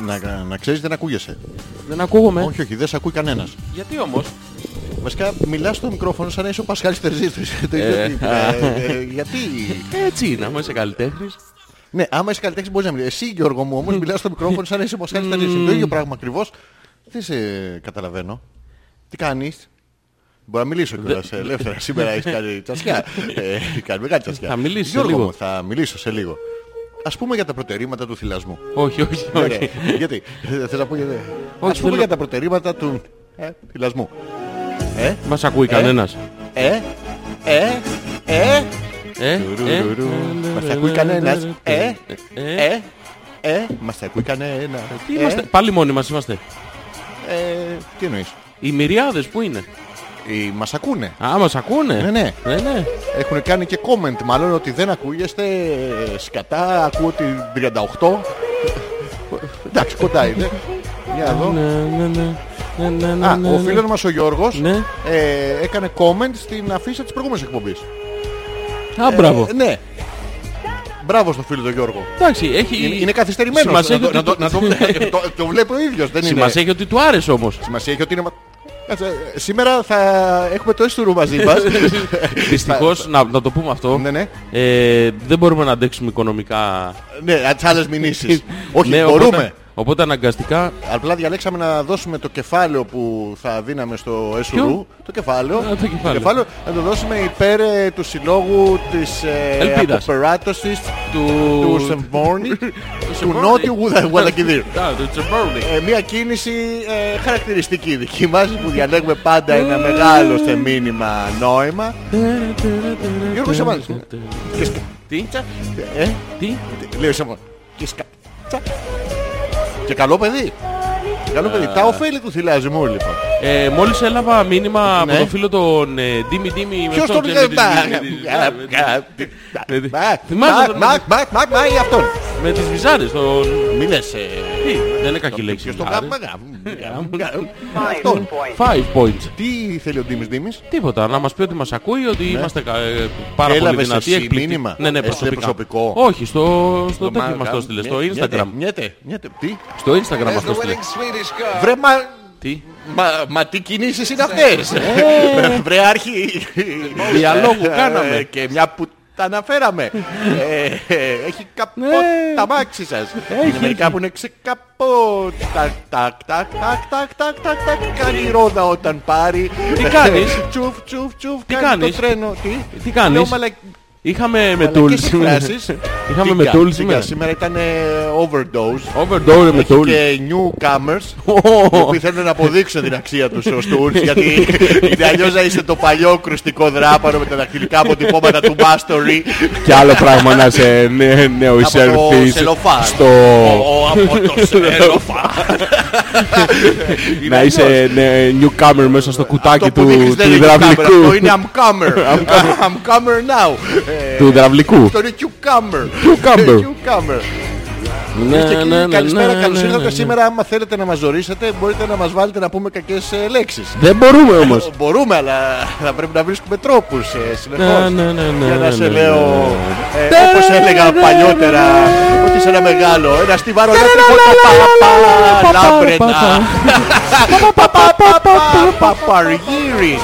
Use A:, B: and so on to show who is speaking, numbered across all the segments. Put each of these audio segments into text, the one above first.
A: Να, να ξέρεις δεν ακούγεσαι.
B: Δεν ακούγομαι.
A: Όχι, όχι, δεν σε ακούει κανένας.
B: Γιατί όμως.
A: Βασικά μιλάς στο μικρόφωνο σαν να είσαι ο Πασχάλης Τερζής. Το ίδιο
B: Ε,
A: τύπο.
B: α.
A: Ε, ε, Γιατί...
B: Έτσι είναι, άμα είσαι καλλιτέχνης.
A: Ναι, άμα είσαι καλλιτέχνης μπορείς να μιλήσεις. Εσύ Γιώργο μου όμως μιλάς στο μικρόφωνο σαν να είσαι ο Πασχάλης Τερζής. Είναι το ίδιο πράγμα ακριβώς. Δεν σε καταλαβαίνω. Τι κάνεις. Μπορώ να μιλήσω κιόλας ε, ελεύθερα. Σήμερα έχεις κάνει τσασιά. Ε, Κάνει μεγάλη τσασιά.
B: Θα μιλήσω σε
A: Γιώργο
B: λίγο.
A: μου, θα μιλήσω σε λίγο. Ας πούμε για τα προτερήματα του θυλασμού.
B: Όχι, όχι, όχι.
A: Ναι, γιατί, Ε, θες να πω γιατί.
B: Όχι,
A: Ας πούμε
B: θέλω-
A: για τα προτερήματα του ε, θυλασμού. Ε,
B: Μας ακούει κανένας.
A: ε, ε, ε.
B: Ε, ε.
A: Τουρουρουρου. Μας ακούει κανένας. Ε, ε, ε. Μας ακούει κανένας.
B: Τι είμαστε, πάλι μόνοι μας είμαστε.
A: Ε, ε, Τι εννοείς.
B: Οι μυριάδες που είναι.
A: Οι- Μας ακούνε.
B: Α, μας ακούνε.
A: Ναι, ναι.
B: Ναι, ναι.
A: Έχουν κάνει και comment μάλλον ότι δεν ακούγεστε ε, σκατά. Ακούω την 38. Εντάξει, κοντά είναι. Για να δω.
B: Ναι, ναι, ναι. Ναι, ναι, ναι,
A: Α,
B: ναι,
A: ο
B: ναι.
A: φίλος μας ο Γιώργος
B: Ναι.
A: ε, έκανε comment στην αφίσα της προηγούμενης εκπομπής.
B: Α, μπράβο.
A: Ε, ναι. Μπράβο στον φίλο τον Γιώργο.
B: Εντάξει, έχει...
A: Είναι, είναι καθυστερημένος.
B: Σημασία
A: Να το-
B: έχει
A: να το-
B: ότι- Ναι.
A: να το- το- Το βλέπει ο ίδιος. Δεν είναι.
B: Σημασία έχει ότι του άρεσε όμως.
A: Σημασία έχει ότι είναι... μα- Κάτσε, ε, Σήμερα θα έχουμε το έστουρο μαζί μας.
B: Δυστυχώς, να, να το πούμε αυτό,
A: Ναι, ναι.
B: ε, δεν μπορούμε να αντέξουμε οικονομικά.
A: Ναι, από τις άλλες μηνύσεις. Όχι,
B: Ναι,
A: μπορούμε.
B: Οπότε, οπότε αναγκαστικά
A: Απλά διαλέξαμε να δώσουμε το κεφάλαιο που θα δίναμε στο Εσουρού.
B: Ποιο?
A: Το κεφάλαιο.
B: Α, το κεφάλαιο.
A: να το δώσουμε υπέρ ε, του συλλόγου της ε,
B: Ελπίδας.
A: αποπεράτωσης
B: του...
A: του Σεμβόρνη του
B: Σεμβόρνη.
A: Νότιου Γουδα- Γουadalquivir.
B: Α, του Τσεμπόρνη.
A: Ε, μια κίνηση ε, χαρακτηριστική δική μας που διαλέγουμε πάντα ένα μεγάλο σε μήνυμα νόημα. Γιώργος είσαι μάλιστα. Και σκα-
B: Τι,
A: Ε,
B: τι,
A: λέω είσαι μάλιστα. Και σκα- τσα. Και καλό παιδί. Καλό παιδί. Τα ωφέλη του θυλάζει μου λοιπόν.
B: Ε, μόλις έλαβα μήνυμα
A: Ναι.
B: από τον φίλο τον ε, Ντίμι Ντίμι.
A: Ποιος τον λέει.
B: με τη- θυμάσαι
A: Μακ,
B: τον-
A: μακ, μακ, μακ, μα ή αυτόν.
B: Με τις βυζάρες. Τον...
A: Μη λες. ε,
B: Τι, δεν είναι κακή λέξη.
A: Ποιος τον
B: βυζάρες.
A: γάμμα, γάμμα, γάμμα. Αυτόν.
B: Five points.
A: Τι θέλει ο Ντίμης Ντίμης.
B: Τίποτα. Να μας πει ότι μας ακούει, ότι είμαστε κα- ε, πάρα
A: Ναι. Έλαβες
B: πολύ δυνατοί.
A: εσύ
B: εκπληκτικοί.
A: μήνυμα?
B: Ναι, ναι,
A: Ε, σε
B: προσωπικά.
A: προσωπικό?
B: Όχι, στο, στο
A: Μα,
B: τέτοιο μας το
A: γάμ-
B: στείλε, στο
A: μια-
B: Instagram.
A: μιέτε, Μιέτε, μιέτε. Τι.
B: Στο Instagram μας το στείλε.
A: Βρε μα...
B: Τι.
A: Μα, μα τι κινήσεις
B: Ε.
A: είναι αυτές ε? Βρε άρχη
B: Διαλόγου
A: Ε,
B: κάναμε.
A: ε, Και μια που τα αναφέραμε Ε, ε, Έχει καπό
B: Ναι.
A: τα μάξι σας Είναι μερικά που είναι ξεκαπό Τακ τακ τακ τακ τακ τακ τακ τακ Κάνει ρόδα όταν πάρει
B: Τι κάνεις?
A: Τσουφ τσουφ τσουφ
B: Τι
A: κάνει το
B: κάνεις?
A: τρένο Τι,
B: Τι κάνεις?
A: Λέω, μαλακ-
B: Είχαμε με
A: μαλακές
B: τούλ σήμερα.
A: εκφράσεις.
B: Είχαμε
A: Τι
B: με
A: κα-
B: τούλ
A: τι
B: σήμερα.
A: κα- Σήμερα ήταν ε, overdose
B: Overdose με τούλ.
A: και newcomers οι οποίοι θέλουν να αποδείξουν την αξία τους ως τουρς γιατί είναι αλλιώς να είσαι το παλιό κρουστικό δράπανο με τα δακτυλικά αποτυπώματα του Mastery
B: Και άλλο πράγμα να σε νέο
A: από το σελοφάν. Ο- ο- Από το σελοφάν. Είναι
B: Να είσαι ναι, newcomer μέσα στο κουτάκι
A: Αυτό που δείχνεις
B: του
A: δεν είναι newcomer,
B: υδραυλικού.
A: αυτό είναι amcomer. Amcomer now. Ε,
B: Του υδραυλικού.
A: Αυτό είναι cucumber. Ε,
B: Cucumber.
A: Cucumber.
B: Ε,
A: Κυρίες και
B: ναι,
A: κύριοι, Καλησπέρα, καλώς ήρθατε. Σήμερα άμα θέλετε να μας ζωρίσετε μπορείτε να μας βάλετε να πούμε κακές ε, λέξεις.
B: Δεν μπορούμε όμως.
A: Μπορούμε, αλλά θα πρέπει να βρίσκουμε τρόπους ε, συνεχώς.
B: Ναι, ναι, ναι, ναι,
A: Για να
B: ναι,
A: σε
B: ναι,
A: λέω,
B: ναι.
A: ε, όπως έλεγα παλιότερα, ότι είσαι ένα μεγάλο, ένα στιβαρό ηλεκτρικό λάμπρενα. Παπαργύρι.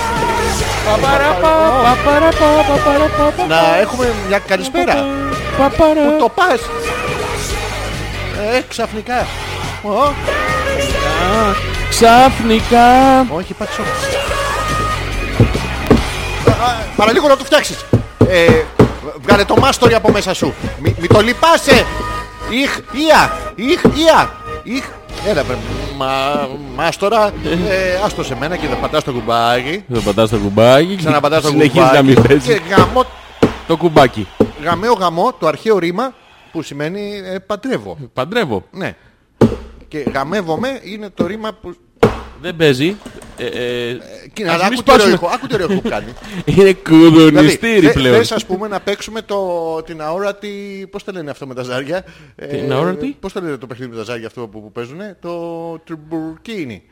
A: Να έχουμε μια καλησπέρα. Πού το πας. Ε, ξαφνικά. Ω,
B: Ξαφνικά.
A: Όχι, πάτσο. Παραλίγο να το φτιάξεις. Ε, βγάλε το μάστορι από μέσα σου. Μη, μη το λυπάσαι. Ιχ, ία, ιχ, ία, ιχ. Έλα, βρε, μα, μάστορα. Ε, άστο σε μένα και θα πατάς το κουμπάκι.
B: Δεν πατάς το κουμπάκι.
A: Ξαναπατάς το κουμπάκι.
B: Συνεχίζει να μην
A: Και
B: παίζει.
A: γαμό,
B: Το κουμπάκι.
A: γαμαίο γαμό, το αρχαίο ρήμα που σημαίνει ε, παντρεύω.
B: Παντρεύω.
A: Ναι. Και γαμεύομαι είναι το ρήμα που...
B: Δεν παίζει. Ε, ε,
A: Κοίτα,
B: ας
A: αλλά
B: μην
A: άκου το ωραίο
B: σπάσουμε.
A: ήχο, άκου το ωραίο ήχο που κάνει.
B: Είναι κουδουνιστήρι
A: Δηλαδή,
B: πλέον.
A: θες ας πούμε να παίξουμε το, την αόρατη... Πώς το λένε αυτό με τα ζάρια. Ε,
B: Την αόρατη?
A: Πώς το λένε το παιχνίδι με τα ζάρια αυτό που, που παίζουνε. Το τριμπουρκίνι.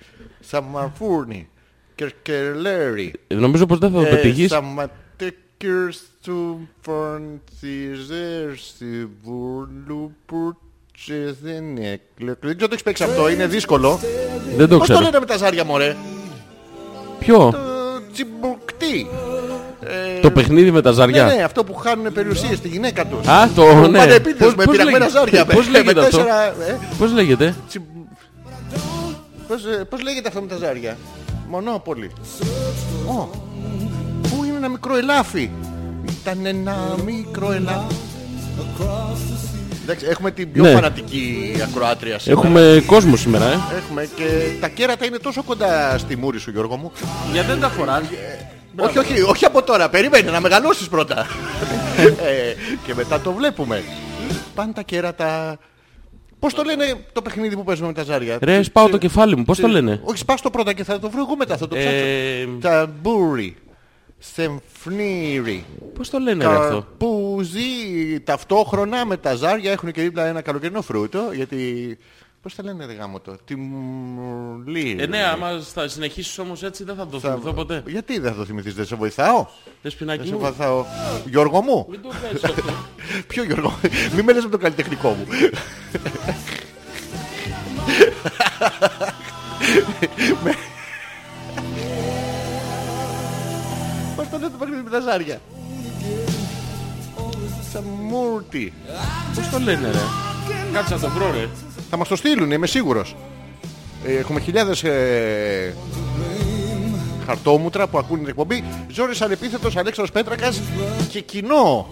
A: Σαμαρφούρνι. Κερκελέρι.
B: Ε, Νομίζω πως δεν θα το πετύχεις.
A: Σαματέκερ του Φρανσιζέρ στη Βουλουπουρ Δεν είναι κλικ. Δεν ξέρω το έχεις παίξει αυτό, είναι δύσκολο.
B: Δεν το
A: Πώς το
B: ξέρω.
A: λένε με τα ζάρια, μωρέ.
B: Ποιο?
A: Ε, Τσιμπουκτή. Ε,
B: Το παιχνίδι με τα
A: Ναι,
B: ζαριά.
A: ναι, αυτό που χάνουν περιουσίες στη γυναίκα τους.
B: Α, το ναι.
A: Πάντα επίτηδες, με
B: πώς
A: πειραγμένα
B: λέγεται-
A: ζάρια.
B: Πώς
A: με-
B: λέγεται
A: με
B: αυτό.
A: τέσσερα, ε,
B: Πώς λέγεται.
A: τσι- Πώς, ε, πώς λέγεται αυτό με τα ζάρια. Μονόπολη. Ω, Πού είναι ένα μικρό ελάφι. Ήταν ένα μικρό ελάφι. Εντάξει, έχουμε την πιο
B: Ναι.
A: φανατική ακροάτρια σήμερα.
B: Έχουμε κόσμο σήμερα, ε.
A: Έχουμε και τα κέρατα είναι τόσο κοντά στη μούρη σου Γιώργο μου. Ε,
B: Γιατί δεν τα φοράς.
A: Όχι, όχι, όχι από τώρα. Περίμενε να μεγαλώσεις πρώτα. Ε, και μετά το βλέπουμε. Πάντα κέρατα. Πώς το λένε το παιχνίδι που παίζουμε με τα ζάρια.
B: Ρε, σπάω το κεφάλι μου. Πώς το λένε.
A: Όχι, σπάς το πρώτα και θα το βρω εγώ μετά, θα το ψάξω.
B: Ε,
A: Ταμπούρι. Σεμφνίρι.
B: Πώς το λένε ρε αυτό.
A: Καρπούζι. Ταυτόχρονα με τα ζάρια έχουν και δίπλα ένα καλοκαιρινό φρούτο. Γιατί... Πώς τα λένε ρε γάμο το. Τιμουλί.
B: Ε, ναι, άμα θα συνεχίσεις όμως έτσι δεν θα το
A: Θα-
B: θυμηθώ ποτέ.
A: Γιατί δεν θα το θυμηθείς, δεν σε βοηθάω.
B: Δεν
A: Δεν
B: σπινάκι
A: σε
B: μου.
A: βοηθάω. Γιώργο μου.
B: Μην το πες αυτό.
A: Ποιο Γιώργο. Μη με λες με τον καλλιτεχνικό μου. Με- Πώς το λένε το παιχνίδι με τα ζάρια. Σαμούρτι.
B: Πώς το λένε ρε. Κάτσε να το βρω ρε.
A: Θα μας το στείλουν, είμαι σίγουρος. Ε, Έχουμε χιλιάδες ε, χαρτόμουτρα που ακούν την εκπομπή. Ζόρις Ανεπίθετος, Αλέξανδρος Πέτρακας και κοινό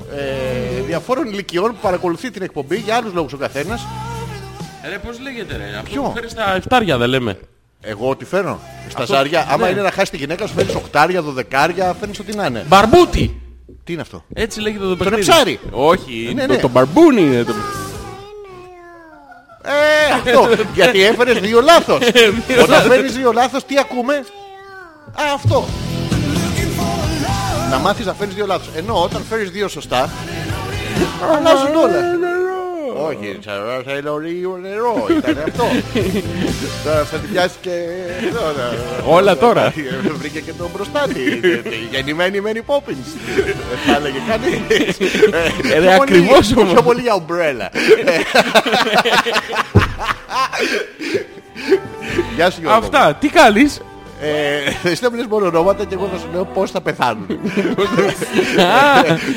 A: ε, διαφόρων ηλικιών που παρακολουθεί την εκπομπή για άλλους λόγους ο καθένας.
B: Ε, Ρε πώς λέγεται ρε. Αυτό
A: Ποιο?
B: που φέρεις στα εφτάρια δεν λέμε.
A: Εγώ τι φέρνω. Στα ζάρια, άμα
B: ναι.
A: είναι να χάσεις τη γυναίκα σου, φέρνει οκτάρια, δωδεκάρια, φέρνεις ό,τι να είναι.
B: Μπαρμπούτι.
A: Τι είναι αυτό.
B: Έτσι λέγεται το παιχνίδι.
A: ψάρι.
B: Όχι.
A: Ναι,
B: το,
A: ναι.
B: το μπαρμπούνι είναι το...
A: Ε, αυτό. Γιατί έφερες δύο λάθος. Όταν φέρνεις δύο λάθος, τι ακούμε. Α, αυτό. Να μάθεις να φέρνεις δύο λάθος. Ενώ όταν φέρεις δύο σωστά, αλλάζουν όλα. Όχι, τσαρά, θέλω λίγο νερό. Ήταν αυτό. Τώρα θα την πιάσει και. εδώ, να-
B: Όλα τώρα.
A: Βρήκε και τον μπροστάτη. Γεννημένη με υπόπιν. Θα έλεγε κανείς.
B: Ε, ρε, ακριβώς όμως.
A: Πιο πολύ για ομπρέλα. Ε. Γεια σου Γιώργο.
B: Αυτά. Τι κάνεις.
A: Ε, Εσύ θα μιλήσεις μόνο ονόματα και εγώ θα σου λέω πώς θα πεθάνουν.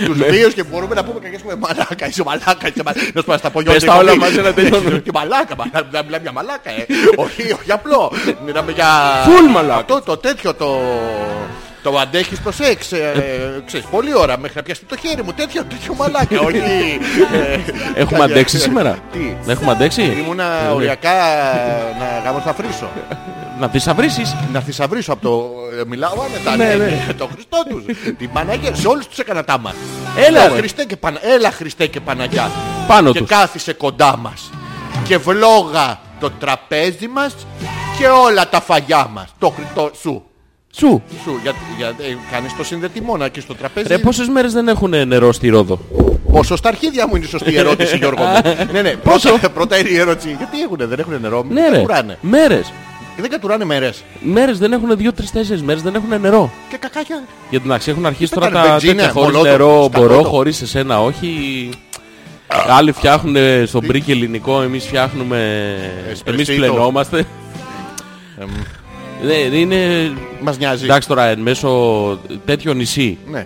A: Τους δύο και μπορούμε να πούμε κακές κουβέντες. Μαλάκα, είσαι μαλάκα, είσαι μαλάκα. Να σου πας τα πω
B: Πες τα όλα μαζί να τελειώνουν.
A: Και μαλάκα, μα- να- να μιλάμε για μαλάκα. ε. Όχι, όχι απλό. Μιλάμε για...
B: Full μαλάκα.
A: Αυτό το τέτοιο το... Το αντέχεις το σεξ, ε, ε, ξέρεις, πολλή ώρα μέχρι να πιαστεί το χέρι μου, τέτοιο, τέτοιο μαλάκα, όχι... ε,
B: Έχουμε
A: κάτι-
B: αντέξει σήμερα. Ε, ναι.
A: Τι,
B: Να έχουμε αντέξει.
A: ήμουνα οριακά να γάμω θα φρύσω.
B: Να θησαυρίσεις.
A: Να θησαυρίσω από το. ε, Μιλάω άνετα.
B: Ναι,
A: ναι,
B: ναι.
A: ναι, Το Χριστό τους. Την Παναγία. Σε όλους τους έκανα τάμα.
B: Έλα,
A: Έλα,
B: ρε.
A: Χριστέ και, Πανα... Έλα Χριστέ και Παναγιά.
B: Πάνω
A: και
B: τους.
A: κάθισε κοντά μας. Και βλόγα το τραπέζι μας και όλα τα φαγιά μας. Το Χριστό σου.
B: Σου.
A: Σου, για, για, ε, κάνεις το συνδετημόνα και στο τραπέζι.
B: Ρε πόσες μέρες δεν έχουν νερό στη Ρόδο.
A: Πόσο στα αρχίδια μου είναι η σωστή ερώτηση, Γιώργο μου. ναι, ναι, πρώτα, πρώτα είναι η ερώτηση. Γιατί έχουνε, δεν έχουνε νερό,
B: Ναι
A: δεν
B: ρε.
A: κατουράνε.
B: Μέρες.
A: Δεν κατουράνε μέρες.
B: Μέρες δεν έχουν δύο, τρεις, τέσσερις μέρες δεν έχουν νερό.
A: Και κακάκια.
B: Γιατί να έχουν αρχίσει
A: Δεν
B: τώρα
A: ήταν
B: τα
A: βενζίνε,
B: τέτοια χωρίς
A: μολότοφ,
B: νερό
A: σκατότο.
B: μπορώ, χωρίς εσένα όχι. Άλλοι φτιάχνουν στον πρίκι ελληνικό, εμείς φτιάχνουμε... Εμείς
A: Εσπρεσίτο.
B: πλενόμαστε.
A: Εμ.
B: Ναι, είναι...
A: Μας νοιάζει.
B: Εντάξει τώρα, εν μέσω τέτοιο νησί,
A: Ναι.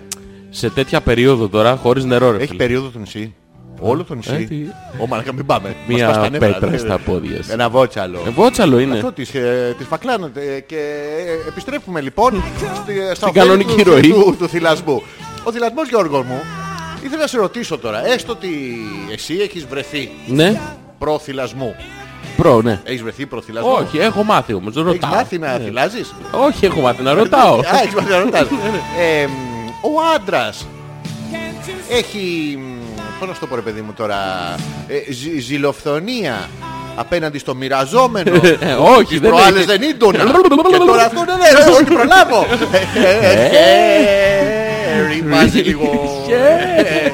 B: σε τέτοια περίοδο τώρα, χωρίς νερό ρε
A: Έχει
B: φίλε.
A: περίοδο το νησί. Όλο το
B: Ε,
A: νησί.
B: τι-
A: Ω μαλακά μην πάμε. Μας πας τα
B: Μία
A: νεύρα,
B: πέτρα
A: ρε.
B: στα πόδια σου. ναι.
A: Ένα βότσαλο.
B: Ε, Βότσαλο είναι.
A: Αυτό της, ε, της φακλάνου, ε, και ε, επιστρέφουμε λοιπόν στη, στα ωφέλη
B: κανονική
A: του,
B: ροή.
A: του, του θυλασμού. Ο θυλασμός Γιώργο μου, ήθελα να σε ρωτήσω τώρα, έστω ότι εσύ έχεις βρεθεί
B: Ναι,
A: προθυλασμού.
B: προ, ναι.
A: Έχεις βρεθεί προθυλασμού.
B: Όχι, έχω μάθει όμως, δεν
A: Έχεις
B: ρωτάω.
A: μάθει να
B: Ναι.
A: θυλάζεις.
B: Όχι, έχω μάθει να ρωτάω.
A: Α, έχεις μάθει να ρωτάς. Ε, μ, Ο άντρας έχει... μ, Πώς να σου το πω ρε παιδί μου τώρα... ε, ζυ- Ζηλοφθονία απέναντι στο μοιραζόμενο.
B: Ε, Όχι,
A: Τις
B: δεν
A: προάλλες
B: έχει.
A: δεν ίντονα. Και τώρα αυτό δεν είναι, δεν το προλάβω. Ε, Χέρι, βάζει λίγο...
B: Χέρι.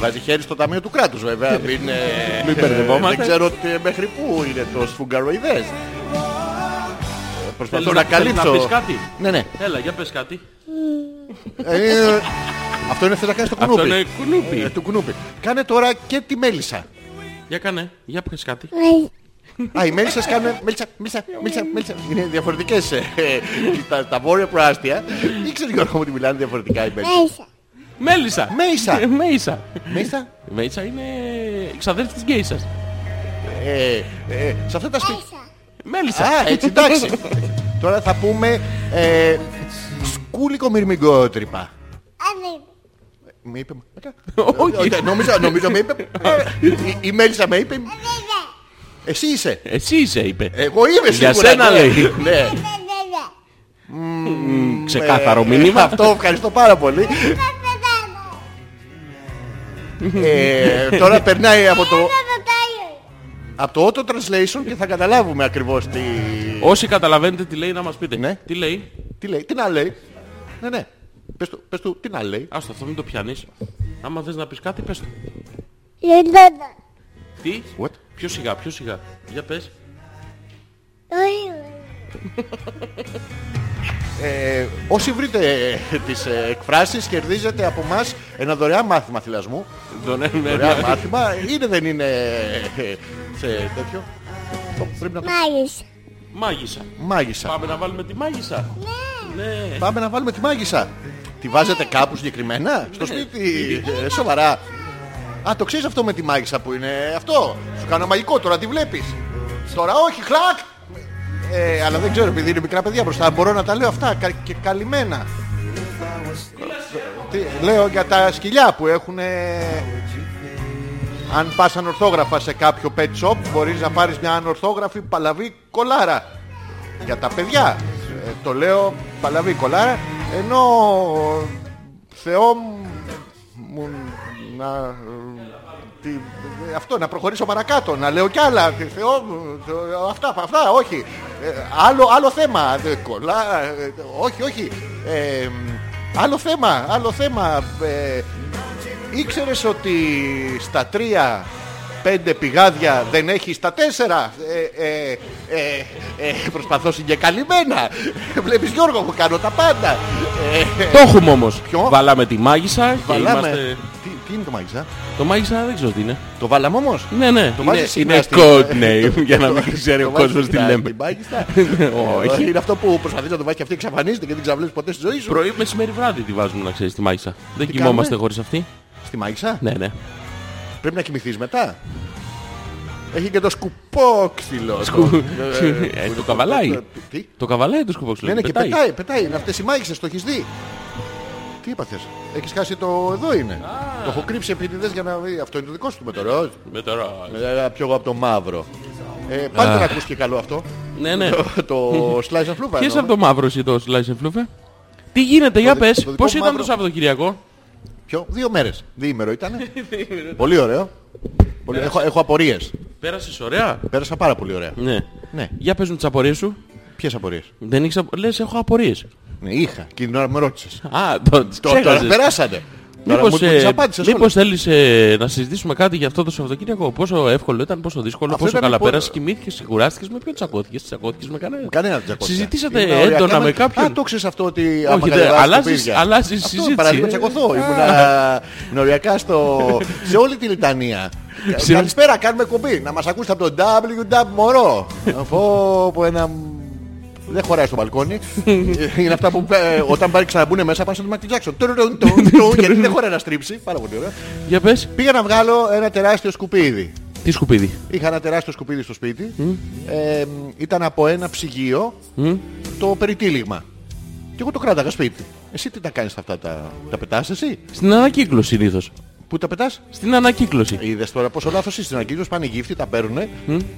A: Βάζει χέρι στο ταμείο του κράτους βέβαια. Μην, ε,
B: Μην μπερδευόμαστε.
A: Δεν ξέρω τι- μέχρι πού είναι το σφουγγαροειδές. Ε, Προσπαθώ
B: Θέλω
A: να
B: να- θέλω να
A: καλύψω.
B: πεις κάτι.
A: Ναι, ναι.
B: Έλα, για πες κάτι.
A: Ε, Αυτό είναι θες να κάνεις το κουνούπι.
B: Αυτό είναι κουνούπι.
A: Ε, του κουνούπι. Κάνε τώρα και τη μέλισσα.
B: Για κάνε, για πιες κάτι.
A: Α, οι μέλισσες κάνουν μέλισσα, μέλισσα, μέλισσα, μέλισσα. Είναι διαφορετικές. ε, ε, τα, τα βόρεια προάστια. Ήξερε Γιώργο μου ότι μιλάνε διαφορετικά οι μέλισσες.
B: Μέλισσα.
A: Μέισα.
B: Ε, Μέισα.
A: Μέλισσα,
B: Μέισα είναι η ξαδέρφη της γκέισας.
A: ε, ε, σε αυτά τα σπίτια.
B: Μέλισσα.
A: Α, έτσι, εντάξει. Τώρα θα πούμε ε, σκούλικο μυρμηγκότρυπα. Με είπε. Μετά.
B: Όχι.
A: Ε, Νομίζω, νομίζω με είπε. Ε, η- Η Μέλισσα με είπε. Εσύ είσαι.
B: Εσύ είσαι, είπε.
A: Εγώ είμαι σίγουρα.
B: Για σένα,
A: ναι.
B: λέει.
A: Ναι.
B: Ξεκάθαρο
A: Ε,
B: μήνυμα.
A: Αυτό ευχαριστώ πάρα πολύ. Ε, τώρα περνάει από το, από το auto translation και θα καταλάβουμε ακριβώς τι...
B: Όσοι καταλαβαίνετε τι λέει να μας πείτε.
A: Ναι.
B: Τι λέει.
A: Τι λέει, τι να λέει. Ναι, ναι. Πες του, πες του τι να λέει.
B: Άστο, αυτό μην το πιάνεις. Άμα θες να πεις κάτι, πες το. Τι.
A: What?
B: Πιο σιγά, πιο σιγά. Για πες.
A: Ε, όσοι βρείτε ε, τις ε, εκφράσεις κερδίζετε από μας ένα δωρεάν μάθημα θυλασμού.
B: Τον
A: Δωρεάν
B: έμενε.
A: μάθημα είναι δεν είναι ε, σε τέτοιο. Το Πρέπει να το...
B: Μάγισσα.
A: Μάγισσα.
B: Πάμε να βάλουμε τη μάγισσα. Ναι.
A: Πάμε να βάλουμε τη μάγισσα. Τη βάζετε κάπου συγκεκριμένα, στο σπίτι, ε, σοβαρά. Α, το ξέρεις αυτό με τη μάγισσα που είναι αυτό. Σου κάνω μαγικό, τώρα τη βλέπεις. Τώρα όχι, χλακ! Ε, αλλά δεν ξέρω, επειδή είναι μικρά παιδιά μπροστά, μπορώ να τα λέω αυτά κα- και καλυμμένα. Τι, λέω για τα σκυλιά που έχουν... ε, αν πας ανορθόγραφα σε κάποιο pet shop, μπορείς να πάρεις μια ανορθόγραφη παλαβή κολάρα για τα παιδιά. Ε, το λέω παλαβή κολάρα, ενώ θεό μου- μου να... ε, τι, ε, αυτό, να προχωρήσω παρακάτω, να λέω κι άλλα. τι, Θεό μου, Θεό- αυτά, αυτά, όχι. Ε, άλλο, άλλο θέμα. δε, κολάρα, ε, όχι, όχι. Ε, άλλο θέμα, άλλο θέμα. Ε, Ήξερες ότι στα τρία πέντε πηγάδια δεν έχει στα τέσσερα. Ε, ε, ε, ε, προσπαθώ συγκεκαλυμμένα. Βλέπεις Γιώργο μου κάνω τα πάντα. Ε,
B: Το έχουμε όμως.
A: Ποιο?
B: Βάλαμε τη μάγισσα και είμαστε...
A: Τι, τι είναι το μάγισσα.
B: Το μάγισσα δεν ξέρω τι είναι.
A: Το βάλαμε όμως.
B: Ναι, ναι.
A: Το βάζεις
B: Είναι-
A: συχνά
B: Είναι
A: στην-
B: code name για να
A: Το-
B: μην ξέρει
A: το
B: ο
A: βάζεις
B: κόσμος τι
A: στην-
B: λέμε.
A: στην μάγισσα. Ε,
B: Όχι.
A: Είναι αυτό που προσπαθείς να το βάζεις και αυτή εξαφανίζεται και δεν ξαναβλέπεις ποτέ στη ζωή σου.
B: Πρωί, μεσημέρι, βράδυ τη βάζουμε να ξέρεις τη μάγισσα. Δεν
A: Τι
B: κοιμόμαστε
A: κάνουμε?
B: χωρίς αυτή.
A: Στη μάγισσα.
B: Ναι, ναι.
A: Πρέπει να κοιμηθείς μετά. Έχει και το σκουπό ξύλο.
B: Ε, Το καβαλάει.
A: Τι.
B: Το καβαλάει το σκουποξιλό.
A: Ναι, ναι, και πετάει, πετάει. Είναι αυτές οι μάγισσες, το έχεις δει. Τι έπαθες. Έχεις χάσει το εδώ είναι. Το έχω κρύψει επίτηδες για να δει. Αυτό είναι το δικό σου με το ροζ.
B: Με το ροζ.
A: Ε, Πιο εγώ από το μαύρο. Ε, πάντα να ακούς και καλό αυτό.
B: Ναι, ναι.
A: Το- Το slice and flupa.
B: Ποιες
A: εννοώ.
B: από το μαύρο εσύ το slice and floof, ε? Τι γίνεται, για
A: δι-
B: πες.
A: το δικό
B: Πώς
A: μου
B: ήταν το
A: μαύρο.
B: Σαββατοκυριακό.
A: Ποιο, δύο μέρες. Διήμερο ήταν. Πολύ ωραίο. Πολύ- Έχω, έχω απορίες.
B: Πέρασες ωραία.
A: Πέρασα πάρα πολύ ωραία.
B: Ναι.
A: Ναι.
B: Για πες μου τις απορίες σου.
A: Ποιες απορίες.
B: Δεν είχες... απο- Λες έχω απορίες.
A: Ναι, είχα. Και την ώρα που με ρώτησες.
B: Α, το τις
A: Τώρα τώρα
B: ξέχασες.
A: περάσανε. Τώρα μου- μου
B: Μήπως,
A: τις
B: ε,
A: απάντησες
B: μήπως
A: όλες.
B: θέλεις ε, να συζητήσουμε κάτι για αυτό το Σαββατοκύριακο. Πόσο εύκολο ήταν, πόσο δύσκολο,
A: Αυτό
B: πόσο
A: ήταν
B: καλά
A: πολύ-
B: πέρασες, κοιμήθηκες, κουράστηκες, με ποιον τσακώθηκες, τσακώθηκες με κανέναν.
A: Κανένα δεν τσακώθηκε.
B: Συζητήσατε
A: Ήμουν ωραία.
B: έντονα
A: Κάναμε-
B: με κάποιον.
A: Α, το ξέρεις αυτό ότι.
B: Όχι, δεν, αλλάζεις- αλλάζεις συζήτηση,
A: Παραδείγμα
B: ε.
A: τσακωθώ. Ήμουνα νοριακά στο... σε όλη τη λιτανία.
B: Σε-
A: Καλησπέρα, κάνουμε κουμπί. Να μας ακούσετε από το WW Μωρό. Αφού από ένα... Δεν χωράει στο μπαλκόνι. Είναι αυτά που ε, όταν πάρει ξαναμπούνε μέσα πάνε στο Μάικλ Τζάξον. Τουρουρουν, τουρουρουν, τουρουρουν, Γιατί δεν χωράει να στρίψει. Πάρα πολύ ωραία.
B: Για πες,
A: Πήγα να βγάλω ένα τεράστιο σκουπίδι.
B: τι σκουπίδι.
A: Είχα ένα τεράστιο σκουπίδι στο σπίτι. Ε, μ, ήταν από ένα ψυγείο το περιτύλιγμα. Και εγώ το κράταγα σπίτι. Εσύ τι τα κάνεις αυτά, τα, τα πετάς εσύ,
B: Στην ανακύκλωση συνήθως.
A: πού τα πετάς.
B: Στην ανακύκλωση.
A: Είδες τώρα πόσο λάθος είσαι στην ανακύκλωση, πάνε οι γύφτοι, τα παίρνουν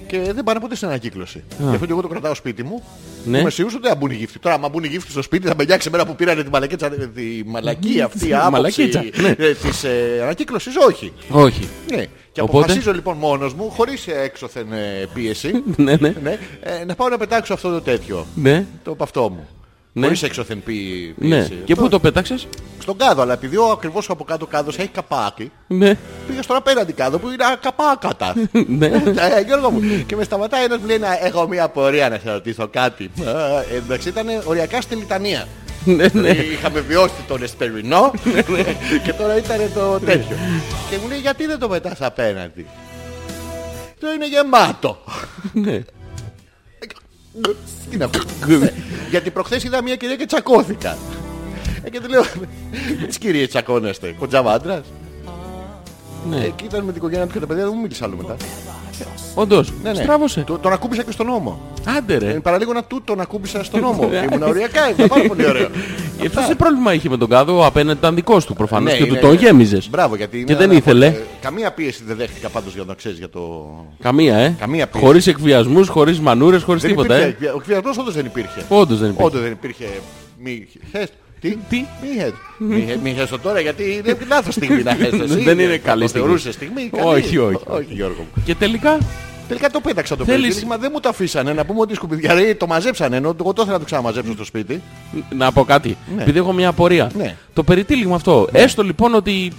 A: και δεν πάνε ποτέ στην ανακύκλωση. Γι' αυτό και εγώ το κρατάω σπίτι μου.
B: Ναι.
A: Είμαι σίγουρος ότι δεν θα μπουν οι γύφτοι. Τώρα, άμα μπουν οι γύφτοι στο σπίτι, θα με νοιάξει εμένα που πήρανε τη μαλακίτσα, τη μαλακή αυτή άποψη
B: Μαλακίτσα, ναι.
A: ε, της ε, ανακύκλωσης, όχι.
B: Όχι.
A: Ναι. Και
B: Οπότε?
A: αποφασίζω λοιπόν μόνος μου, χωρίς έξωθεν ε, πίεση,
B: Ναι, ναι.
A: ναι, ε, να πάω να πετάξω αυτό το τέτοιο.
B: Ναι.
A: Το παυτό μου.
B: Ναι.
A: Χωρίς έξωθεν πί-
B: Ναι.
A: πίεση.
B: Και πού το πέταξες.
A: Στον κάδο, αλλά επειδή ο ακριβώς από κάτω κάδος έχει καπάκι,
B: Ναι.
A: πήγα στον απέναντι κάδο που είναι ακαπάκατα.
B: Ναι.
A: Ε, Γιώργο μου. Και με σταματάει ένας μου λέει να έχω μια απορία να σε ρωτήσω κάτι. Ε, Εντάξει, ήταν οριακά στη λιτανία.
B: Ναι, ναι.
A: Είχαμε βιώσει τον Εσπερινό και τώρα ήταν το τέτοιο. και μου λέει γιατί δεν το μετάς απέναντι. Το είναι γεμάτο.
B: Ναι.
A: Τι να πω. Ναι. Γιατί προχθές είδα μια κυρία και τσακώθηκα. Ε, Και του λέω, τις κυρίες τσακώνεστε, κοντζαβάντρας.
B: ναι.
A: Ε, Και ήταν με την οικογένεια του και τα παιδιά, δεν μου μίλησε άλλο μετά.
B: Όντως.
A: Ναι, ναι.
B: Στράβωσε.
A: Το- Τον ακούμπησα και στον νόμο.
B: Άντε
A: Ε,
B: ρε.
A: Παραλίγο να του τον ακούμπησα στον νόμο.
B: Ναι.
A: Ήμουν ωριακά, ήταν πάρα πολύ ωραίο.
B: Γι' αυτό τι πρόβλημα είχε με τον κάδο, ο απέναντι ήταν δικός του προφανώς
A: Ναι,
B: και του
A: είναι-
B: το γέμιζες.
A: Μπράβο, γιατί είναι
B: δεν
A: ένα-
B: ήθελε.
A: ε, Καμία πίεση δεν δέχτηκα πάντως για να ξέρεις για το.
B: Καμία, ε.
A: Καμία πίεση.
B: Χωρίς εκβιασμούς, χωρίς μανούρες, χωρίς
A: Δεν
B: τίποτα,
A: υπήρχε
B: ε.
A: εκβια- Ο εκβιασμός όντως δεν υπήρχε.
B: Όντως δεν υπήρχε.
A: Όντως δεν υπήρχε. Μη χες. Τι.
B: Τι?
A: Μη χες. Μη χε- Μη χέσω τώρα γιατί είναι λάθος στιγμή να χες εσύ.
B: Δεν είναι καλή
A: Το
B: στιγμή.
A: θεωρούσες στιγμή. καλή.
B: Όχι, όχι.
A: Όχι Γιώργο μου.
B: Και τελικά,
A: Τελικά το πέταξα το
B: Θέλεις-
A: παιδί. Μα δεν μου το αφήσανε να πούμε ότι οι σκουπιδιαροί το μαζέψανε. Ενώ εγώ το ήθελα να το ξαναμαζέψω στο σπίτι.
B: να πω κάτι.
A: Ναι.
B: Επειδή έχω μια απορία.
A: Ναι.
B: Το περιτύλιγμα αυτό. Έστω λοιπόν ότι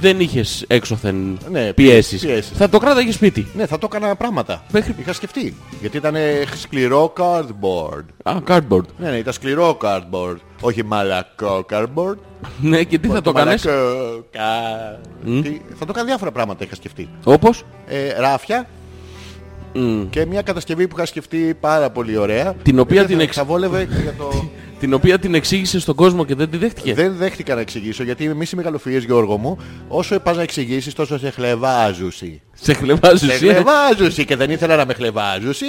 B: δεν είχες έξωθεν
A: Ναι,
B: πιέσεις.
A: πιέσεις.
B: Θα το κράταγες σπίτι.
A: Ναι, θα το έκανα πράγματα.
B: Μέχρι-
A: Είχα σκεφτεί. Γιατί ήταν ε, σκληρό cardboard.
B: Α, cardboard.
A: Ναι, ναι, ήταν σκληρό cardboard. Όχι μαλακό cardboard.
B: Ναι, και τι θα το κάνεις.
A: Μαλακό κα- Τι- Θα το κάνω διάφορα πράγματα είχα σκεφτεί.
B: Όπως.
A: Ε, ράφια. Και μια κατασκευή που είχα σκεφτεί πάρα πολύ ωραία.
B: Την οποία
A: Δεν
B: την
A: θα-
B: εξ-
A: θα βόλευε και για το...
B: Την οποία την εξήγησε στον κόσμο και δεν τη δέχτηκε.
A: Δεν δέχτηκα να εξηγήσω γιατί εμείς οι μεγαλοφυείς Γιώργο μου όσο πας να εξηγήσεις τόσο σε χλεβάζουσι.
B: Σε χλεβάζεις
A: Σε
B: εσύ. ε.
A: χλεβάζουσι και δεν ήθελα να με χλεβάζουσι.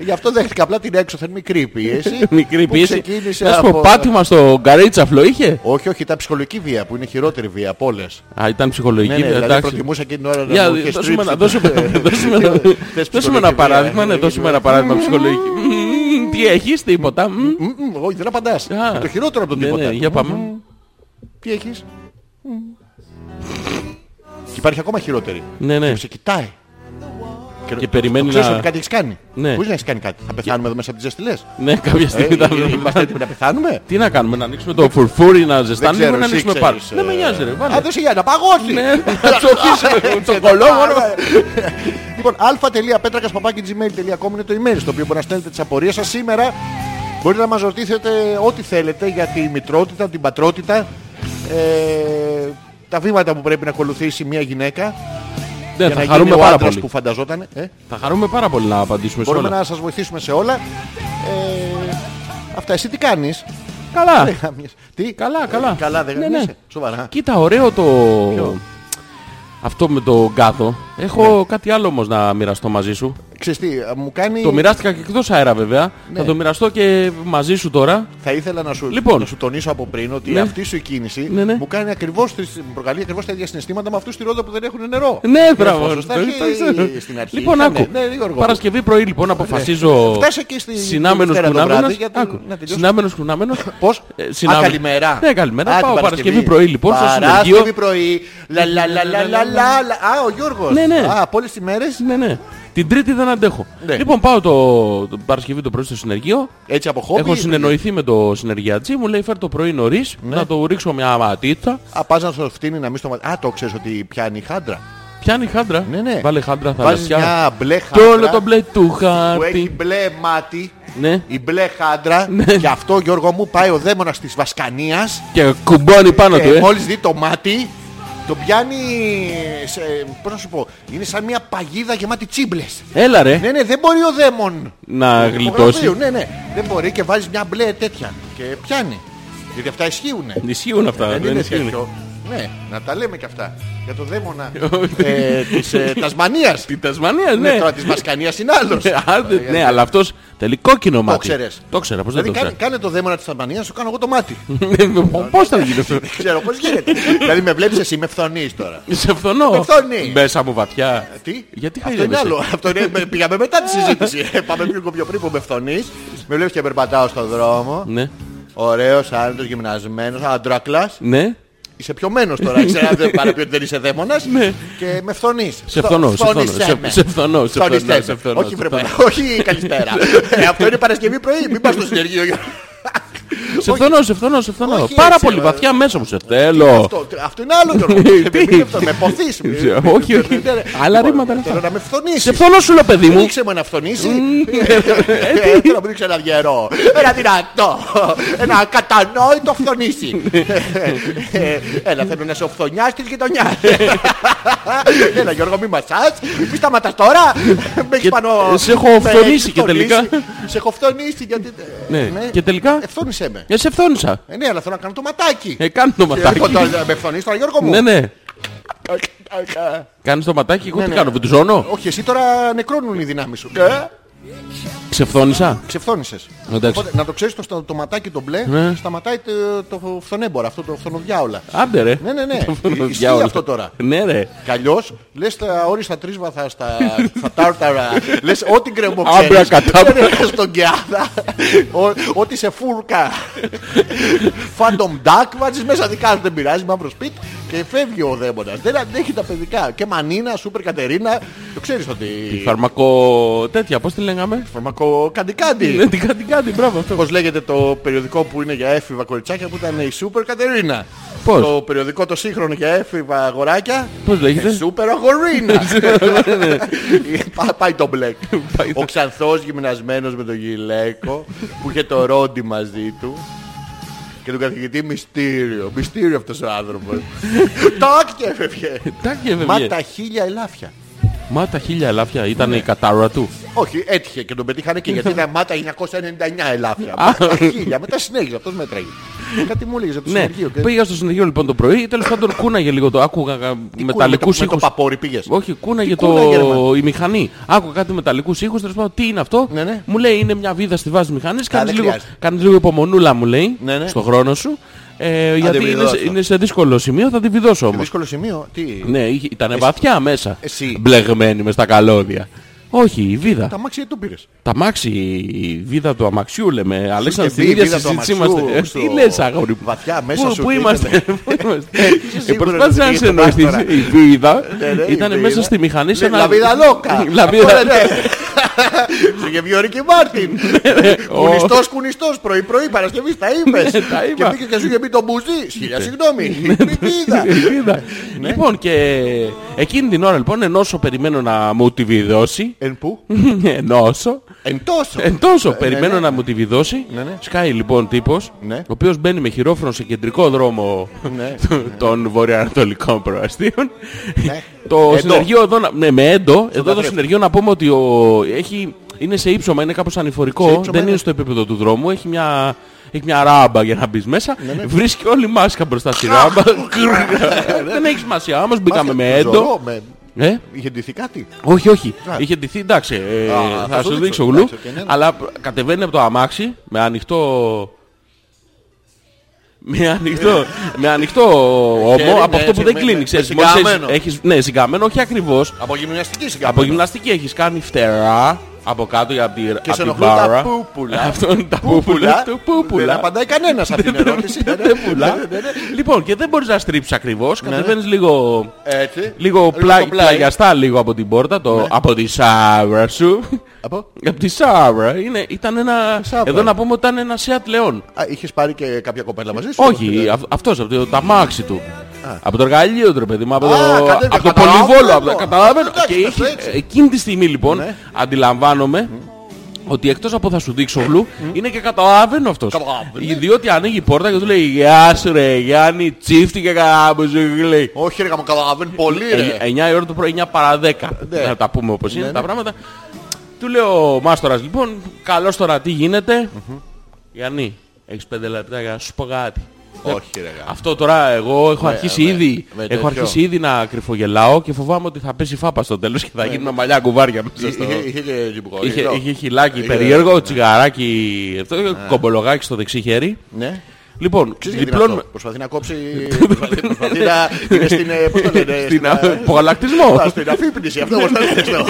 A: Γι' αυτό δέχτηκα απλά την έξωθεν μικρή πίεση.
B: Μικρή
A: που
B: πίεση.
A: Ξεκίνησε
B: Να σου πω,
A: από...
B: πάτημα στο γκαρίτσαφλο είχε.
A: Όχι, όχι, ήταν ψυχολογική βία που είναι χειρότερη βία από όλες.
B: Α, ήταν
A: Ναι,
B: ψυχολογική.
A: ναι, δηλαδή
B: εντάξει.
A: προτιμούσα εκείνη την ώρα να
B: Για,
A: μου είχες
B: δώσουμε ένα,
A: τρίψει.
B: δώσουμε, δώσουμε ένα,
A: Θες
B: δώσουμε
A: ψυχολογική
B: ένα παράδειγμα,
A: βία,
B: ναι,
A: ναι,
B: δώσουμε
A: ναι.
B: ένα παράδειγμα ψυχολογική. Μμμ, Τι έχεις, τίποτα. μμμ.
A: Μμμ, μμμ, Όχι, δεν απαντάς.
B: Α.
A: Το χειρότερο από τον
B: Ναι, ναι,
A: τίποτα.
B: Για πάμε.
A: Τι έχεις. Και υπάρχει ακόμα χειρότερη.
B: Ναι, ναι.
A: Που σε κοιτάει.
B: Και περιμένει
A: Ξέρεις
B: να-
A: ότι κάτι έχεις κάνει.
B: Ναι.
A: Πώς να έχεις κάνει κάτι. Θα πεθάνουμε εδώ μέσα από τις ζεστιλές.
B: Ναι, κάποια στιγμή θα
A: Ε, Είμαστε έτοιμοι να πεθάνουμε.
B: Τι να κάνουμε, να ανοίξουμε το φουρφούρι, να ζεστάνουμε
A: ξέρω,
B: ή να
A: εσύ
B: ανοίξουμε πάλι.
A: ξέρεις,
B: Δεν με
A: ε,
B: νοιάζει, ρε.
A: Α,
B: βάλε.
A: δεν σε για να παγώσει.
B: Ναι, θα τσοχίσουμε τον κολόγονο.
A: Λοιπόν, α.πέτρακα.gmail.com είναι το email στο οποίο μπορείτε να στέλνετε τις απορίες σας σήμερα. Μπορείτε να μας ρωτήσετε ό,τι θέλετε για τη μητρότητα, την πατρότητα, ε, τα βήματα που πρέπει να ακολουθήσει μια γυναίκα
B: Ναι,
A: για να
B: Ε, θα
A: γίνει
B: χαρούμε
A: ο
B: πάρα
A: άντρας
B: πολύ.
A: που φανταζόταν. Ε,
B: Θα χαρούμε πάρα πολύ να απαντήσουμε σε
A: μπορούμε
B: όλα.
A: να σας βοηθήσουμε σε όλα. Ε, αυτά. Εσύ τι κάνεις. Ε,
B: Καλά.
A: Τι?
B: Καλά, καλά.
A: Ε, Καλά, δεν
B: Ναι,
A: κάνεις.
B: ναι.
A: Σοβαρά.
B: Κοίτα, ωραίο το... Αυτό με το κάθο. Έχω
A: Ναι.
B: κάτι άλλο όμως να μοιραστώ μαζί σου.
A: Ξέρεις τι, μου κάνει...
B: Το μοιράστηκα και εκτός αέρα βέβαια.
A: Ναι.
B: Θα το μοιραστώ και μαζί σου τώρα.
A: Θα ήθελα να σου,
B: Λοιπόν.
A: να σου τονίσω από πριν ότι
B: Ναι.
A: αυτή σου η κίνηση
B: Ναι, ναι.
A: μου κάνει ακριβώς, τις- μου προκαλεί ακριβώς τα ίδια συναισθήματα με αυτούς στη Ρόδο που δεν έχουν νερό.
B: Ναι, μπράβο.
A: φως, στα
B: το-
A: αρχή,
B: το ξέρω.
A: Στην αρχή.
B: Λοιπόν,
A: ήταν,
B: άκου.
A: Ναι, ναι, Γιώργο.
B: Παρασκευή πρωί λοιπόν αποφασίζω.
A: Φτάσε εκεί στη
B: Συνάμενος
A: Δευτέρα το βράδυ,
B: κουνάμενος.
A: γιατί-
B: Άκου.
A: να τελειώσω.
B: Συνάμενος κουνάμενος.
A: Πώς?
B: Ε, συνάμε-
A: Α, καλημέρα.
B: Ναι, καλημέρα.
A: Α,
B: Πάω
A: την
B: Παρασκευή πρωί λοιπόν στο
A: Παρασκευή
B: συνεργείο.
A: πρωί. Λα, λα, λα, λα, λα, λα, λα. Α, ο Γιώργος.
B: Ναι, ναι.
A: Α, από όλες τις μέρες.
B: Ναι, ναι. Την Τρίτη δεν αντέχω.
A: Ναι.
B: Λοιπόν, πάω το, το Παρασκευή το πρωί στο συνεργείο.
A: Έτσι από χόμπι.
B: Έχω συνεννοηθεί με το συνεργιατζή, μου λέει φέρ το πρωί νωρίς
A: Ναι.
B: να το ρίξω μια ματίτσα.
A: Α, πας να σου φτύνει να μην στο μα- Α, το ξέρεις ότι πιάνει χάντρα.
B: Πιάνει χάντρα.
A: Ναι, ναι.
B: Βάλε χάντρα
A: Βάζεις
B: θαλασσιά.
A: μια μπλε
B: Το
A: χάντρα.
B: όλο το μπλε του
A: που έχει
B: χάρτη.
A: μπλε μάτι,
B: Ναι.
A: η μπλε χάντρα και αυτό Γιώργο μου πάει ο δαίμονας της Βασκανίας
B: Και κουμπώνει πάνω του,
A: και
B: ε.
A: μόλις δει το μάτι το πιάνει σε, πώς να σου πω, είναι σαν μια παγίδα γεμάτη τσίμπλες.
B: Έλα ρε.
A: Ναι, ναι, δεν μπορεί ο δαίμον
B: Να
A: του
B: γλιτώσεις.
A: γραφείου. Ναι, ναι, δεν μπορεί και βάζεις μια μπλε τέτοια και πιάνει. Γιατί αυτά ισχύουν.
B: Ισχύουν αυτά.
A: ναι. Ε, Δεν είναι
B: ισχύουν.
A: τέτοιο. Ναι, να τα λέμε και αυτά. Για το δαίμονα
B: Όχι.
A: ε, της ε, Τασμανίας.
B: Τη Τασμανίας,
A: Ναι,
B: ναι.
A: τώρα της Βασκανίας είναι άλλος.
B: Ε, άντε, Ναι, αλλά αυτός θέλει κόκκινο μάτι.
A: ξέρες.
B: Το ξέρα, πώς δεν
A: Δηλαδή
B: το
A: κάνε,
B: ξέρα.
A: κάνε το δαίμονα της Αλβανίας, σου κάνω εγώ το μάτι.
B: Πώς θα γίνει αυτό.
A: Ξέρω πώς γίνεται. δηλαδή με βλέπεις εσύ, με φθονείς τώρα.
B: Σε φθονό.
A: Φθονεί. Ε,
B: Μέσα μου βαθιά.
A: Τι?
B: Γιατί
A: Αυτό είναι
B: χαϊδεύεσαι.
A: άλλο. Αυτό είναι, με- πήγαμε μετά τη συζήτηση. Ε, Πάμε λίγο πιο πριν που με φθονείς. Με βλέπεις και περπατάω στον δρόμο.
B: Ναι.
A: Ωραίος, άνετος, γυμνασμένος, αντράκλας.
B: Ναι.
A: Είσαι πιωμένος τώρα, ξέρω δεν παραπεί ότι δεν είσαι δαίμονας.
B: Ναι.
A: Και με φθονείς.
B: Σε φθονώ, σε φθονώ,
A: Φθονίσέ
B: σε-
A: με.
B: σε φθονώ, σε
A: Φθονίσέ
B: φθονώ,
A: με.
B: σε φθονώ,
A: Όχι
B: σε
A: βρε
B: φθονώ.
A: μάνα, όχι καλησπέρα. Ε, Αυτό είναι Παρασκευή πρωί, μην πας στο συνεργείο.
B: Σε φθονώ, σε φθονώ, σε φθονώ.
A: Όχι
B: Πάρα
A: έτσι,
B: πολύ
A: ε,
B: βαθιά μέσα μου σε θέλω.
A: Αυτό, αυτό είναι άλλο Γιώργο.
B: Τι?
A: Δεν πήγε αυτό, Με ποθείς.
B: Όχι, όχι. Άλλα ρήματα, άλλα
A: Θέλω να
B: αυτά.
A: με
B: Σε
A: φθονήσεις.
B: φθονώ σου λέω παιδί μου.
A: Ρίξε μου ένα φθονίσι. Ε, Θέλω να Ε, μου ρίξει ένα γερό. Ένα δυνατό. Ένα κατανόητο φθονίσι.
B: Ναι.
A: Ε, Έλα, θέλω να σε φθονιάς της γειτονιάς. Έλα, Γιώργο, μη μασάς. Μη σταματάς τώρα. Με έχεις
B: Και-
A: πάνω...
B: σε έχω
A: με
B: φθονίσει
A: έχεις
B: και τελικά.
A: φθονίσει. Σε έχω φθονίσει γιατί...
B: Ναι.
A: ναι.
B: Και τελικά.
A: Ευθόνισέ με.
B: Ε, σε φθόνησα.
A: Ε, ναι, αλλά θέλω να κάνω το ματάκι.
B: Ε, κάνω το
A: Ε, λοιπόν,
B: ματάκι.
A: τώρα Με φθονείς τώρα, Γιώργο μου.
B: Ναι, ναι.
A: Ε, ε, ε.
B: Κάνεις το ματάκι, εγώ
A: Ναι,
B: τι
A: ναι.
B: κάνω, βουτυζώνω.
A: Όχι, εσύ τώρα νεκρώνουν οι δυνάμεις σου. Ε,
B: Ξεφθόνησα.
A: Ξεφθόνησες.
B: Εντάξει.
A: Οπότε, να το ξέρεις το, στο- το ματάκι το μπλε
B: Ναι.
A: σταματάει το, το φθονέμπορα, αυτό το φθονοδιάολα.
B: Άντε ρε.
A: Ναι, ναι, ναι.
B: Το φθόνο
A: Ισχύει
B: διάολο.
A: αυτό τώρα.
B: Ναι, ρε.
A: Καλλιώς λες τα όριστα τρίσβαθα στα, στα τάρταρα. λες ό,τι γκρεμό ξέρεις.
B: Άμπρα κατάμπρα.
A: Ναι, ναι, ναι, Στον κεάδα. Ό- Ό,τι σε φούρκα. Φάντομ ντάκ βάζεις μέσα δικά σου. Δεν πειράζει μαύρο σπίτι. Και φεύγει ο δαίμονας. Δεν αντέχει τα παιδικά. Και Μανίνα, Σούπερ Κατερίνα. Το ξέρεις ότι...
B: Φαρμακο... τέτοια, πώς τη λέγαμε.
A: Φαρμακο κάντι κάντι.
B: Ναι, την κάτι, κάτι, μπράβο αυτό.
A: Πώς λέγεται το περιοδικό που είναι για έφηβα κοριτσάκια που ήταν η Σούπερ Κατερίνα.
B: Πώς?
A: Το περιοδικό το σύγχρονο για έφηβα αγοράκια.
B: Πώς λέγεται?
A: ε, Σούπερ Αγορίνα. Ε, Πά- Πάει το μπλεκ.
B: ναι. Πάει το-
A: Ο Ξανθός γυμνασμένος με τον γυλαίκο που είχε το ρόντι μαζί του. Και τον καθηγητή μυστήριο. Μυστήριο αυτός ο άνθρωπος. Τάκ και έφευγε.
B: Τάκι, ε,
A: Μα
B: βέβαια.
A: τα χίλια ελάφια.
B: Μα τα χίλια ελάφια ήταν η κατάρα του.
A: Όχι, έτυχε και τον πετύχανε και γιατί ήταν μάτα 999 ελάφια.
B: Α.
A: Μάτα χίλια, μετά συνέχιζε, αυτός μετράει. Κάτι μου έλεγε από το
B: Ναι,
A: συνεργείο. και-
B: πήγα στο συνεργείο λοιπόν το πρωί. Τέλος πάντων κούναγε λίγο το. Άκουγα
A: Τι κούνε,
B: μεταλλικούς
A: Με το
B: ήχους.
A: παπόρι πήγες.
B: Όχι, κούναγε
A: Τι κούναγε, ρε,
B: το... η μηχανή. Άκουγα κάτι μεταλλικούς ήχους, τέλος πάντων τι είναι αυτό.
A: Ναι, ναι.
B: Μου λέει είναι μια βίδα στη βάση μηχανής, κάνεις
A: δεν
B: λίγο,
A: χρειάζεται.
B: κάνεις λίγο υπομονούλα μου λέει,
A: Ναι, ναι.
B: στον χρόνο σου. Ε, γιατί είναι,
A: βιδώσω.
B: σε- είναι σε δύσκολο σημείο, θα τη βιδώσω όμως.
A: Δύσκολο σημείο. Τι.
B: Ναι, είχε- ήταν βαθιά μέσα.
A: εσύ.
B: Μπλεγμένη μες στα καλώδια. Όχι, η βίδα.
A: Τα μάξια του πήρες.
B: Τα αμάξι, η βίδα του αμαξιού λέμε. Αλέξανδρο,
A: και
B: στην
A: βί-
B: ίδια
A: βίδα του
B: συζήτηση
A: αμαξιού
B: είμαστε. Ε,
A: στο-
B: Τι λες αγόρι μου.
A: Βαθιά μέσα
B: Πού-
A: σου
B: Πού
A: τι
B: είμαστε.
A: ήτανε.
B: πού είμαστε. Ε,
A: σίγουρος
B: Προσπάθησα
A: ότι
B: να σε
A: είναι το
B: εννοηθείς.
A: μάστορα.
B: Η βίδα
A: Ναι, ναι, η
B: Ε, ήταν
A: βίδα.
B: μέσα στη μηχανή σε
A: Ναι,
B: ένα...
A: La
B: Ναι,
A: vida loca.
B: La vida-
A: Αυτό λένε. Σου είχε βγει ο Ρίκι Μάρτιν. Κουνιστός, κουνιστός, πρωί-πρωί, Παρασκευής, τα είπες.
B: Ναι, Ναι, τα
A: Και
B: είπα. Ναι.
A: πήγες και σου είχε μπει το μπουζί. Σχίλια, συγγνώμη. Μην πήδα.
B: Η βίδα.
A: Ναι.
B: Λοιπόν και εκείνη την ώρα λοιπόν ενώ όσο περιμένω να μου τη βιδώσει
A: Εν πού,
B: ενώ όσο
A: εν τόσο.
B: Εν τόσο,
A: ναι,
B: περιμένω
A: ναι.
B: να μου τη βιδώσει.
A: Ναι, ναι.
B: Σκάει λοιπόν τύπος,
A: Ναι.
B: ο οποίος μπαίνει με χειρόφρονο σε κεντρικό δρόμο
A: Ναι.
B: των βορειοανατολικών προαστίων.
A: Ναι.
B: Το
A: Εντό.
B: συνεργείο εδώ, να- ναι, με έντο, εδώ το
A: καθρέφτη.
B: συνεργείο να πούμε ότι ο, έχει, είναι σε ύψωμα, είναι κάπως ανηφορικό,
A: Σε ύψωμα ναι.
B: δεν
A: είναι.
B: είναι στο επίπεδο του δρόμου, έχει μια, έχει μια ράμπα για να μπεις μέσα.
A: Ναι,
B: Βρίσκει όλη η μάσκα μπροστά στη ράμπα. δεν έχει σημασία, όμως μπήκαμε με
A: Μάθε,
B: έντο.
A: ζωρό, Ναι, με-
B: Ε?
A: Είχε ντυθεί κάτι.
B: Όχι, όχι.
A: Α.
B: Είχε ντυθεί, εντάξει, ε,
A: Α,
B: θα, σου δείξω γλου.
A: εντάξει, οκ, ναι, ναι.
B: Αλλά π- κατεβαίνει από το αμάξι με ανοιχτό... Με ανοιχτό, με ανοιχτό όμο,
A: Χέρι,
B: από
A: ναι,
B: αυτό που
A: έτσι,
B: δεν
A: με-
B: κλείνει,
A: με-
B: ξέρεις.
A: με
B: μόλις έχεις-
A: συγκαμμένο.
B: έχεις, ναι, συγκαμμένο, όχι ακριβώς.
A: Από γυμναστική
B: Από
A: συγκεκριμένα.
B: γυμναστική έχεις κάνει φτερά από κάτω για την,
A: Και σε
B: από την
A: ενοχλούν τα
B: μπάρα.
A: πούπουλα.
B: Αυτό είναι τα
A: Πούπουλα.
B: πούπουλα. του
A: Δεν
B: πούπουλα.
A: απαντάει κανένας αυτή την ερώτηση. ναι, ναι.
B: Δεν πουλά. Λοιπόν, και δεν μπορείς να στρίψεις ακριβώς. Κατεβαίνεις λίγο
A: Έτσι.
B: Λίγο πλά,
A: το
B: πλαγιαστά λίγο από την πόρτα, το, από τη σάβρα σου.
A: Από.
B: από τη σάβρα. Είναι, ήταν ένα,
A: Σάβρα.
B: εδώ να πούμε ότι ήταν ένα Seat Leon.
A: ναι. Α, είχες πάρει και κάποια κοπέλα μαζί σου.
B: Όχι, αυ, αυτός, από το ταμάξι του. Από το εργαλείο του, ρε παιδί μου, από το,
A: κατέβηκε,
B: από το
A: καταλαβαίνω.
B: πολυβόλο. από το- Καταλαβαίνω.
A: Εντάξει,
B: Και
A: το
B: είχε-
A: φλέξι.
B: εκείνη τη στιγμή λοιπόν
A: Ναι.
B: αντιλαμβάνομαι ότι εκτός από θα σου δείξω γλου, είναι και καταλαβαίνω αυτός.
A: Καταλαβαίνω.
B: Διότι ανοίγει η πόρτα και του λέει Γεια σου ρε Γιάννη, τσίφτηκε καλά μου σου λέει.
A: Όχι, ρε μου καταλαβαίνει πολύ, Ε, ρε.
B: 9 η ώρα το πρωί, 9 παρά 10.
A: Ναι.
B: Να τα πούμε όπως είναι
A: Ναι,
B: τα
A: ναι.
B: πράγματα. Του λέω ο Μάστορας λοιπόν, καλώς τώρα τι γίνεται. Γιάννη, έχεις 5 λεπτά για να σου πω κάτι. ε.
A: Όχι, ρε. γάμο.
B: Αυτό τώρα εγώ έχω αρχίσει
A: ναι.
B: ήδη,
A: Με
B: έχω
A: τέτοιο.
B: αρχίσει ήδη να κρυφογελάω και φοβάμαι ότι θα πέσει φάπα στο τέλος και θα γίνουμε μαλλιά κουβάρια μέσα στο...
A: Ναι, Είχε- Είχε και τζιμπουκό.
B: Είχε,
A: είχε-
B: είχε χιλάκι περίεργο, τσιγαράκι, αυτό, κομπολογάκι στο δεξί χέρι.
A: Ναι.
B: Λοιπόν,
A: Ξέρεις γιατί είναι
B: διπλώνουμε-
A: αυτό. Προσπαθεί να κόψει... προσπαθεί- Προσπαθεί να... Είναι στην... ε, Πώς το λένε...
B: Στην
A: στην,
B: α-
A: ε,
B: απογαλακτισμό.
A: Α, Στην αφύπνιση. Αυτό πώς το λένε. στο-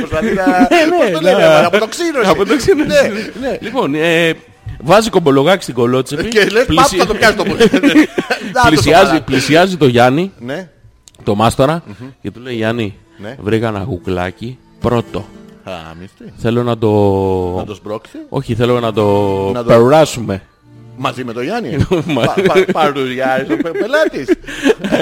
A: Προσπαθεί να... Πώς το λένε.
B: Ναι, να-
A: Από το ξύλο.
B: Από το ξύλο.
A: Ναι, ναι.
B: Λοιπόν, ε, βάζει κομπολογάκι στην κολότσεπη.
A: Και λες
B: πλησι-
A: πάψε να το πιάσει το πόδι. Να το
B: πλησιάζει,
A: σοβαρά.
B: πλησιάζει το Γιάννη,
A: Ναι.
B: το μάστορα, και του λέει Γιάννη,
A: Ναι.
B: βρήκα ένα γουκλάκι πρώτο.
A: Θα μισθεί.
B: Θέλω να το...
A: Να το σπρώξει.
B: Όχι, θέλω να το
A: Να το-
B: περάσουμε.
A: Μαζί με τον Γιάννη.
B: Μα-
A: Παρουσιάζει ο πε- πελάτης.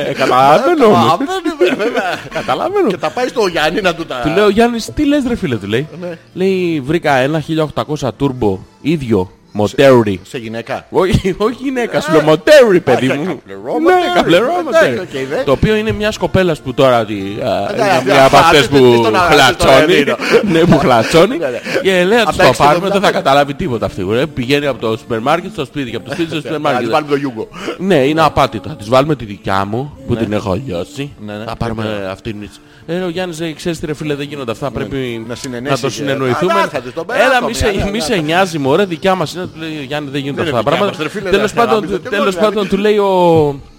B: Ε, Καταλαβαίνω
A: Α,
B: όμως.
A: βέβαια, βέβαια.
B: Καταλαβαίνω.
A: Και τα πάει στο Γιάννη να του τα...
B: Του λέω Γιάννη, τι λες ρε φίλε, του λέει.
A: Ναι.
B: Λέει, βρήκα ένα 1800 turbo ίδιο μοτέρι.
A: Σε γυναίκα.
B: Όχι, όχι γυναίκα, σου λέω μοτέρι, παιδί
A: Α,
B: μου.
A: καπλερώματα,
B: Ναι, καπλερώματα.
A: εντάξει, οκ, δε.
B: Το οποίο είναι μια κοπέλα που τώρα τη- α, είναι
A: εντάξει,
B: μια από
A: α,
B: αυτές
A: τι- τι-
B: που
A: τι τον αγάπη, τον
B: χλατσώνει.
A: Ελίνο.
B: Ναι, που χλατσώνει.
A: Ναι, ναι.
B: Και λέει, του
A: Απ' τα
B: το πάρουμε,
A: 65.
B: δεν θα καταλάβει τίποτα αυτή. ρε. Πηγαίνει από το σούπερ μάρκετ στο σπίτι και από το σπίτι στο σούπερ
A: Να της
B: μάρκετ.
A: βάλουμε το Γιούγκο.
B: Ναι, είναι απάτη. Θα της βάλουμε τη δικιά μου που την έχω αλλιώσει.
A: Ναι, ναι.
B: Θα πάρουμε αυτήν. Ε, ο Γιάννης λέει: Ξέρεις τι ρε φίλε, δεν γίνονται αυτά. Πρέπει
A: Ναι. Να συνενέσει
B: το
A: και-
B: συνεννοηθούμε.
A: Αλλά θα της το περάσω,
B: Έλα, μη σε,
A: μια, ναι,
B: μη
A: ναι.
B: σε νοιάζει, μωρέ, δικιά μας είναι. Του λέει: Γιάννης, δεν γίνονται
A: Δεν
B: αυτά
A: είναι
B: τα
A: δικιά μας,
B: πράγματα.
A: ρε φίλε,
B: Τέλος
A: δεν
B: πάντων,
A: χαιράμιζε τίποτα,
B: τέλος
A: δηλαδή.
B: πάντων, του λέει ο.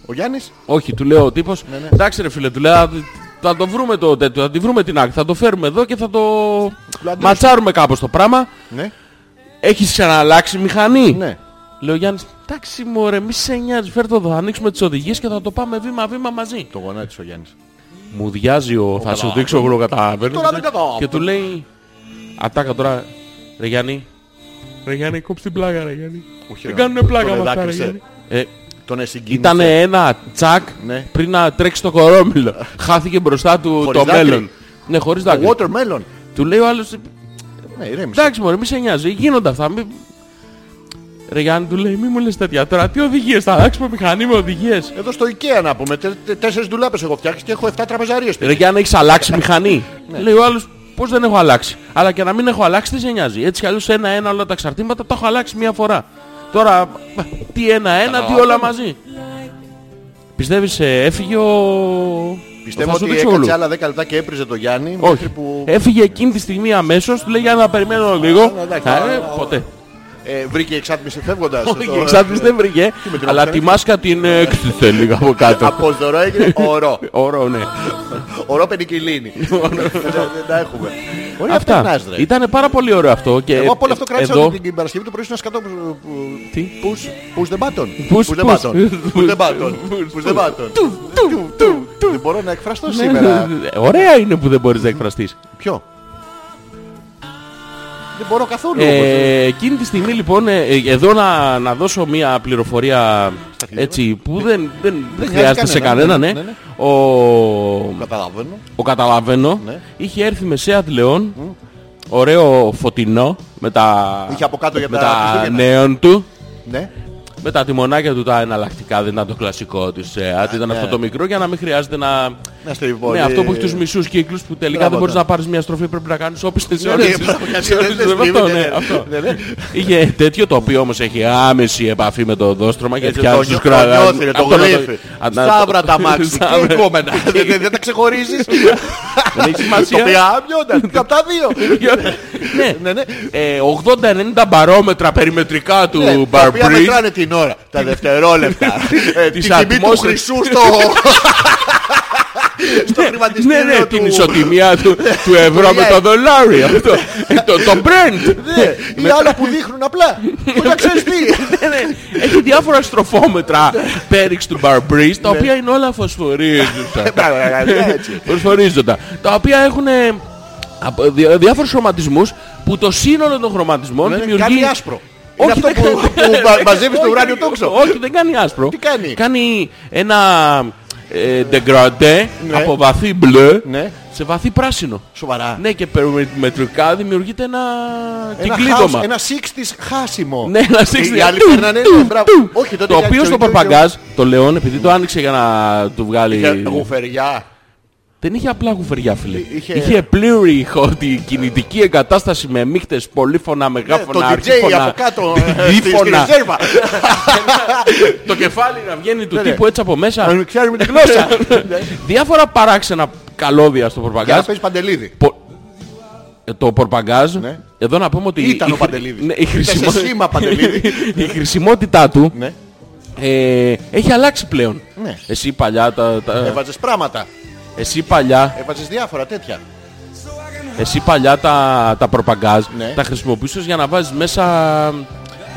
A: Ο Γιάννης.
B: Όχι, του λέω ο τύπος.
A: Ναι,
B: Εντάξει, ρε φίλε, του λέω. «Α, Θα το βρούμε το τέτοιο, θα τη βρούμε την άκρη. Θα το φέρουμε εδώ και θα το.
A: αντρέψουμε».
B: Ματσάρουμε κάπως το πράγμα.
A: Ναι.
B: Έχεις ξαναλλάξει μηχανή.
A: Ναι.
B: Λέω Γιάννης, εντάξει μωρέ, μη σε νοιάζει, φέρ' το εδώ, θα ανοίξουμε τις οδηγίες και θα το πάμε βήμα-βήμα μαζί.
A: Το γονάτισε ο Γιάννης.
B: Μου διάζει ο, θα σου δείξω εγώ καταλαβαίνω.
A: Τώρα δεν κατάλαβα.
B: Και του λέει, ατάκα τώρα, ρε Γιάννη. Ρε Γιάννη, κόψε την πλάκα ρε Γιάννη.
A: Όχι,
B: Δεν
A: ρε.
B: κάνουν πλάκα
A: Τον
B: με αυτά ρε
A: εδάκρυσε.
B: Γιάννη. Ε,
A: Τον εσυγκίνησε.
B: ήταν ένα τσακ
A: Ναι.
B: πριν να τρέξει το κορόμιλο. Χάθηκε μπροστά του
A: Χωρίς
B: το
A: δάκρυ.
B: μέλλον. Ναι, χωρίς δάκρυ.
A: Watermelon.
B: Του λέει ο άλλος,
A: Ναι, ηρέμησε.
B: Εντάξει μωρέ, μη σε νοιάζει, γίνονται αυτά. Μη... Ρε Γιάννη του λέει, μη μου λες τέτοια τώρα, τι οδηγίες, θα αλλάξουμε μηχανή με οδηγίες.
A: Εδώ στο IKEA να πούμε. τε- τε- Τέσσερις ντουλάπες έχω φτιάξει και έχω 7 τραπεζαρίες.
B: Ρε Γιάννη έχεις αλλάξει μηχανή. Ναι. λέει ο άλλος, πώς δεν έχω αλλάξει. Αλλά και να μην έχω αλλάξει, τι σε νοιάζει. Έτσι κι αλλιώς ένα-ένα όλα τα εξαρτήματα τα έχω αλλάξει μία φορά. Τώρα, τι ένα-ένα, τι όλα μαζί. Πιστεύεις ε, έφυγε ο...
A: Πιστεύω
B: ο Θάσος
A: ότι
B: Δεξιόγλου.
A: έκατσε άλλα 10 λεπτά και έπριζε το Γιάννη.
B: Όχι.
A: μέχρι Που...
B: Έφυγε εκείνη τη στιγμή αμέσως, του λέει για να περιμένω λίγο.
A: Α, εντάξει,
B: Ε,
A: α,
B: Ποτέ.
A: Ε, βρήκε εξάτμιση φεύγοντας.
B: Όχι,
A: Το-
B: εξάντληση δεν βρήκε.
A: την
B: Αλλά τη
A: οξένη.
B: μάσκα την έξισε λίγο από κάτω.
A: Από δωρό έγινε ωρό.
B: Ωραίο, ναι.
A: Ωρό πενικυλίνη. Δεν δεν τα έχουμε. Ωραία,
B: Αυτά.
A: ρε.
B: Ήταν πάρα πολύ ωραίο αυτό. Και
A: Εγώ από όλο αυτό
B: ε,
A: κράτησα
B: εδώ-
A: ότι την Παρασκευή το πρωί ήσουν σκατό που... που-
B: Τι?
A: Push, push the button.
B: Push,
A: the
B: push.
A: button. Push the button. Push the button. Του, του, του. Δεν μπορώ να εκφραστώ
B: Ναι,
A: σήμερα.
B: ε, Ωραία είναι που δεν μπορείς να εκφραστείς.
A: Ποιο? Δεν μπορώ καθόλου. όμως.
B: Ε, Εκείνη τη στιγμή λοιπόν, ε, ε, εδώ να, να δώσω μια πληροφορία έτσι που δεν, δεν, δεν χρειάζεται σε
A: κανένα,
B: κανένα,
A: ναι,
B: ναι.
A: ναι,
B: Ο,
A: Καταλαβαίνω.
B: ο καταλαβαίνω,
A: Ναι.
B: είχε έρθει με Seat León, ωραίο φωτεινό με τα,
A: Είχε από κάτω για
B: με
A: τα
B: τα
A: Χριστούγεννα.
B: νέων του.
A: Ναι.
B: με τα τιμονάκια του τα εναλλακτικά δεν ήταν το κλασικό της ΣΕΑΤ, ήταν αυτό το μικρό για να μην χρειάζεται να...
A: Ναι. Να στρίβει πολύ.
B: Ναι, αυτό που έχει τους μισούς κύκλους που τελικά
A: Μπράβο,
B: δεν μπορείς
A: ναι.
B: να πάρεις μια στροφή πρέπει να κάνεις όπιστες
A: Ναι,
B: ώρες.
A: ναι, μπράβο, γιατί
B: Σε
A: δεν
B: ώρες,
A: δεν
B: αυτό,
A: στρίβεται,
B: ναι,
A: ναι,
B: αυτό.
A: ναι, ναι.
B: Είχε τέτοιο το οποίο όμως έχει άμεση επαφή με το δόστρωμα και
A: Έτσι,
B: πιάνεις
A: το
B: τους
A: νιώ-
B: κραδούς.
A: Το νιώθει, ρε, το
B: Αυτό να το-
A: γλύφει.
B: Α, να-
A: Σταύρα τα μάξι.
B: Σταύρα.
A: Τι κόμενα.
B: ε,
A: Δεν- δεν- Δεν τα ξεχωρίζεις.
B: Δεν έχει
A: Το
B: σημασία.
A: πιάμιονταν. Απ' τα δύο. Ναι,
B: ε, Ναι,
A: ναι.
B: Ε, 80-90 μπαρόμετρα περιμετρικά του
A: Ναι, Τα οποία
B: Μπαρμπρίζ
A: μετράνε την ώρα, τα δευτερόλεπτα, ε, την
B: Τις
A: τιμή του
B: ατμόσφαιρες.
A: χρυσού στο... στο
B: Ναι,
A: χρηματιστήριο
B: ναι,
A: του... Ναι.
B: την ισοτιμία του, του ευρώ με το δολάριο. Αυτό. Ε, το, το brand.
A: Ναι, ή άλλα που δείχνουν απλά. Που να ξέρεις τι.
B: Ναι, ναι. Έχει διάφορα στροφόμετρα
A: Ναι.
B: πέριξ του Μπαρμπρίς, τα οποία είναι όλα φωσφορίζοντα.
A: Μπράβο, ναι, έτσι.
B: Φωσφορίζοντα. Τα οποία έχουν διάφορους χρωματισμούς που το σύνολο των χρωματισμών
A: Ναι,
B: δημιουργεί...
A: Κάνει άσπρο. Είναι
B: Όχι,
A: αυτό
B: δεν
A: που,
B: κάνει-
A: που μα- μαζεύεις στο
B: Όχι,
A: ουράνιο
B: όχι,
A: τόξο.
B: Όχι, δεν κάνει άσπρο.
A: Τι κάνει?
B: Κάνει ένα ε, degradé
A: Ναι.
B: από βαθύ μπλε
A: Ναι.
B: σε βαθύ πράσινο.
A: Σοβαρά.
B: Ναι, και περιμετρικά δημιουργείται ένα,
A: Ένα
B: κυκλίδωμα.
A: χάσ- Ένα σίξτης χάσιμο.
B: Ναι, ένα σύξτης.
A: Οι άλλοι
B: Του,
A: παίρνανε,
B: του,
A: ναι, μπράβο.
B: του.
A: Όχι, τότε
B: Το
A: ήταν και
B: οποίο
A: ο
B: στο
A: ίδιος-
B: παπαγκάζ, το Λεόν, επειδή το άνοιξε για να του βγάλει.
A: Είχε γουφεριά.
B: Δεν είχε απλά γουφεριά, φίλε.
A: Είχε-
B: Είχε πλήρη ηχότη, κινητική εγκατάσταση με μύχτες, πολύφωνα,
A: Ναι, Το
B: μεγάφωνα,
A: DJ
B: αρχίφωνα,
A: από κάτω. ε, στη- Στη
B: διήφωνα.
A: ριζέρβα.
B: Το κεφάλι να βγαίνει του
A: Ναι, ναι.
B: τύπου έτσι από μέσα.
A: Αν ξέρουμε τη γλώσσα. Ναι.
B: Διάφορα παράξενα καλώδια στο
A: Για να
B: πορπαγκάζ.
A: παίζει παντελίδι.
B: Πο- ε, Το πορπαγκάζ,
A: Ναι.
B: εδώ να πούμε ότι...
A: Ήταν
B: η-
A: ο Παντελίδης.
B: Ναι, η
A: Ήταν σε
B: χρησιμο-
A: σήμα Παντελίδη.
B: Η χρησιμότητά του
A: Ναι.
B: ε, έχει αλλάξει πλέον.
A: Ναι. Ε,
B: Εσύ παλιά, τα, τα-
A: Έβαζες πράγματα.
B: εσύ παλιά,
A: Έβαζες διάφορα τέτοια.
B: εσύ παλιά τα, τα προπαγκάζ
A: Ναι.
B: τα χρησιμοποιούσες για να βάζεις μέσα...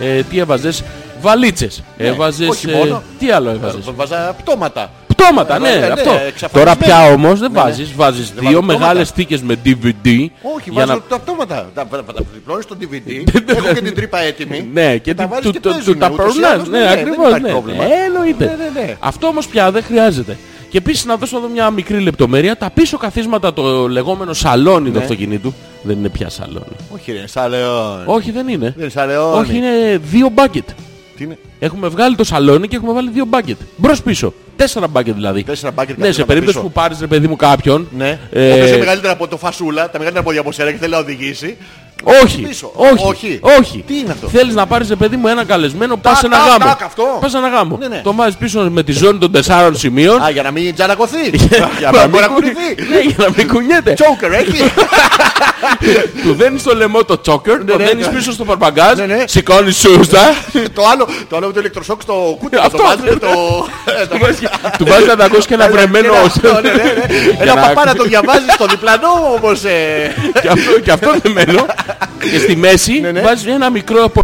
B: Ε, τι έβαζες, βαλίτσες. Έβαζες...
A: Ναι. όχι μόνο.
B: τι άλλο έβαζες.
A: Βάζα πτώματα.
B: Αυτόματα, ναι,
A: Ε, ναι,
B: αυτό.
A: εξαφανισμένοι. Ναι,
B: Τώρα πια όμως δεν βάζεις. Βάζεις
A: βάζω
B: δύο
A: αυτόματα.
B: μεγάλε θήκε με DVD.
A: Όχι,
B: για
A: βάζω
B: να-
A: τα αυτόματα. Τα πληρώνεις στο DVD, έχω και την τρύπα έτοιμη.
B: Ναι, και
A: τα
B: του-
A: βάζεις
B: του-
A: και
B: του-
A: παίζουνε.
B: του τα
A: Ούτως ή
B: περνάς.
A: άλλως,
B: Ναι,
A: ναι, δεν
B: ακριβώ.
A: υπάρχει πρόβλημα.
B: Εννοείται.
A: Ναι, ναι, ναι.
B: Αυτό όμως πια δεν χρειάζεται. Και επίσης να δώσω εδώ μια μικρή λεπτομέρεια. Τα πίσω καθίσματα, το λεγόμενο σαλόνι
A: Ναι.
B: του αυτοκινήτου, δεν είναι πια σαλόνι.
A: Όχι ρε, σαλεόν.
B: Όχι, δεν είναι.
A: Ναι. Δεν είναι σαλεόνι.
B: Όχι, είναι δύο μπάκετ.
A: Τι είναι.
B: Έχουμε βγάλει το σαλόνι και έχουμε βάλει δύο μπάκετ. Μπρος πίσω. Τέσσερα μπάκετ δηλαδή.
A: Τέσσερα μπάκετ
B: Ναι, σε
A: καθίσματα
B: περίπτωση
A: πίσω.
B: που πάρεις ρε παιδί μου κάποιον.
A: Ναι.
B: ε,
A: Όποιος είναι μεγαλύτερα από το φασούλα, τα μεγαλύτερα πόδια από σένα και θέλει να οδηγήσει.
B: όχι,
A: Πίσω.
B: όχι,
A: Όχι.
B: όχι,
A: Τι είναι αυτό?
B: Θέλεις να πάρεις ρε παιδί μου ένα καλεσμένο, πας σε ένα
A: τάκ,
B: γάμο.
A: τάκ, αυτό.
B: Πας σε ένα γάμο.
A: Ναι, ναι.
B: Το βάζεις πίσω με τη ζώνη των τεσσάρων σημείων.
A: Α, για να μην τζανακωθεί. Για να μπορεί να
B: κουνι-
A: κουνηθεί.
B: Ναι, για να μην κουνιέται.
A: Τσόκερ έχει.
B: Του δένεις στο λαιμό το τσόκερ, το
A: ναι.
B: δένεις πίσω στο παρπαγκάζ,
A: Ναι, ναι.
B: σηκώνεις σούστα.
A: Το άλλο, το άλλο με το ηλεκτροσόκ στο κούτι.
B: Αυτό.
A: Το βάζει το...
B: του βάζεις- Του βάζεις να τα ακούσεις και ένα βρεμένο
A: Ναι, ναι, ναι.
B: Για
A: Ένα
B: να
A: παπάρα
B: ακούσει.
A: το διαβάζεις στο διπλανό όμως. ε.
B: Και αυτό, και αυτό δεμένο. και στη μέση
A: ναι.
B: βάζεις ένα μικρό απο-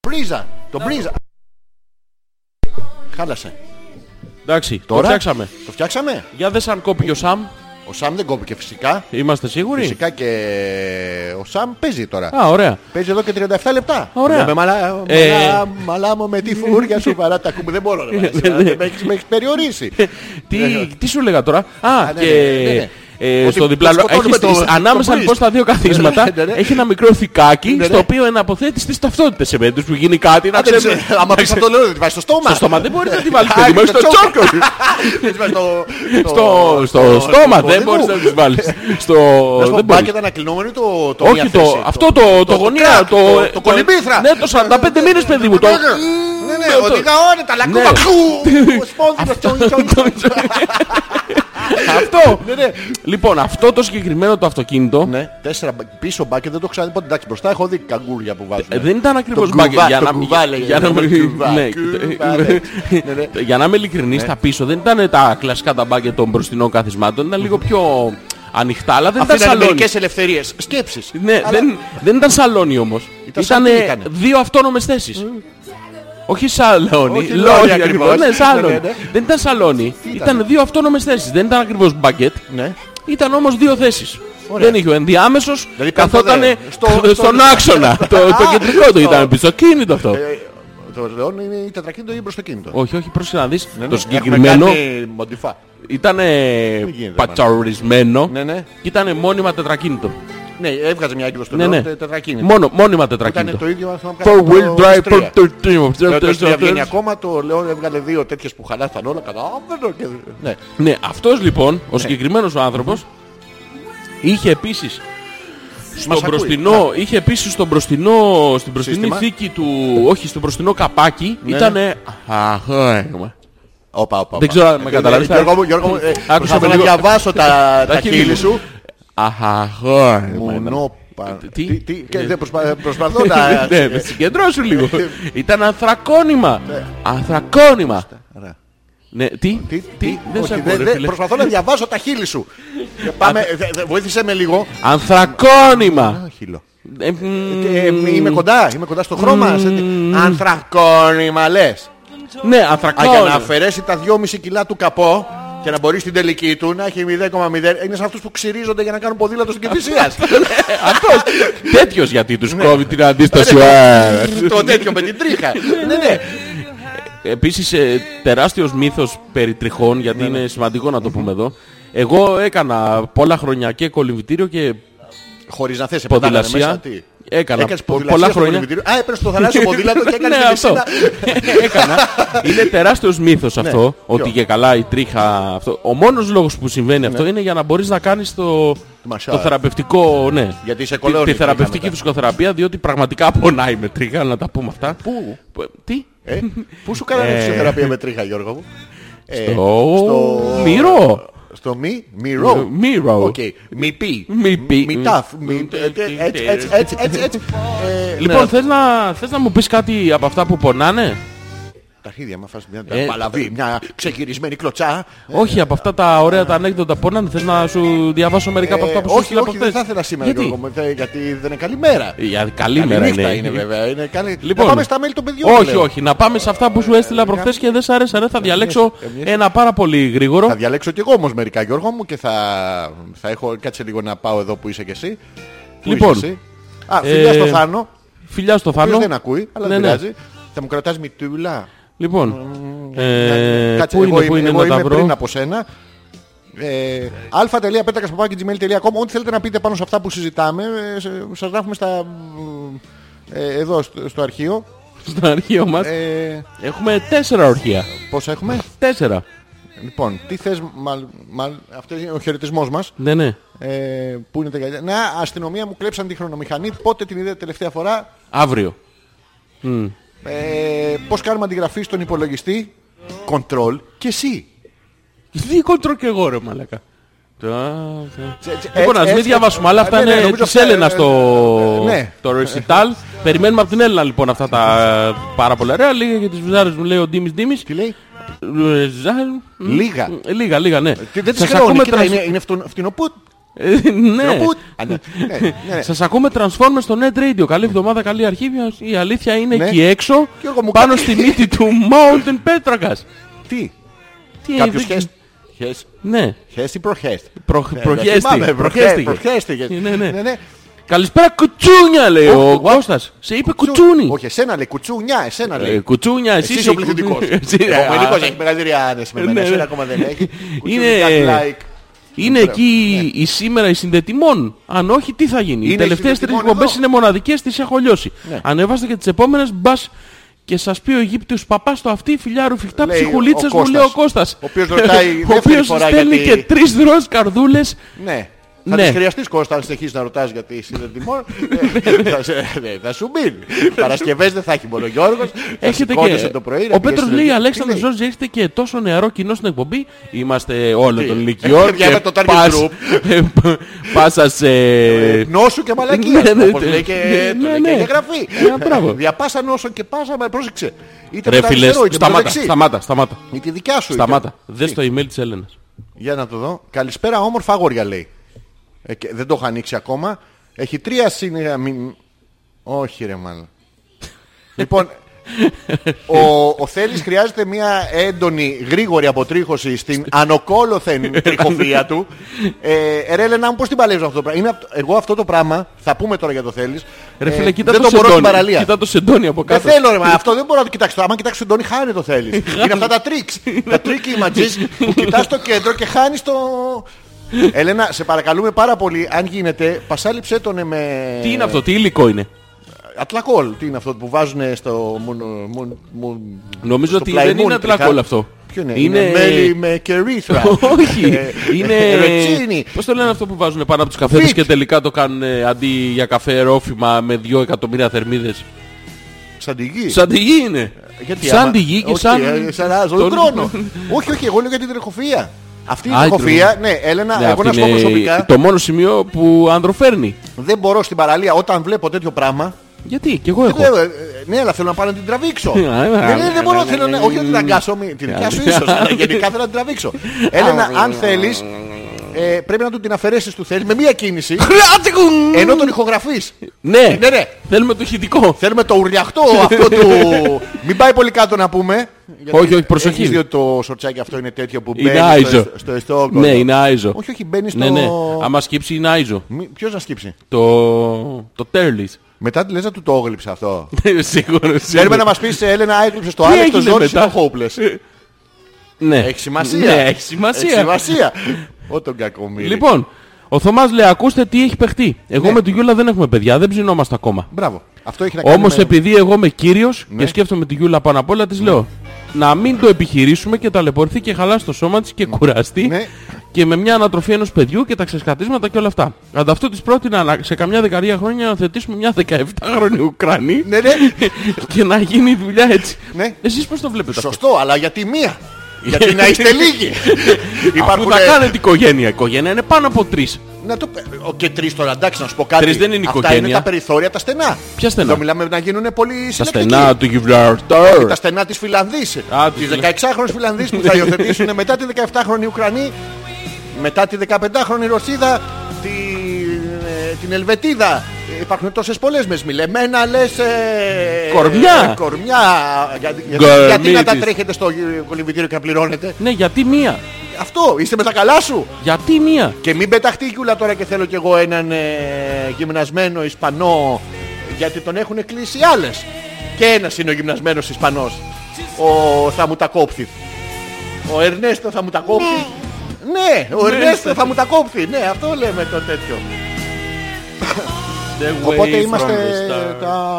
A: Πρίζα. Το πρίζα. Χάλασε.
B: Εντάξει, το
A: Τώρα?
B: φτιάξαμε.
A: Το φτιάξαμε.
B: Για δες αν κόπηκε ο Σαμ.
A: Ο Σαμ δεν κόπηκε φυσικά.
B: Είμαστε σίγουροι.
A: Φυσικά και ο Σαμ παίζει τώρα.
B: Α, ωραία.
A: Παίζει εδώ και 37 λεπτά.
B: Ωραία.
A: Με μαλά,
B: Ε. Ναι.
A: μαλά, μαλάμω με τη φούρια σου παρά τα κουμπί. Δεν μπορώ να με έχεις- με έχεις περιορίσει.
B: Ε, ναι, Τι, τι σου λέγα τώρα. Α,
A: Ε, ναι,
B: και
A: ναι, ναι, ναι.
B: ε,
A: Ότι
B: στο διπλανό.
A: σκοτώνουμε
B: Έχεις,
A: το-
B: τις-
A: το
B: ανάμεσα
A: breeze.
B: λοιπόν στα δύο καθίσματα
A: Ναι, ναι, ναι.
B: έχει ένα μικρό θικάκι
A: ναι.
B: στο οποίο εναποθέτει τι ταυτότητες. Σε περίπτωση που γίνει κάτι να
A: Α, δεν
B: ξέρει.
A: ξέρω. Άμα πεις αυτό το λέω, δεν τη βάζεις στο στόμα.
B: ναι. Στο στόμα δεν μπορεί να τη βάλει.
A: Α,
B: Στο
A: στο
B: τσόκο.
A: Δεν τη βάζεις στο-
B: Στο, στο στόμα
A: στο
B: δεν μπορεί
A: κωδικό.
B: να της βάλεις. Στο.
A: Να σου πω,
B: δεν μπορείς.
A: μπάκετ ανακλεινόμενο το, το μία
B: Όχι το.
A: θέση.
B: Αυτό το, το γωνία.
A: κρακ,
B: Το,
A: το- το κολυμπήθρα.
B: Ναι, το 45 μήνες παιδί μου. Το.
A: Ναι, ναι,
B: το-
A: οδηγάω, ναι, τα λακκούβα.
B: Ναι.
A: Ξου, ο σπόνδυλος,
B: Αυτό.
A: τσον, τσον, τσον.
B: Αυτό.
A: Ναι, ναι.
B: Λοιπόν, αυτό το συγκεκριμένο το αυτοκίνητο
A: Ναι, τέσσερα μπα- πίσω μπάκετ δεν το ξαναδεί ποτέ. Εντάξει, μπροστά έχω δει καγκούρια που βάζουν.
B: Ε, Δεν ήταν ακριβώς
A: Το
B: μπάγκετ.
A: κουβά-
B: Για
A: το
B: να
A: κουβά
B: μην-
A: λέγεται,
B: για να
A: το
B: μην-
A: κουβά,
B: ναι,
A: κουβά,
B: ναι.
A: ναι, ναι.
B: Για να είμαι ειλικρινής, τα πίσω δεν ήταν τα κλασικά τα μπάγκετ των μπροστινών καθισμάτων. Ήταν λίγο πιο ανοιχτά, αλλά δεν ήταν
A: Αφήνανε
B: σαλόνι.
A: μερικές ελευθερίες. Σκέψεις.
B: Ναι, δεν, δεν ήταν σαλόνι όμως.
A: Ήταν
B: Ήταν
A: σαν τι ήτανε.
B: δύο αυτόνομες θέσεις. Όχι σαλόνι,
A: Όχι
B: λόγια
A: λόγια
B: ακριβώς.
A: ακριβώς.
B: Ναι, σαλόνι.
A: Ναι, ναι, ναι.
B: Δεν ήταν σαλόνι.
A: ήτανε?
B: Ήταν δύο αυτόνομες θέσεις. Δεν ήταν ακριβώς μπάγκετ.
A: Ναι.
B: Ήταν όμως δύο θέσεις.
A: Ωραία.
B: Δεν είχε ο ενδιάμεσος,
A: Δηλαδή,
B: καθότανε
A: κάθονται
B: στο,
A: στο-
B: στον
A: στο-
B: άξονα. το, το κεντρικό του
A: στο-
B: ήταν πίσω. Κίνητο αυτό.
A: Ε, Το Λεόν είναι η τετρακίνητο ή μπροστοκίνητο.
B: Όχι, όχι, πρόσεχε να δεις.
A: Ναι, ναι.
B: το
A: Έχουμε
B: συγκεκριμένο
A: κάνει μοντιφά.
B: ήταν
A: γίνεται,
B: πατσαρισμένο
A: Ναι, ναι.
B: και ήταν μόνιμα τετρακίνητο.
A: Ναι, έβγαζε μια έκδοση του
B: Ναι, ναι.
A: Λεόν τε- τετρακίνητο.
B: Μόνο, μόνιμα
A: Ήταν
B: τετρακίνητο.
A: το ίδιο, αν θυμάμαι καλά,
B: Four
A: το
B: wheel drive,
A: S3.
B: four- two- two-
A: Το
B: two-
A: S3
B: two-
A: βγαίνει
B: two-
A: ακόμα, το Λεόν έβγαλε δύο τέτοιες που χαλάσαν όλα κατά. Α, δεν το- και- Ναι.
B: Ναι, αυτός λοιπόν, ο συγκεκριμένος ο άνθρωπος, είχε επίσης
A: Μας
B: στο
A: ακούει.
B: μπροστινό, είχε επίσης στο μπροστινό, στην μπροστινή
A: Σύστημα. Ναι,
B: θήκη του, όχι, στο μπροστινό καπάκι, ήτανε... Αχ, έχουμε.
A: Όπα, όπα. όπα.
B: Δεν ξέρω αν με καταλαβαίνεις.
A: Γιώργο μου, Γιώργο μου, ε,
B: με
A: προσπαθώ να
B: λίγο.
A: διαβάσω τα, τα
B: χείλη
A: χείλη
B: μου.
A: σου.
B: Αχαχόημα.
A: ναι, Μονόπα.
B: Τι? ε,
A: Τι, τι, και δεν προσπα- ε, προσπαθώ να...
B: Ναι, με συγκεντρώσου λίγο.
A: Ναι.
B: Ήταν ανθρακόνημα. Ανθρακόνημα.
A: Άρα,
B: Ναι, τι,
A: Ναι. Τι, τι,
B: δεν σε
A: όχι,
B: ακούω,
A: δεν-
B: ρε
A: δεν-
B: φίλε.
A: προσπαθώ να διαβάσω τα χείλη σου. Ε, Πάμε, δε- δε- βοήθησέ με λίγο.
B: Ανθρακόνημα.
A: Α, χείλο.
B: Ε, μ,
A: Ε, ε, Είμαι κοντά, είμαι κοντά στο χρώμα. σε τι- Ανθρακόνημα λες.
B: Ναι,
A: Α, για να
B: ανθρακόνημα.
A: αφαιρέσει τα 2,5 κιλά του καπό και να μπορείς στην τελική του να έχει 0,0. Είναι σαν αυτούς που ξυρίζονται για να κάνουν ποδήλατο στην Κεφυσία.
B: Αυτός. Ε, Τέτοιος γιατί
A: Ναι.
B: τους κόβει την αντίσταση. Ε,
A: Το τέτοιο με την τρίχα. Ναι, ναι.
B: Επίσης ε, τεράστιος μύθος περί τριχών γιατί
A: Ναι,
B: είναι σημαντικό να το πούμε εδώ. Εγώ έκανα πολλά χρόνια και κολυμβητήριο και
A: Χωρίς να θες επαναλάβανε μέσα,
B: ποδηλασία.
A: τι.
B: Έκανα
A: Έκανες
B: πο-
A: ποδηλασία
B: πολλά
A: στο
B: χρόνια.
A: κολυμπητήριο. Α, έπαιρνες το θαλάσσιο ποδήλατο και έκανες
B: Ναι,
A: τη
B: αυτό. Ε,
A: πισίνα. Ναι,
B: Έκανα. Είναι τεράστιος μύθος αυτό. Ότι
A: Ποιο?
B: και καλά η τρίχα. Αυτό. Ο μόνος λόγος που συμβαίνει
A: Ναι.
B: αυτό είναι για να μπορείς να κάνεις το,
A: μασάζ.
B: το θεραπευτικό. Ναι.
A: Γιατί είσαι
B: Τη-
A: κολόνι,
B: Τη,
A: τρίχα
B: θεραπευτική
A: μετά.
B: φυσικοθεραπεία, διότι πραγματικά πονάει με τρίχα, να τα πούμε αυτά.
A: Πού?
B: Τι?
A: Ε, Πού σου κάνανε φυσιοθεραπεία με τρίχα, Γιώργο μου. Ε,
B: στο...
A: στο-
B: Μυρό.
A: Στο μη, μυρό.
B: Μυρό.
A: Οκ, μη πι.
B: Μη πι.
A: Μη ταφ. μη- ε, ε, Έτσι, έτσι, έτσι, έτσι. έτσι. Ε,
B: Λοιπόν, θες, να, θες να μου πεις κάτι από αυτά που πονάνε.
A: τα αρχίδια μα φας μια
B: ε,
A: παλαβή, μια ξεγυρισμένη κλωτσά.
B: Όχι, από αυτά τα ωραία τα ανέκδοτα πονάνε. Θες να σου διαβάσω μερικά από
A: ναι. Ε,
B: αυτά που σου
A: όχι,
B: στείλα από
A: όχι,
B: χθες.
A: δεν θα ήθελα σήμερα
B: Γιατί?
A: Γιώργο μου, ε, γιατί δεν είναι καλή μέρα.
B: Ε, Για καλή μέρα
A: Καληνύχτα
B: είναι.
A: είναι βέβαια. Είναι καλή...
B: Λοιπόν.
A: Να πάμε στα μέλη των παιδιών.
B: όχι,
A: λέω.
B: όχι. Να πάμε σε αυτά που σου έστειλα προχθές και δεν σ' άρεσαν. ε. Θα διαλέξω
A: εμείς-
B: ένα πάρα πολύ γρήγορο.
A: Θα διαλέξω κι εγώ όμως μερικά Γιώργο μου και θα, θα έχω κάτσε λίγο να πάω εδώ που είσαι κι εσύ. Πού
B: Λοιπόν.
A: είσαι εσύ? Α, φιλιά
B: Ε,
A: στο Θάνο, ο
B: Φιλιά στο
A: οποίος
B: Θάνο.
A: δεν ακούει, αλλά
B: Ναι,
A: δεν
B: ναι.
A: πειράζει. Θα μου κρατάς μητούλα.
B: Λοιπόν. ε,
A: Κάτσε,
B: πού
A: εγώ
B: είναι, πού
A: είμαι,
B: είναι
A: εγώ
B: να τα
A: είμαι
B: βρω.
A: πριν από σένα. Ε, α.πέτρακας.gmail.com Ό,τι θέλετε να πείτε πάνω σε αυτά που συζητάμε, ε, σε- σας γράφουμε στα, ε, εδώ στο, στο αρχείο.
B: Στο αρχείο μας.
A: Ε,
B: Έχουμε τέσσερα ορχεία.
A: πόσα έχουμε?
B: Τέσσερα.
A: Λοιπόν, τι θες, μαλ, μαλ, αυτός είναι ο χαιρετισμός μας.
B: Ναι, ναι.
A: Ε, πού είναι τα γυαλιά. Να, αστυνομία μου κλέψαν τη χρονομηχανή. Πότε την είδε τελευταία φορά.
B: Αύριο.
A: Ε, Πώς κάνουμε αντιγραφή στον υπολογιστή. Control και εσύ.
B: Δίκοντρο και εγώ ρε μαλακά. Τα- τα-
A: Τσε- τσε-
B: Λοιπόν,
A: έτσι-
B: ας μην
A: έτσι-
B: διαβάσουμε, αλλά αυτά
A: Ναι, ναι,
B: είναι
A: νομίζω
B: της
A: αυτά-
B: Έλενας το,
A: Ναι.
B: το recital. Περιμένουμε από την Έλενα λοιπόν αυτά τα πάρα πολλά ωραία. Λίγα για τις βυζάρες μου λέει ο Ντίμης Ντίμης.
A: Τι λέει.
B: Ε, ζα-
A: Λίγα.
B: Ε, Λίγα, λίγα, ναι.
A: Τι- Δεν τις
B: Σας
A: χρεώνει.
B: ακούμε
A: Κοίτα,
B: τρανσ-
A: είναι, είναι φτουν- φτηνοπούτ.
B: Ε, Ναι.
A: Φτηνοπούτ. Α, ναι, ναι, ναι.
B: Σας ακούμε Transformers στο Net Radio. Καλή εβδομάδα, καλή αρχή. Η αλήθεια είναι
A: Ναι.
B: εκεί έξω,
A: Γιώργο μου,
B: πάνω
A: κάτι-
B: στη μύτη του Mountain Πέτρακας.
A: Τι.
B: Τι
A: Κάποιος
B: δεν-
A: χες. Χες.
B: Ναι.
A: Χες ή προχές.
B: Προχ-
A: Ναι,
B: προχέστηκε,
A: θυμάμαι, προχέ-
B: ε, προχέστηκε.
A: προχέστηκε.
B: Ναι, ναι.
A: ναι.
B: Καλησπέρα κουτσούνια λέει ο Κώστας. Σε είπε κουτσούνι.
A: Όχι, εσένα λέει κουτσούνια, εσένα
B: Ε,
A: λέει.
B: Κουτσούνια, εσύ
A: Εσύ είσαι ο πληθυντικός.
B: Εσύ,
A: Ε, Ο
B: α,
A: μελικός έχει μεγαλύτερη άνεση με ε, εμένα,
B: Ναι, ναι.
A: εσένα ακόμα δεν έχει.
B: Είναι-
A: Κουτσούνια, like. Ναι.
B: Είναι εκεί η σήμερα η συνδετημών. Αν όχι, τι θα γίνει. Οι
A: Είναι η
B: τελευταίες τρεις
A: συνδετημών
B: εκπομπές
A: εδώ. Ναι.
B: είναι μοναδικές, τις έχω λιώσει. Ανεβάστε και τις επόμενες, μπας και σας πει ο Αιγύπτιος παπάς στο αυτή, φιλιά ρουφιχτά
A: Λέει
B: ψυχουλίτσας
A: ο
B: μου, λέει ο Κώστας.
A: Κώστας, ο οποίος ρωτάει δεύτερη φορά
B: στέλνει
A: γιατί-
B: και τρεις ροζ καρδούλες.
A: Ναι. Θα
B: Ναι.
A: τις χρειαστείς Κώστα αν συνεχίσεις να ρωτάς γιατί συνδεδειμόν θα, σε- ναι, θα σου μείνει. Παρασκευές δεν θα έχει μόνο ο Γιώργος. Θα
B: Έχετε
A: σηκώνεσαι
B: και...
A: το πρωί. να
B: ο
A: πηγαίνεις
B: Πέτρος
A: στην
B: λέει,
A: Ελληνική.
B: Αλέξανδρος
A: Τι
B: Ζόρζη, έχετε και τόσο νεαρό κοινό στην εκπομπή. Είμαστε όλων των
A: Ε,
B: ηλικιών.
A: για
B: και
A: το target
B: πας-
A: group.
B: ε, π- Πάσα σε... ε,
A: λέει? Νόσου και μαλακία.
B: Ναι, ναι,
A: όπως
B: ναι,
A: λέει και,
B: ναι,
A: το λέει
B: ναι.
A: και η γραφή.
B: Ε, μπράβο.
A: Διαπάσα νόσο και πάσα, μα πρόσεξε. Είτε
B: Ρε
A: με το
B: φίλες,
A: αριστερό, είτε με το
B: σταμάτα,
A: δεξί.
B: σταμάτα, σταμάτα.
A: Ή τη δικιά σου. είτε-
B: Σταμάτα. Δες
A: ε,
B: το email της Έλενας.
A: Για να το δω. Καλησπέρα, όμορφα αγόρια λέει. Ε, και δεν το έχω ανοίξει ακόμα. Έχει τρία σύνορα. μη- Όχι, ρε μάλλον. λοιπόν, ο, ο Θέλης χρειάζεται μια έντονη, γρήγορη αποτρίχωση στην ανοκόλωθεν τριχοφία του. Ε, ρε Έλενα μου, πώς την παλεύεις αυτό το πράγμα. Είναι, απ' το- εγώ αυτό το πράγμα, θα πούμε τώρα για το Θέλης,
B: Ρε
A: ε,
B: φίλε, κοίτα
A: δεν
B: το
A: το μπορώ στην
B: σεντόνι.
A: παραλία. Ε,
B: Κοίτα το σεντόνι από
A: Δεν
B: κάτω.
A: θέλω ρε, μα αυτό δεν μπορώ να το κοιτάξω. Άμα κοιτάξει τον Τόνι, χάνει το θέλει.
B: Ε,
A: Είναι αυτά τα τρίξ. τα trick images που κοιτάς το κέντρο και χάνεις το. Έλενα, σε παρακαλούμε πάρα πολύ, αν γίνεται, πασάλιψέ τον ε, με.
B: Τι είναι αυτό, τι υλικό είναι.
A: Ατλακόλ. Τι είναι αυτό που βάζουν στο. μουν- μουν- μουν-
B: Νομίζω
A: στο
B: ότι
A: πλάι
B: δεν
A: μουν,
B: είναι
A: τριχά.
B: ατλακόλ αυτό.
A: Ποιο είναι, είναι... μέλι με κερίθρα.
B: Όχι,
A: Ε,
B: είναι...
A: Ρετσίνι.
B: Πώς το λένε αυτό που βάζουν πάνω από τους καφέδες
A: Φιτ.
B: και τελικά το κάνουν ε, αντί για καφέ ρόφημα με δύο εκατομμύρια θερμίδες.
A: Σαν τη γη.
B: Σαν τη γη είναι.
A: Ε, Γιατί άμα-
B: Σαν τη γη και
A: όχι, ε,
B: σαν...
A: σαν τον
B: τον-
A: χρόνο. όχι, όχι, εγώ λέω για την τρεχοφία. Αυτή η
B: Α, η
A: τρεχοφία, ναι, Έλενα,
B: Ναι,
A: εγώ να
B: αυτή
A: σου πω
B: είναι
A: προσωπικά.
B: το μόνο σημείο που ανδροφέρνει.
A: Δεν μπορώ στην παραλία όταν βλέπω τέτοιο πράγμα.
B: Γιατί, κι εγώ έχω.
A: λέω, ε, ναι, αλλά θέλω να πάω να την τραβήξω.
B: Ναι, ναι,
A: Δεν λέει,
B: ναι,
A: δεν μπορώ,
B: ναι,
A: θέλω
B: ναι,
A: να.
B: ναι,
A: Όχι να την
B: ναι.
A: αγκάσω, μη- την
B: Ναι,
A: νοικιάσω
B: ναι.
A: ίσως, αλλά γενικά θέλω να την τραβήξω. Έλενα, αν θέλει, πρέπει να του την αφαιρέσεις του θέλει με μία κίνηση,
B: Χράτικουν!
A: ενώ τον ηχογραφείς.
B: Ναι,
A: Ναι, ναι.
B: θέλουμε το ηχητικό.
A: Θέλουμε το ουρλιαχτό αυτό του. Μην πάει πολύ κάτω να πούμε. γιατί
B: Όχι, όχι, προσοχή.
A: έχεις δει ότι το σορτσάκι αυτό είναι τέτοιο που
B: Είναι
A: μπαίνει στο,
B: άιζο.
A: εσ- στο εστόκο.
B: Ναι, είναι άιζο.
A: Όχι, όχι, μπαίνει στο.
B: Ναι, ναι. Άμα σκύψει είναι άιζο.
A: Μη- Ποιος να σκύψει.
B: Το... Το τέρλις.
A: Μετά τη λες να του το έγλειψε αυτό.
B: Σίγουρο,
A: Θέλουμε
B: σίγουρο.
A: να μας πεις Έλενα έκλειψες το
B: Ναι, Τι
A: Άλεξ, το
B: έγινε
A: Ζόρις ή
B: μετά?
A: το Hopeless.
B: Ναι.
A: Έχει σημασία.
B: Ναι, έχει σημασία.
A: Έχει σημασία. Ό, τον κακομοίρη.
B: Λοιπόν, ο Θωμάς λέει, ακούστε τι έχει παιχτεί. Εγώ
A: Ναι.
B: με τη Γιούλα δεν έχουμε παιδιά, δεν ψινόμαστε ακόμα.
A: Μπράβο. Αυτό έχει να Ναι. κάνει
B: Όμως
A: με...
B: επειδή εγώ είμαι κύριος και σκέφτομαι τη Γιούλα πάνω απ' όλα, της
A: Ναι.
B: λέω να μην το επιχειρήσουμε και ταλαιπωρηθεί και χαλάσει το σώμα της και κουραστεί
A: Ναι.
B: και με μια ανατροφή ενός παιδιού και τα ξεσκατίσματα και όλα αυτά. Ανταυτού της πρότεινα να- σε καμιά δεκαετία χρόνια να θετήσουμε μια 17χρονη Ουκρανή
A: Ναι, ναι.
B: και να γίνει η δουλειά έτσι.
A: Ναι.
B: Εσείς πώς το βλέπετε αυτό.
A: Σωστό, αλλά γιατί μία. γιατί να είστε λίγοι.
B: Αφού
A: Υπάρχουν...
B: θα κάνετε οικογένεια. Η οικογένεια είναι πάνω από τρεις.
C: Να το... Ο, και τρεις τώρα, εντάξει, να σου πω κάτι.
B: Τρεις δεν είναι
C: Αυτά είναι
B: οικογένεια.
C: τα περιθώρια τα στενά.
B: Ποια στενά?
C: Εδώ μιλάμε να γίνουν πολύ
B: Τα
C: συλλεκτικοί.
B: στενά του
C: τα
B: Γιβλαρτόρ.
C: στενά της Φιλανδής
B: Α,
C: Της
B: της-
C: 16χρονης Φιλανδής που θα υιοθετήσουν μετά τη 17χρονη Ουκρανή Μετά τη 15χρονη Ρωσίδα τη, ε, Την Ελβετίδα Ε, Υπάρχουν τόσες πολλές μες σμιλεμένα λες ε,
B: Κορμιά.
C: ε, Κορμιά Για- για-
B: Κορμί
C: Γιατί να τα
B: της.
C: τρέχετε στο γυ- κολυμπητήριο και να πληρώνετε
B: Ναι, γιατί μία.
C: Αυτό είσαι με τα καλά σου
B: Γιατί μία.
C: Και μην πεταχτεί η κιούλα τώρα και θέλω κι εγώ έναν ε, γυμνασμένο Ισπανό γιατί τον έχουν κλείσει άλλες. Και ένας είναι ο γυμνασμένος Ισπανός. Ο θα μου τα κόψει. Ο Ερνέστο θα μου τα κόψει. Ναι, ο Ερνέστο θα μου τα κόψει. Ναι, αυτό λέμε το τέτοιο. Οπότε είμαστε τα...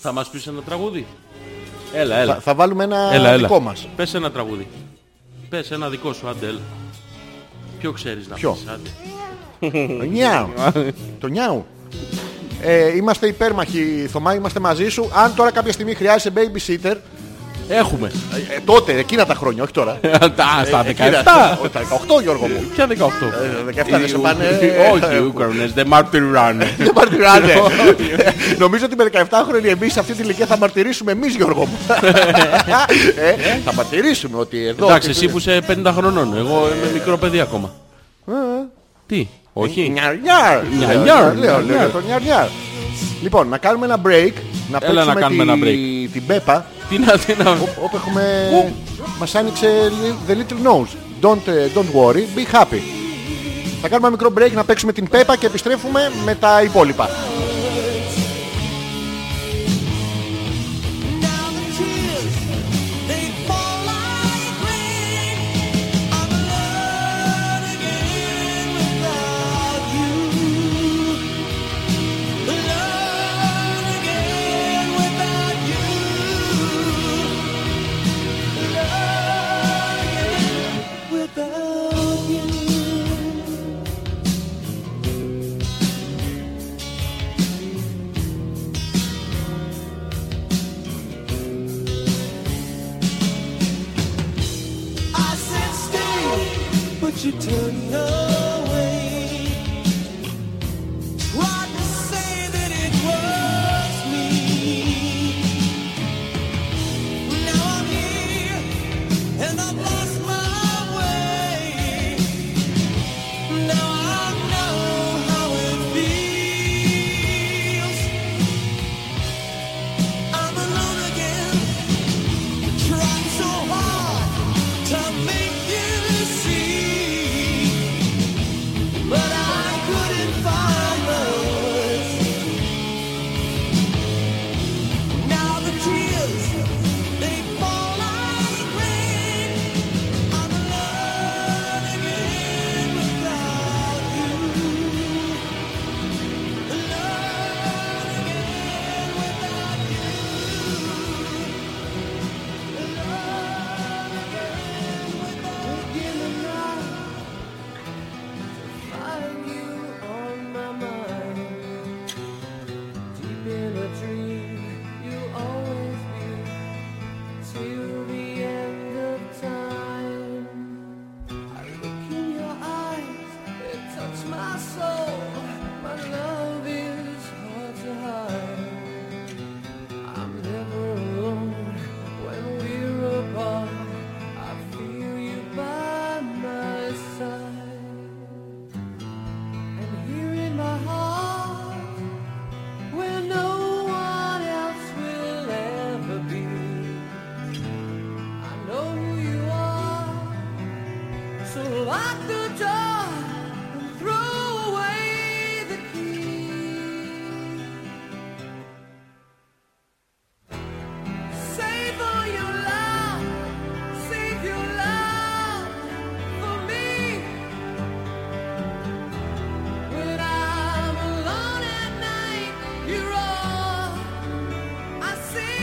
B: Θα μας πεις ένα τραγούδι. Έλα, έλα.
C: Θα, θα βάλουμε ένα
B: Έλα, έλα.
C: δικό μας.
B: Πες ένα τραγούδι. Πες ένα δικό σου, άντε, έλα. Ποιο ξέρεις να
C: Ποιο?
B: πεις, άντε.
C: Το νιάου. Το νιάου. Ε, είμαστε υπέρμαχοι, Θωμά, είμαστε μαζί σου. Αν τώρα κάποια στιγμή χρειάζεσαι babysitter,
B: Έχουμε.
C: Ε, ε, τότε, εκείνα τα χρόνια, όχι τώρα.
B: Τα- Στα
C: Εκείνα,
B: 17.
C: ο, Τα 18 Γιώργο μου.
B: Ποια 18.
C: Ε, 17 δεν σε πάνε.
B: Όχι, οι Ουκρανές δεν μαρτυράνε.
C: Δεν μαρτυράνε. Νομίζω ότι με 17 χρόνια εμείς σε αυτή την ηλικία θα μαρτυρήσουμε εμείς Γιώργο μου. Ε, Θα μαρτυρήσουμε ότι εδώ...
B: Εντάξει, εσύ που είσαι 50 χρονών. Εγώ είμαι μικρό παιδί ακόμα. Τι, όχι.
C: Νιαρ-νιαρ.
B: Νιαρ-νιαρ.
C: Ε, Λέω, Λέω, λέω
B: Νιαρ-νιαρ.
C: το νιαρ-νιαρ. Λοιπόν, να κάνουμε ένα break. Να
B: Έλα να
C: παίξουμε
B: κάνουμε
C: τη-
B: ένα break.
C: την Πέπα.
B: Τι να, τι να...
C: Όπου έχουμε... Μας άνοιξε The Little Nose. Don't, ε, don't worry, be happy. Θα κάνουμε ένα μικρό break να παίξουμε την Πέπα και επιστρέφουμε με τα υπόλοιπα.
D: Now the tears they fall like rain. I'm alone again without you. Alone again without you. Alone again without you. I said stay, but you turned away. Tried to say that it was me. Now I'm here and I've lost my way. Now I know how it feels. I'm alone again. Trying so hard to make you see, but I couldn't find words. Now the tears they fall like rain. I'm alone again without you. Alone again without you.
E: My soul, my love is hard to hide. I'm never alone when we're apart. I feel you by my side. And here in my heart, where no one else will ever be, I know who you are. So lock the door and throw away the key. Save all your love, save your love for me. When I'm alone at night, you're all I see.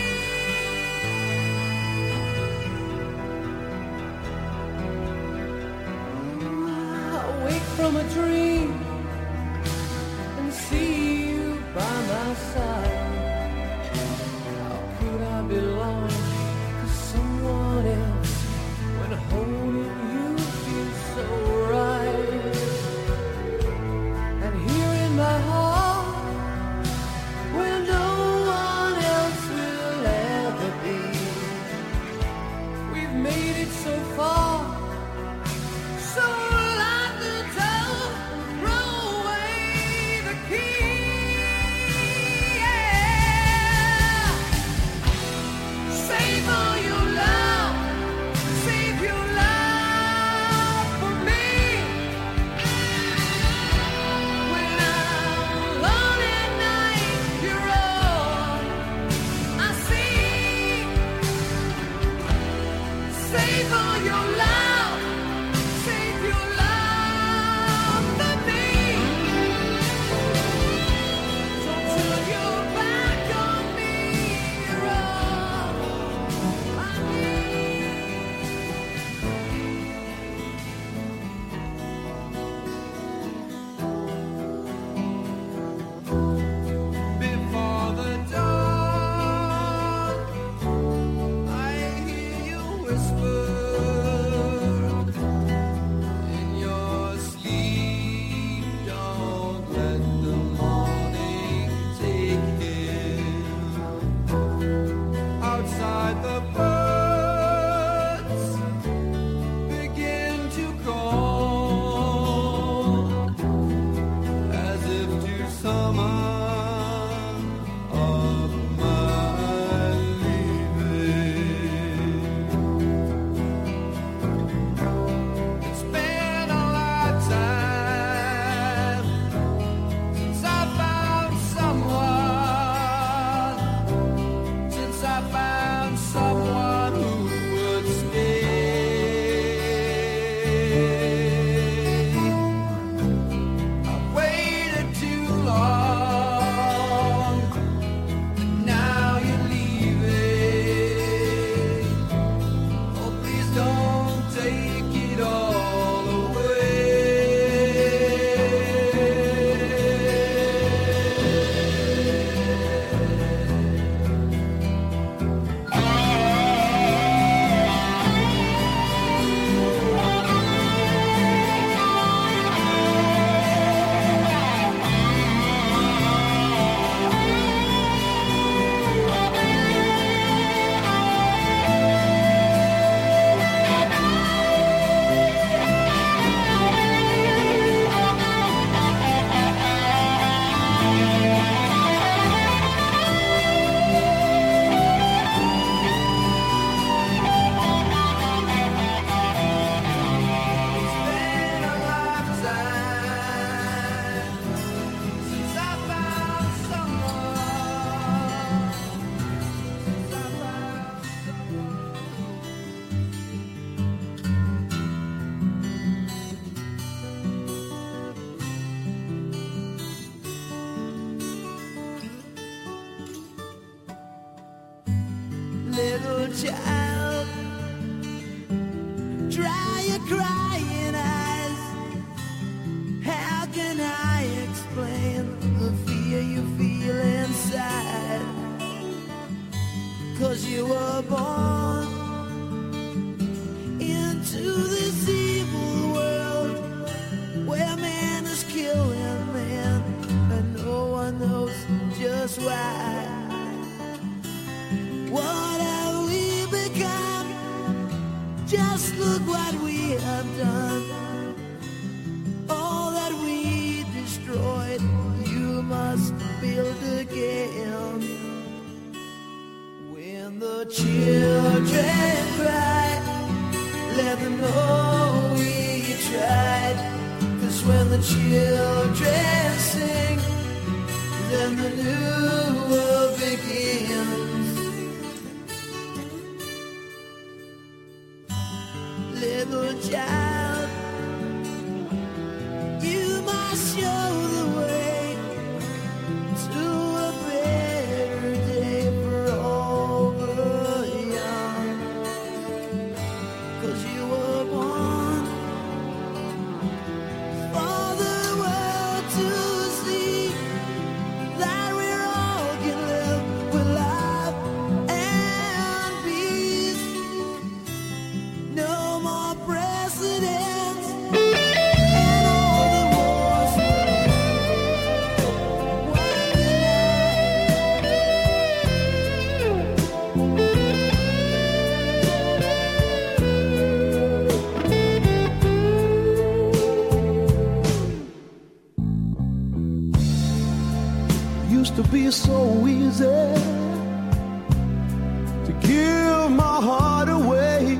E: Awake from a dream and see you by my side. How could I belong to someone else when holding you feels so right? Oh, little child. Dry your crying eyes. How can I explain the fear you feel inside? Cause you were born into this evil world where man is killing man and no one knows just why. What have we become? Just look what we have done. All that we destroyed, you must build again. When the children cry, let them know we tried. Cause when the children sing, then the new world begins. little child. You must show the way to a better day for all the young. Cause you were born for the world to see that we're all gonna live with love and peace. No more presidents and all the wars. One tonight.
F: used to be so easy to give my heart away.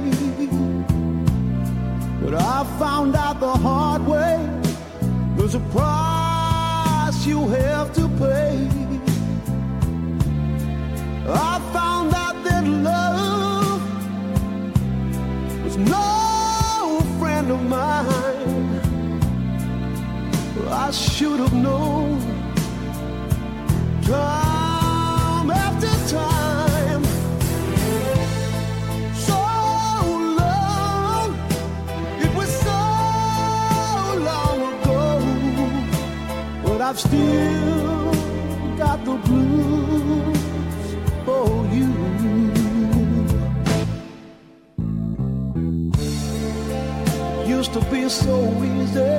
F: But I found out the hard way there's a price you have to pay. I found out that love was no friend of mine. I should have known time after time. So long, it was so long ago, but I've still got the blues for you. Used to be so easy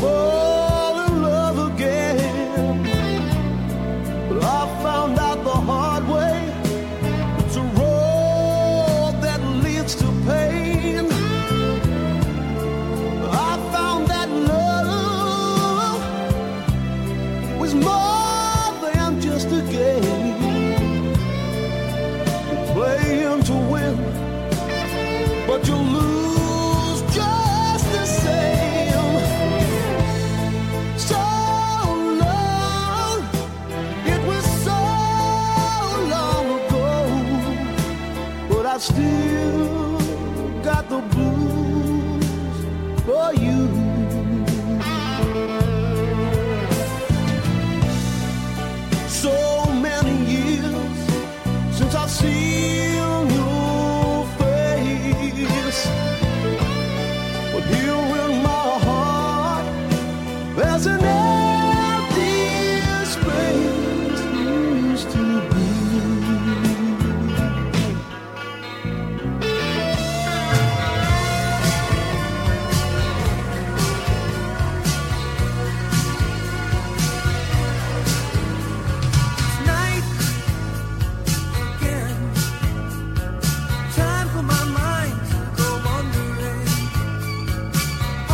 F: fall in love again. But I found out the hard way. It's a road that leads to pain. I found that love was more than just a game. Playing to win, but you lose just the same. So long, it was so long ago, but I still got the blues for you. So many years since I've seen your face, but here in my heart. There's an empty space used to be.
E: Night again. Time for my mind to go wandering.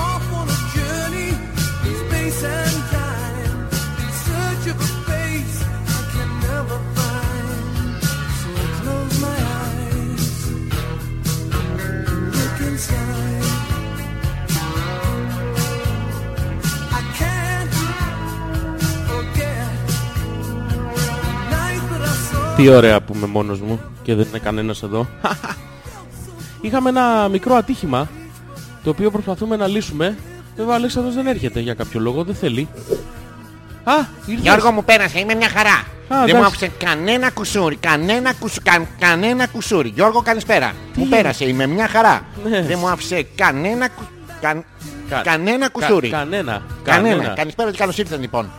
E: Off on a journey in space and time. In search of a face I can never find. So I close my eyes. Look inside. I can't forget. Night that I saw.
B: Τι ωραία που είμαι μόνος μου και δεν είναι κανένας εδώ. Είχαμε ένα μικρό ατύχημα το οποίο προσπαθούμε να λύσουμε. Βέβαια ο Αλέξανδρος δεν έρχεται για κάποιο λόγο, δεν θέλει. Α, ήρθες.
G: Γιώργο μου πέρασε, είμαι μια χαρά.
C: Δεν μου
B: εντάξει.
C: άφησε κανένα κουσούρι, κανένα, κουσου, κα- κανένα κουσούρι. Γιώργο, καλησπέρα. Μου πέρασε, είμαι μια χαρά.
B: Ναι.
C: Δεν μου άφησε κανένα, κου- καν-
B: Κα- κα-
C: κανένα κουσούρι.
B: Κανένα.
C: Κανένα. Καλησπέρα και καλώς ήρθατε λοιπόν.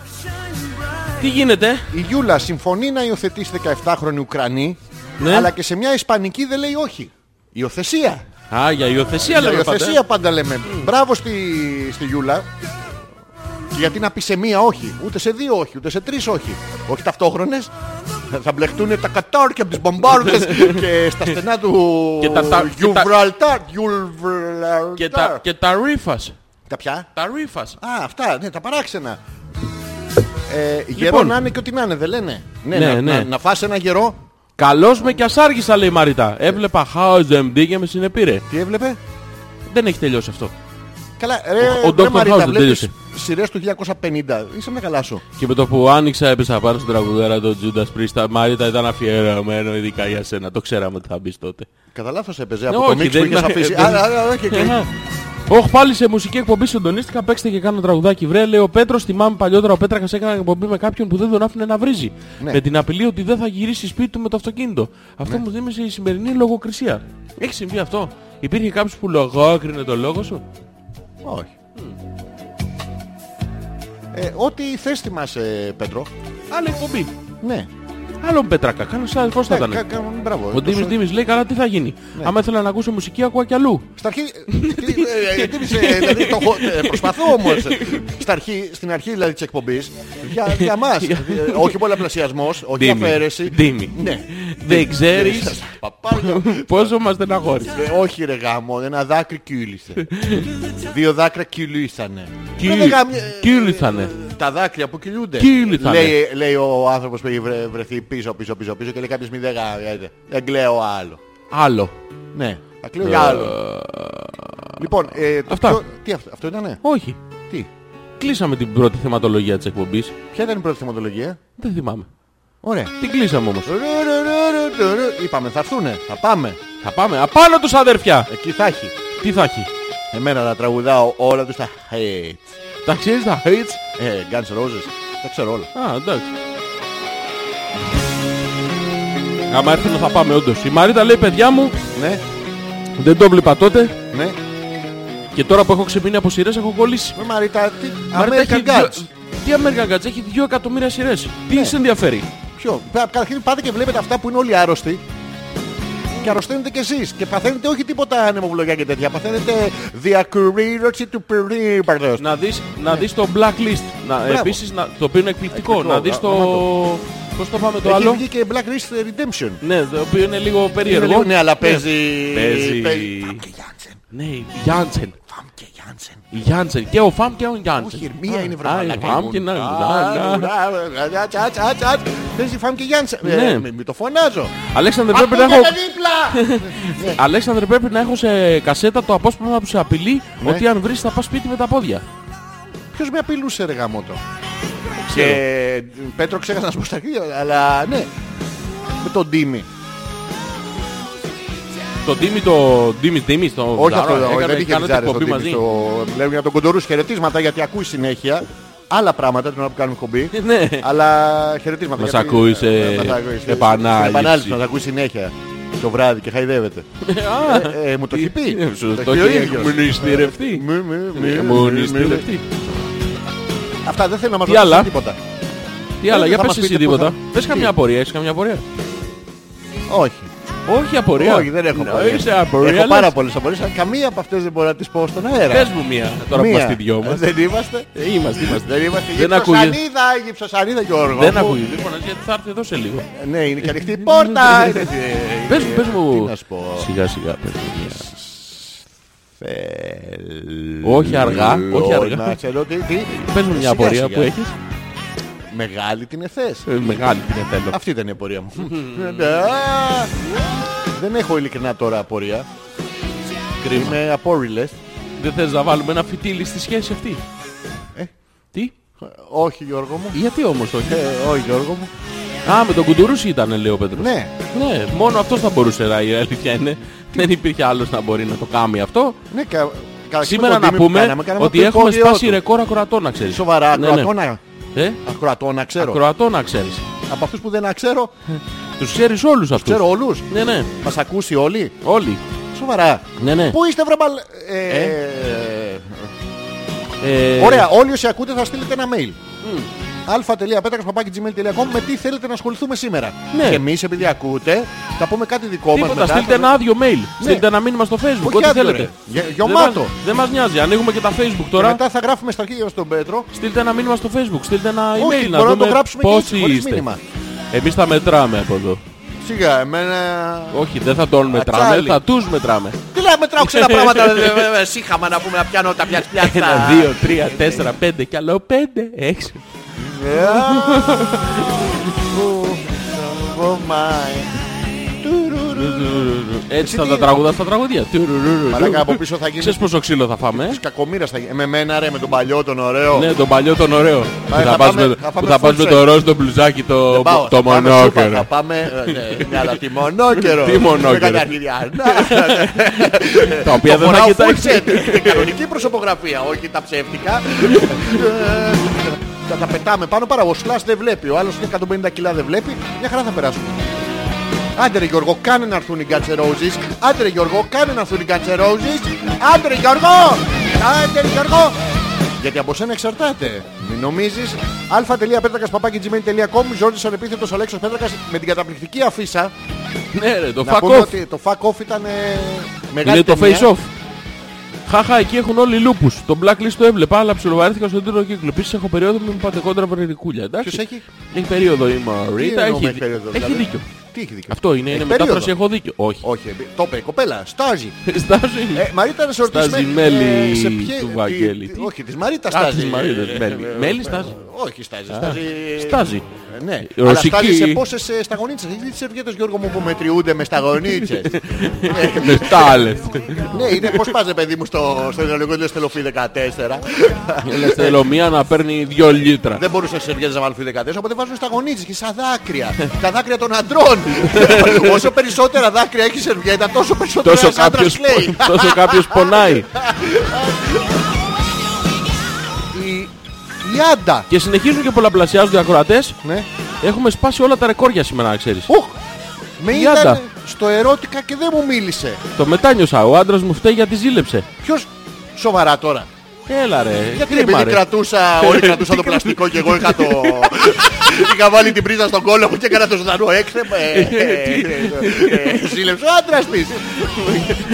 B: Τι γίνεται.
C: Η Γιούλα συμφωνεί να υιοθετήσει 17χρονη Ουκρανή,
B: Ναι.
C: αλλά και σε μια Ισπανική δεν λέει όχι. Υιοθεσία.
B: Α, για υιοθεσία
C: Για
B: λέμε
C: υιοθεσία πάντα λέμε. Μπράβο στη, στη Γιούλα. Και γιατί να πει σε μία όχι, ούτε σε δύο όχι, ούτε σε τρεις όχι. Όχι ταυτόχρονες. Θα μπλεχτούν τα κατάρκια από τι μπομπάρδες και στα στενά του
B: Ναι. Και τα- τα- και τα-
C: Γιουβραλτάρ.
B: Και τα,
C: Γιουβραλτάρ.
B: και τα ρήφας.
C: Τα πια.
B: Τα ρήφας.
C: Α, αυτά, ναι, τα παράξενα. Ε, γερό
B: Λοιπόν.
C: να είναι και ό,τι να είναι, δεν λένε. Ναι,
B: Ναι,
C: να,
B: ναι.
C: Να, να φας ένα γερό.
B: Καλώ με κι ας άργησα, λέει η Μαρίτα. Έβλεπα House MD και με συνεπήρε.
C: Τι έβλεπε.
B: Δεν έχει τελειώσει αυτό.
C: Καλά, ρε,
B: Ο- ο
C: ρε
B: Dr. House
C: Μαρίτα,
B: δεν
C: βλέπεις
B: τελείωσε.
C: σειρές του 1950. Είσαι με καλά σου.
B: Και με το που άνοιξα έπεσα πάνω στην τραγουδέρα του Τζούντα Πρίστα. Μαρίτα ήταν αφιερωμένο ειδικά για σένα. Το ξέραμε ότι θα μπεις τότε.
C: Κατά λάθος έπαιζε
B: Ναι,
C: από το
B: όχι,
C: μίξ που
B: δεν
C: είχες
B: είναι-
C: αφήσει.
B: δεν-
C: Άρα, άρα, όχι, και-
B: Όχι, πάλι σε μουσική εκπομπή συντονίστηκα. Παίξτε και κάνω τραγουδάκι. Βρέ, λέει ο Πέτρος. Θυμάμαι παλιότερα ο Πέτρακας έκανε εκπομπή με κάποιον που δεν τον άφηνε να βρίζει.
C: Ναι.
B: Με την απειλή ότι δεν θα γυρίσει σπίτι του με το αυτοκίνητο. Αυτό μου θύμισε η σημερινή λογοκρισία. Έχει συμβεί αυτό. Υπήρχε κάποιος που λογόκρινε το λόγο σου.
C: Όχι. Ε, ό,τι θες θυμάσαι, Πέτρο.
B: Άλλη εκπομπή.
C: Ναι.
B: Άλλον Πέτρακα. Κάνω σαν αδερφό θα
C: Ναι, κα-
B: ήταν.
C: κα- Μπράβο.
B: Ο Ντίμης Ντίμης λέει καλά τι θα γίνει.
C: Ναι.
B: Άμα ήθελα να ακούσω μουσική ακούω κι αλλού.
C: Στα αρχή. τι- ε, ε, τι είσαι, δηλαδή, το έχω- ε, Προσπαθώ όμως. Στην αρχή δηλαδή της εκπομπής. Για, για μας. όχι πολλαπλασιασμό, όχι
B: Ντίμη.
C: αφαίρεση.
B: Ντίμη.
C: Ναι.
B: Δεν ξέρεις
C: Σας παπάρια.
B: πόσο μας στεναχώρησε.
C: Ε, Όχι ρε γάμο, ένα δάκρυ κύλησε. Δύο δάκρυ κυλήσανε.
B: Κύλ-
C: Ρε, γάμι- ε,
B: κύληθανε.
C: Τα δάκρυα που κυλούνται.
B: Κύληθανε.
C: Λέει, λέει ο άνθρωπος που έχει βρε- βρεθεί πίσω πίσω πίσω πίσω και λέει κάποιος μη δεν γάμιεται. Δεν κλαίω άλλο.
B: Άλλο.
C: Ναι. Τα κλαίω για άλλο. Λοιπόν, ε, το
B: Αυτά.
C: πιο- τι αυτό, αυτό ήτανε.
B: Όχι.
C: Τι.
B: Κλείσαμε την πρώτη θεματολογία της εκπομπής.
C: Ποια ήταν η πρώτη θεματολογία.
B: Δεν θυμάμαι.
C: Ωραία.
B: Την κλείσαμε όμως.
C: Ρου, ρου, ρου, ρου, ρου, ρου. Είπαμε θα έρθουνε, θα πάμε.
B: Θα πάμε. Απάνω τους αδέρφια.
C: Εκεί θα έχει.
B: Τι θα έχει.
C: Εμένα να τραγουδάω όλα τους τα hate.
B: Τα ξέρεις τα hits.
C: Ε, Guns Roses. Τα ξέρω όλα.
B: Α, εντάξει. Άμα έρθουν θα πάμε όντως. Η Μαρίτα λέει παιδιά μου
C: Ναι,
B: δεν το βλέπα τότε
C: ναι.
B: και τώρα που έχω ξεπίνει από σειρές έχω κολλήσει.
C: Ρε Μαρίτα, τι...
B: Μαρίτα, έχει
C: American Gods. Ναι.
B: δύο- Τι American Gods, έχει 2 εκατομμύρια σειρές. Τι σε ενδιαφέρει.
C: Ποιο. Κα- Καταρχήν πάτε και βλέπετε αυτά που είναι όλοι άρρωστοι. Και αρρωσταίνετε κι εσείς. Και παθαίνετε όχι τίποτα ανεμοβλογιά και τέτοια. Παθαίνετε διακρύρωση του περίπατος.
B: Να δεις, να δεις το blacklist. Να,
C: Ναι. Μπράβο.
B: επίσης, να, το οποίο είναι εκπληκτικό.
C: Εκπληκτικό,
B: Να δεις το... Πώς το πάμε το
C: Έχει
B: άλλο.
C: βγει και Black Wrist Redemption.
B: Ναι, το οποίο είναι λίγο περίεργο.
C: Είναι λίγο- Ναι, αλλά παίζει...
B: Παίζει.
C: Φαμ και Janssen.
B: Ναι, η Γιάντσεν.
C: Φαμ και Janssen.
B: Η Γιάντσεν. Και ο Φαμ και ο Γιάντσεν.
C: Όχι, μία
B: Α, α,
C: είναι
B: η
C: βραβεία.
B: Φαμ και να- να- να.
C: Παίζει Φαμ και Janssen. Ε,
B: Ναι.
C: μη- Μη το φωνάζω.
B: Αλέξανδρε,
C: Αυτό
B: πρέπει να
C: ήταν
B: έχω...
C: δίπλα.
B: Αλέξανδρε, πρέπει να έχω σε κασέτα το απόσπασμα που σε απειλεί
C: Ναι.
B: ότι αν βρεις θα πας σπίτι με τα πόδια.
C: Ποιος με απειλούσε ρε γαμότο.
B: Ξέρω.
C: Και Πέτρο ξέχασα να σου πω στα αρχίδια, αλλά ναι. Με τον Τίμη.
B: Το Ντίμι, το Ντίμι, Ντίμι, το
C: Όχι αυτό, όχι,
B: έκανε-
C: δεν είχε
B: κάνατε
C: βιτζάρες
B: εκπομπή
C: τον Τίμη.
B: μαζί.
C: στο- Λέμε για τον Κοντορούς χαιρετίσματα γιατί ακούει συνέχεια. Άλλα πράγματα την ώρα που κάνουμε εκπομπή.
B: Ναι.
C: Αλλά χαιρετίσματα.
B: Μας
C: γιατί-
B: ακούει σε
C: Ε, μας ακούει σε-
B: επανάληψη.
C: στην Επανάληψη μας ακούει συνέχεια. Το βράδυ και χαϊδεύεται.
B: Α,
C: Ε, ε, μου το έχει πει.
B: ε, σου
C: Το
B: Το
C: έχει ο
B: έχει
C: ίδιος. Ε,
B: εκμονιστηρευτεί.
C: Μη- μη- μη-
B: Ε, Εκμονιστηρευτεί.
C: Αυτά δεν θέλω να μας
B: Τι
C: ρωτήσουν
B: άλλα?
C: τίποτα.
B: Τι άλλα,
C: Δεν
B: για
C: Ε, θα
B: πες
C: μας
B: εσύ
C: πείτε που
B: τίποτα.
C: θα-
B: Πες καμιά
C: Τι?
B: απορία, έχεις καμιά απορία.
C: Όχι.
B: Όχι απορία.
C: Όχι, δεν έχω
B: Να,
C: απορία.
B: είσαι απορία,
C: Έχω πάρα
B: λες.
C: πολλές απορίες. αλλά Καμία από αυτές δεν μπορώ να τις πω στον αέρα.
B: Πες μου μία, τώρα που
C: Μία.
B: είμαστε οι δυο μας.
C: Δεν είμαστε.
B: Ε, Είμαστε, είμαστε.
C: Δεν είμαστε.
B: Δεν
C: Δεν
B: ακούγεται.
C: Γυψοσανίδα, γυψοσανίδα Γιώργο.
B: Δεν
C: μου.
B: ακούγεται. Λοιπόν, γιατί θα έρθει εδώ σε λίγο.
C: Ναι, είναι και ανοιχτή η πόρτα. είναι-
B: Ε, Πες μου, πες μου.
C: Τι να σου πω.
B: Σιγά σιγά πες μου μία. Όχι αργά, όχι
C: Λέω
B: αργά.
C: Να ξέρω τι. τι.
B: Πες μου μια
C: Ε, Σιγά,
B: απορία
C: σιγά.
B: που έχεις.
C: Μεγάλη την εθές.
B: Ε, Μεγάλη την θέλω.
C: Αυτή ήταν η απορία μου. Α, Δεν έχω ειλικρινά τώρα απορία.
B: Κρίμα.
C: Είμαι απόρριλες.
B: Δεν θες να βάλουμε ένα φυτίλι στη σχέση αυτή.
C: Ε.
B: Τι.
C: Όχι Γιώργο μου.
B: Γιατί όμως όχι.
C: Ε, Όχι Γιώργο μου.
B: Α, με τον Κουντουρούση ήταν, λέει ο Πέτρος.
C: Ναι.
B: Ναι, μόνο αυτός θα μπορούσε να η αλήθεια είναι. Δεν υπήρχε άλλος να μπορεί να το κάνει αυτό.
C: Ναι, κα- καταρχήν
B: Σήμερα
C: τον
B: να
C: Τίμη που
B: πούμε
C: κάναμε, κάναμε
B: ότι
C: το
B: έχουμε
C: υπόγειό
B: σπάσει
C: του.
B: ρεκόρ ακροατών, να ξέρεις.
C: Σοβαρά,
B: Ναι, ναι.
C: ακροατώνα.
B: Ε,
C: Ακροατώνα ξέρω.
B: ακροατών, να ξέρεις.
A: από αυτούς που δεν να ξέρω,
B: Τους ξέρεις όλους αυτούς.
A: ξέρω όλους.
B: Ναι, ναι.
A: Μας ακούσει όλοι.
B: Όλοι.
A: Σοβαρά.
B: Ναι, ναι.
A: Πού είστε βρε μπαλ... ε,
B: Ε,
A: Ωραία, όλοι όσοι ακούτε θα στείλετε ένα mail. αλφα.πέτρακα.gmail.com με τι θέλετε να ασχοληθούμε σήμερα.
B: Ναι.
A: Και εμείς επειδή ακούτε, θα πούμε κάτι δικό μας.
B: Τίποτα, στείλτε ένα άδειο mail.
C: Ναι.
B: Στείλτε ένα μήνυμα στο facebook.
A: Όχι
B: Ό,τι
A: άδειο, ρε.
B: θέλετε.
A: Γε-
B: Δεν
A: γεμάτο.
B: μας- Δεν μας νοιάζει. Ανοίγουμε και τα facebook
A: Και
B: τώρα.
A: μετά θα γράφουμε στα αρχίδια στον Πέτρο.
B: Στείλτε ένα μήνυμα στο facebook. Στείλτε ένα email
A: Όχι,
B: να
A: μπορούμε να το
B: δούμε
A: γράψουμε και
B: πόσοι
A: έτσι, χωρίς
B: είστε.
A: μήνυμα.
B: Εμείς θα μετράμε από εδώ.
A: Σιγά, εμένα.
B: Όχι, δεν θα τον μετράμε,
A: Ατσάλι.
B: θα τους μετράμε.
A: Τι λέμε, τράω ξένα πράγματα. ε, ε, ε, Σύχαμα να πούμε να πιάνω τα πιάτσα.
B: Ναι, Ένα, δύο, τρία, τέσσερα, πέντε κι άλλο πέντε, έξι.
C: Oh
B: Έτσι θα
A: τι
B: τα
A: είναι?
B: τραγουδά στα τραγουδία. Τουρουρουρουρου.
A: Μαλάκα, από πίσω θα γίνει.
B: Ξέρεις πόσο ξύλο θα φάμε, ε?
A: Κακομήρα θα γίνει. Ε, Με μένα ρε, με τον παλιό τον ωραίο.
B: Ναι, τον παλιό τον ωραίο. Που
A: θα
B: θα πας
A: πάμε-
B: με-
A: θα
B: Που
A: πάμε
B: θα πας με
A: full
B: το ροζ, το μπλουζάκι, το,
A: Δεν Ε, πάω,
B: το
A: θα πάμε σούπα,
B: μονόκερο.
A: Θα πάμε. ε, ναι, Ναι, αλλά τη μονόκερο.
B: Τι μονόκερο.
A: Με καταρχήν, να,
B: Τα οποία δεν θα
A: φοράω full
B: κοιτάξει.
A: set. Την κανονική προσωπογραφία, όχι τα ψεύτικα. Ε, Θα τα πετάμε πάνω παρά. Ο Σλάς δεν βλέπει. Ο άλλος είναι 150 κιλά δεν βλέπει. Μια χαρά θα περάσουμε. Άντε ρε Γιώργο, κάνε να έρθουν οι Guns N' Roses. Άντε ρε Γιώργο, κάνε να έρθουν οι Guns N' Roses. Άντε ρε Γιώργο! Άντε ρε Γιώργο! Γιατί από σένα εξαρτάται. Μην νομίζεις. α.πέτρακας.gmail.com Ζόρτης ανεπίθετος Αλέξος Πέτρακας με την καταπληκτική αφίσα.
B: Ναι ρε, το
A: Να
B: fuck
A: πούμε
B: off.
A: ότι το fuck off ήταν ε, μεγάλη
B: Είναι το
A: ταινία.
B: face off. Χαχα, εκεί έχουν όλοι λούπους. Το blacklist το έβλεπα, αλλά ψιλοβαρέθηκα στον τρίτο κύκλο. Επίσης έχω περίοδο που μου πάτε κόντρα βρερικούλια.
A: Ποιος έχει?
B: Έχει περίοδο η Μαρίτα.
A: Τι εννοούμε
B: Έχει,
A: έχει περίοδο,
B: έχει
A: δηλαδή?
B: δίκιο.
A: Τι έχει δίκιο.
B: Αυτό είναι, είναι
A: Έχει
B: μετάφραση,
A: περίοδο.
B: έχω δίκιο. Όχι.
A: Όχι, ε, το είπε η κοπέλα. Στάζει.
B: Στάζει.
A: Ε, Μαρίτα να σε ρωτήσουμε.
B: Στάζει μέλι
A: ε, σε ποιε-
B: του
A: τι-
B: Βαγγέλη.
A: τι-
B: Τι-
A: Όχι, της Μαρίτας
B: Α,
A: στάζει.
B: της Μαρίτας,
A: Ε,
B: μέλι.
A: ε,
B: Μέλι
A: ε,
B: στάζει.
A: Όχι, στάζει. Στάζει.
B: Στάζει.
A: Ε, Ναι.
B: Η
A: Αλλά
B: ρωσική-
A: στάζει σε πόσες ε, σταγονίτσες. Έχεις δει τις ευγέτες Γιώργο μου που μετριούνται με σταγονίτσες.
B: Με στάλες.
A: Ναι, είναι πώς πας ρε παιδί μου στο στο ελληνικό λες θελοφύ 14.
B: Θέλω μία να παίρνει δύο λίτρα.
A: Δεν μπορούσε σε ευγέτες να βάλουν φύ 14, οπότε βάζουν σταγονίτσες και σαν δάκρυα. Τα δάκρυα των αντρών. Όσο περισσότερα δάκρυα έχεις σερβιέτα, τόσο περισσότερο
B: Τόσο
A: ένας άντρας
B: κάποιος,
A: κλαίει.
B: τόσο κάποιος πονάει.
A: Η η Άντα.
B: Και συνεχίζουν και πολλαπλασιάζονται οι ακροατές.
A: Ναι.
B: Έχουμε σπάσει όλα τα ρεκόρια σήμερα, να ξέρεις.
A: Ουχ! Με
B: Η
A: ήταν
B: Άντα.
A: στο ερώτηκα και δεν μου μίλησε.
B: Το μετάνιωσα. Ο άντρας μου φταίει γιατί ζήλεψε.
A: Ποιος σοβαρά τώρα.
B: Έλα ρε.
A: Γιατί
B: κρίμα,
A: επειδή
B: ρε.
A: κρατούσα,
B: Ε,
A: όλοι κρατούσαν το πλαστικό και εγώ είχα το... είχα βάλει την πρίζα στον κόλλο μου και έκανα το ζωντανό έξτρεμα. Ε, ε, ε, ε, Ζήλεψε ο άντρας της.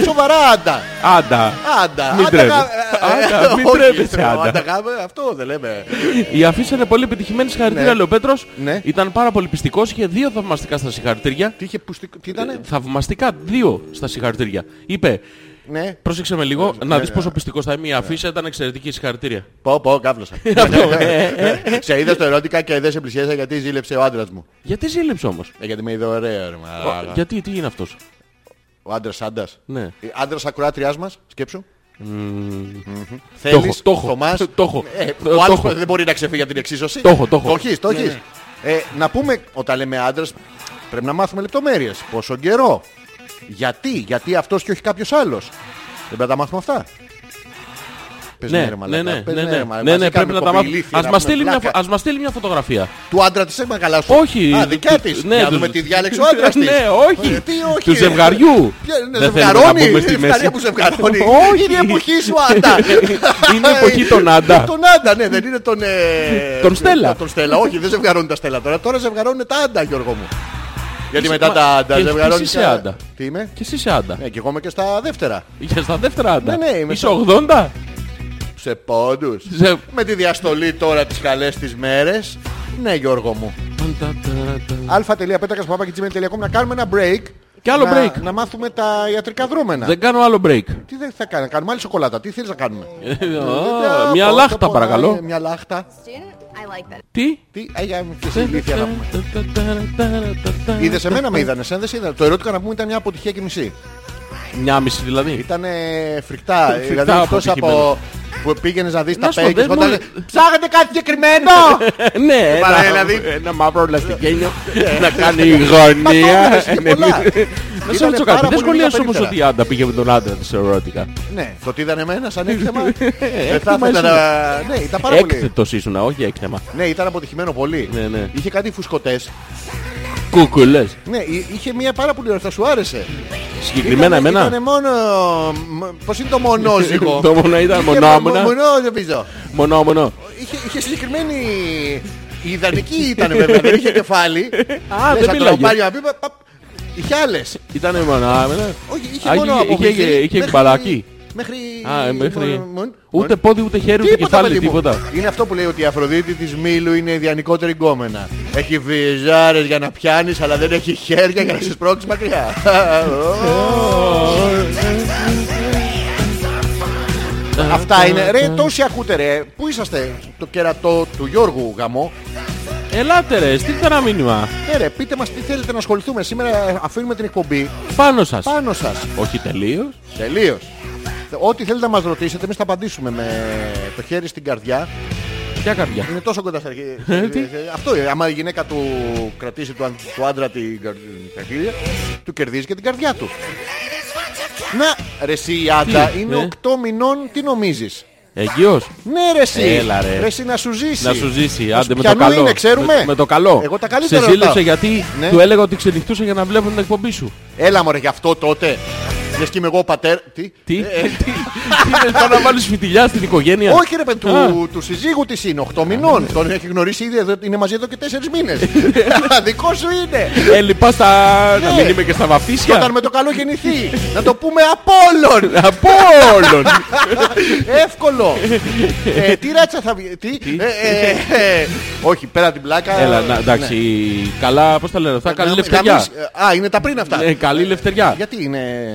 A: Σοβαρά άντα.
B: Άντα.
A: Άντα.
B: Μην
A: άντα,
B: τρέπε-
A: γα- ε, ε,
B: Άντα, μην
A: όχι,
B: τρέπεσαι, άντα.
A: γα- Αυτό δεν λέμε.
B: Η αφήση είναι πολύ επιτυχημένη. Συγχαρητήρια,
A: Ναι.
B: λέει ο Πέτρος.
A: Ναι.
B: Ήταν πάρα πολύ πιστικός. Είχε δύο θαυμαστικά στα συγχαρητήρια.
A: Τι είχε πουστικό, τι ήτανε.
B: Θαυμαστικά δύο στα συγχαρητήρια. Είπε,
A: Ναι.
B: πρόσεξε με λίγο, να
A: ναι,
B: δεις
A: ναι.
B: πόσο πιστικός θα είμαι. Η αφήσα ήταν εξαιρετική συγχαρητήρια.
A: Πω, πω, κάβλωσα.
B: ε,
A: Σε είδα στο ερώτηκα και δεν σε πλησιάσα γιατί ζήλεψε ο άντρας μου.
B: Γιατί ζήλεψε όμως.
A: Ε, Γιατί με είδε ωραίο, ρε μαλάκα.
B: Γιατί, τι είναι αυτός.
A: Ο άντρας άντρας.
B: Ναι.
A: Ε, Άντρας ακροάτριάς μας, σκέψου. Μμμ.
B: Το
A: Θέλεις,
B: έχω, το έχω.
A: Θωμάς.
B: Το έχω.
A: Ε,
B: Το- το
A: Ο άλλος
B: έχω.
A: δεν μπορεί να ξεφύγει από την εξίσωση.
B: Το έχω, το έχω. Ναι,
A: Το έχεις, το έχεις. Ε, Να πούμε, όταν λέμε άντρας, πρέπει να μάθουμε λεπτομέρειες. Πόσο καιρό. Γιατί, γιατί αυτός και όχι κάποιος άλλος. Δεν πρέπει να τα μάθουμε αυτά. Πες
B: Ναι,
A: ρε
B: ναι,
A: μαλάκα,
B: ναι,
A: πες
B: ναι,
A: ρε
B: ναι,
A: μαλάκα,
B: ναι,
A: μας
B: ναι,
A: έκαμε
B: πρέπει να τα μάθουμε.
A: κοπηλήθη,
B: Ας
A: να
B: μας
A: πούμε
B: στείλει μια φω-
A: πλάκα.
B: ας μας στείλει μια φωτογραφία.
A: Του άντρα της έμα καλά σου.
B: Όχι.
A: Α, δικιά της.
B: Ναι,
A: Ναι, να
B: τους-
A: δούμε τι διάλεξε ο άντρας της.
B: Ναι, όχι.
A: Ε, Τι όχι.
B: Του ζευγαριού.
A: Ποια- ναι,
B: Δεν θέλουμε να
A: ζευγαρώνει.
B: μπούμε στη
A: Η
B: μέση.
A: Φταρία που ζευγαρώνει.
B: Όχι.
A: Είναι η εποχή σου, Άντα.
B: Είναι η εποχή των Άντα.
A: Τον Άντα, ναι, δεν είναι τον... ε,
B: Τον Στέλλα.
A: Τον Στέλλα, όχι, δεν ζευγαρώνουν τα Στέλλα τώρα. Τώρα ζευγαρώνουν τα Άντα, Γιώργο μου. Γιατί μετά
B: μα-
A: τα Άντα
B: και- και
A: ζευγαρώνει...
B: εσύ
A: και-
B: είσαι Άντα.
A: Τι είμαι.
B: Και εσύ είσαι άντα.
A: Ναι, και εγώ είμαι και στα δεύτερα.
B: Για στα δεύτερα άντα.
A: Ναι, ναι, είμαι
B: Είσαι
A: στα-
B: 80. Ε,
A: Σε πόντους.
B: Σε-
A: Με τη διαστολή τώρα τις καλές τις μέρες. Ναι, Γιώργο μου. αλφα.πέτρακα.gmail.com να κάνουμε ένα break.
B: Κι άλλο
A: να,
B: break.
A: Να μάθουμε τα ιατρικά δρόμενα.
B: Δεν κάνω άλλο break.
A: Τι δεν θα κάνουμε, κάνουμε άλλη σοκολάτα. Τι θέλεις να κάνουμε.
B: Α,
A: Ε,
B: Μια
A: πω,
B: λάχτα
A: πω, ε,
B: παρακαλώ.
A: Μια λάχτα.
H: Student, I like that.
B: Τι.
A: Τι, αγιά μου, και σε ηλίθεια να πούμε. Είδες εμένα με είδανε, εσένα δεν σε είδανε. Το ερώτηκα να πούμε ήταν μια αποτυχία και μισή.
B: Μια μισή δηλαδή.
A: Ήταν φρικτά. ε, δηλαδή
B: Φρικτά
A: εκτός
B: αποτυχημένα.
A: από που πήγαινες να δεις
B: Να
A: τα
B: σου πω,
A: πέγκες.
B: δεν
A: όταν
B: μου-
A: λένε, Ψάχνετε κάτι συγκεκριμένο.
B: Ναι,
A: Παρά,
B: ένα,
A: δηλαδή.
B: ένα μαύρο λαστικένιο να κάνει γωνία.
A: Πατώνες και πολλά.
B: Να σε
A: Ήτανε
B: ρωτήσω κάτι.
A: πάρα
B: Δεν
A: πολύ
B: σχολίασε
A: λίγα
B: όμω ότι
A: περίπτερα.
B: η Άντα πήγε με τον άντρα τη ερωτικά.
A: Ναι, το ότι ήταν εμένα σαν έκθεμα. δεν θα
B: Έκθεμα
A: ήθελα
B: ήσουν.
A: να. Ναι, ήταν πάρα πολύ.
B: Έκθετο ήσουν, όχι έκθεμα.
A: Ναι, ήταν αποτυχημένο πολύ.
B: Ναι, ναι.
A: Είχε κάτι φουσκωτέ.
B: Κούκουλες.
A: Ναι, εί- είχε μία πάρα πολύ ωραία. Θα σου άρεσε.
B: Συγκεκριμένα εμένα.
A: Ήταν μόνο. Πώς είναι το μονόζυγο.
B: Ε, Το μόνο ήταν
A: Είχε
B: μονόμουνα.
A: μο- μονό, δεν πίζω.
B: Μονό, μονό.
A: Είχε, είχε συγκεκριμένη. Η ιδανική ήταν βέβαια, δεν είχε κεφάλι.
B: Α,
A: Λες,
B: δεν
A: θα το
B: πειράγει.
A: πάρει να πει, παπ, Είχε άλλες.
B: Ήταν μονάμενα.
A: Όχι, είχε
B: Α,
A: μόνο
B: είχε-
A: αποβληθεί
B: είχε- είχε
A: μέχρι-
B: μπαλάκι.
A: Μέχρι.
B: Α, ε, μέχρι.
A: μον- μον-
B: Ούτε πόδι, ούτε χέρι, ούτε κεφάλι,
A: παιδί μου.
B: τίποτα.
A: Είναι αυτό που λέει ότι η Αφροδίτη της Μήλου είναι η διανικότερη γκόμενα. Έχει βυζάρες για να πιάνεις αλλά δεν έχει χέρια για να σε σπρώξεις μακριά.
B: Ε,
A: Αυτά είναι. Ρε, τόσοι ακούτε ρε. Πού είσαστε το κερατό του Γιώργου γαμό.
B: Ελάτε ρε, στείλτε ένα μήνυμα.
A: Ε, ρε, πείτε μας τι θέλετε να ασχοληθούμε. Σήμερα αφήνουμε την εκπομπή
B: Πάνω σας.
A: πάνω σας.
B: Όχι τελείως.
A: Τελείως. Ό,τι θέλετε να μας ρωτήσετε, εμείς θα απαντήσουμε με το χέρι στην καρδιά.
B: Ποια καρδιά.
A: Είναι τόσο κοντά στην αρχή.
B: Ε, τι?
A: Ε, Αυτό είναι. Άμα η γυναίκα του κρατήσει του, αν- του άντρα την καρ- την καρδιά, του κερδίζει και την καρδιά του. Να, ρε εσύ η Άντα
B: Τι,
A: είναι
B: ε?
A: 8 μηνών, τι νομίζεις.
B: Εγγυός.
A: Ναι ρε εσύ.
B: Έλα, ρε.
A: ρε εσύ να σου ζήσει.
B: Να σου ζήσει, άντε με το
A: Πιανού
B: καλό.
A: είναι, ξέρουμε.
B: Με, με το καλό.
A: Εγώ τα καλύτερα
B: Σε ζήλεψε
A: ρωτάω.
B: γιατί
A: Ναι.
B: του έλεγα ότι ξενυχτούσε για να βλέπουν την εκπομπή σου.
A: Έλα μωρέ γι' αυτό τότε. Λες και είμαι εγώ ο πατέρα. Τι.
B: Τι, Ε, τι, είναι σαν να βάλεις φιτιλιά στην οικογένεια.
A: Όχι ρε παιδί,
B: Α.
A: του, του συζύγου της είναι 8 μηνών. Τον έχει γνωρίσει ήδη, εδώ- είναι μαζί εδώ και 4 μήνες. Δικό σου είναι.
B: Ε, λοιπά στα... Να
A: Ναι.
B: μην είμαι και
A: Και
B: στα
A: όταν
B: βαφτίσια.
A: με το καλό γεννηθεί. να το πούμε Απόλλων.
B: Από όλων.
A: Ναι. Εύκολο. ε, τι ράτσα θα βγει. Τι. ε, ε, ε, όχι, πέρα την πλάκα.
B: Έλα, να, εντάξει.
A: ναι.
B: Καλά, πώς τα λένε αυτά, καλή
A: Να- Ναι.
B: λευτεριά.
A: να μην- Α, είναι τα πριν αυτά.
B: Ε, καλή λευτεριά.
A: Γιατί είναι.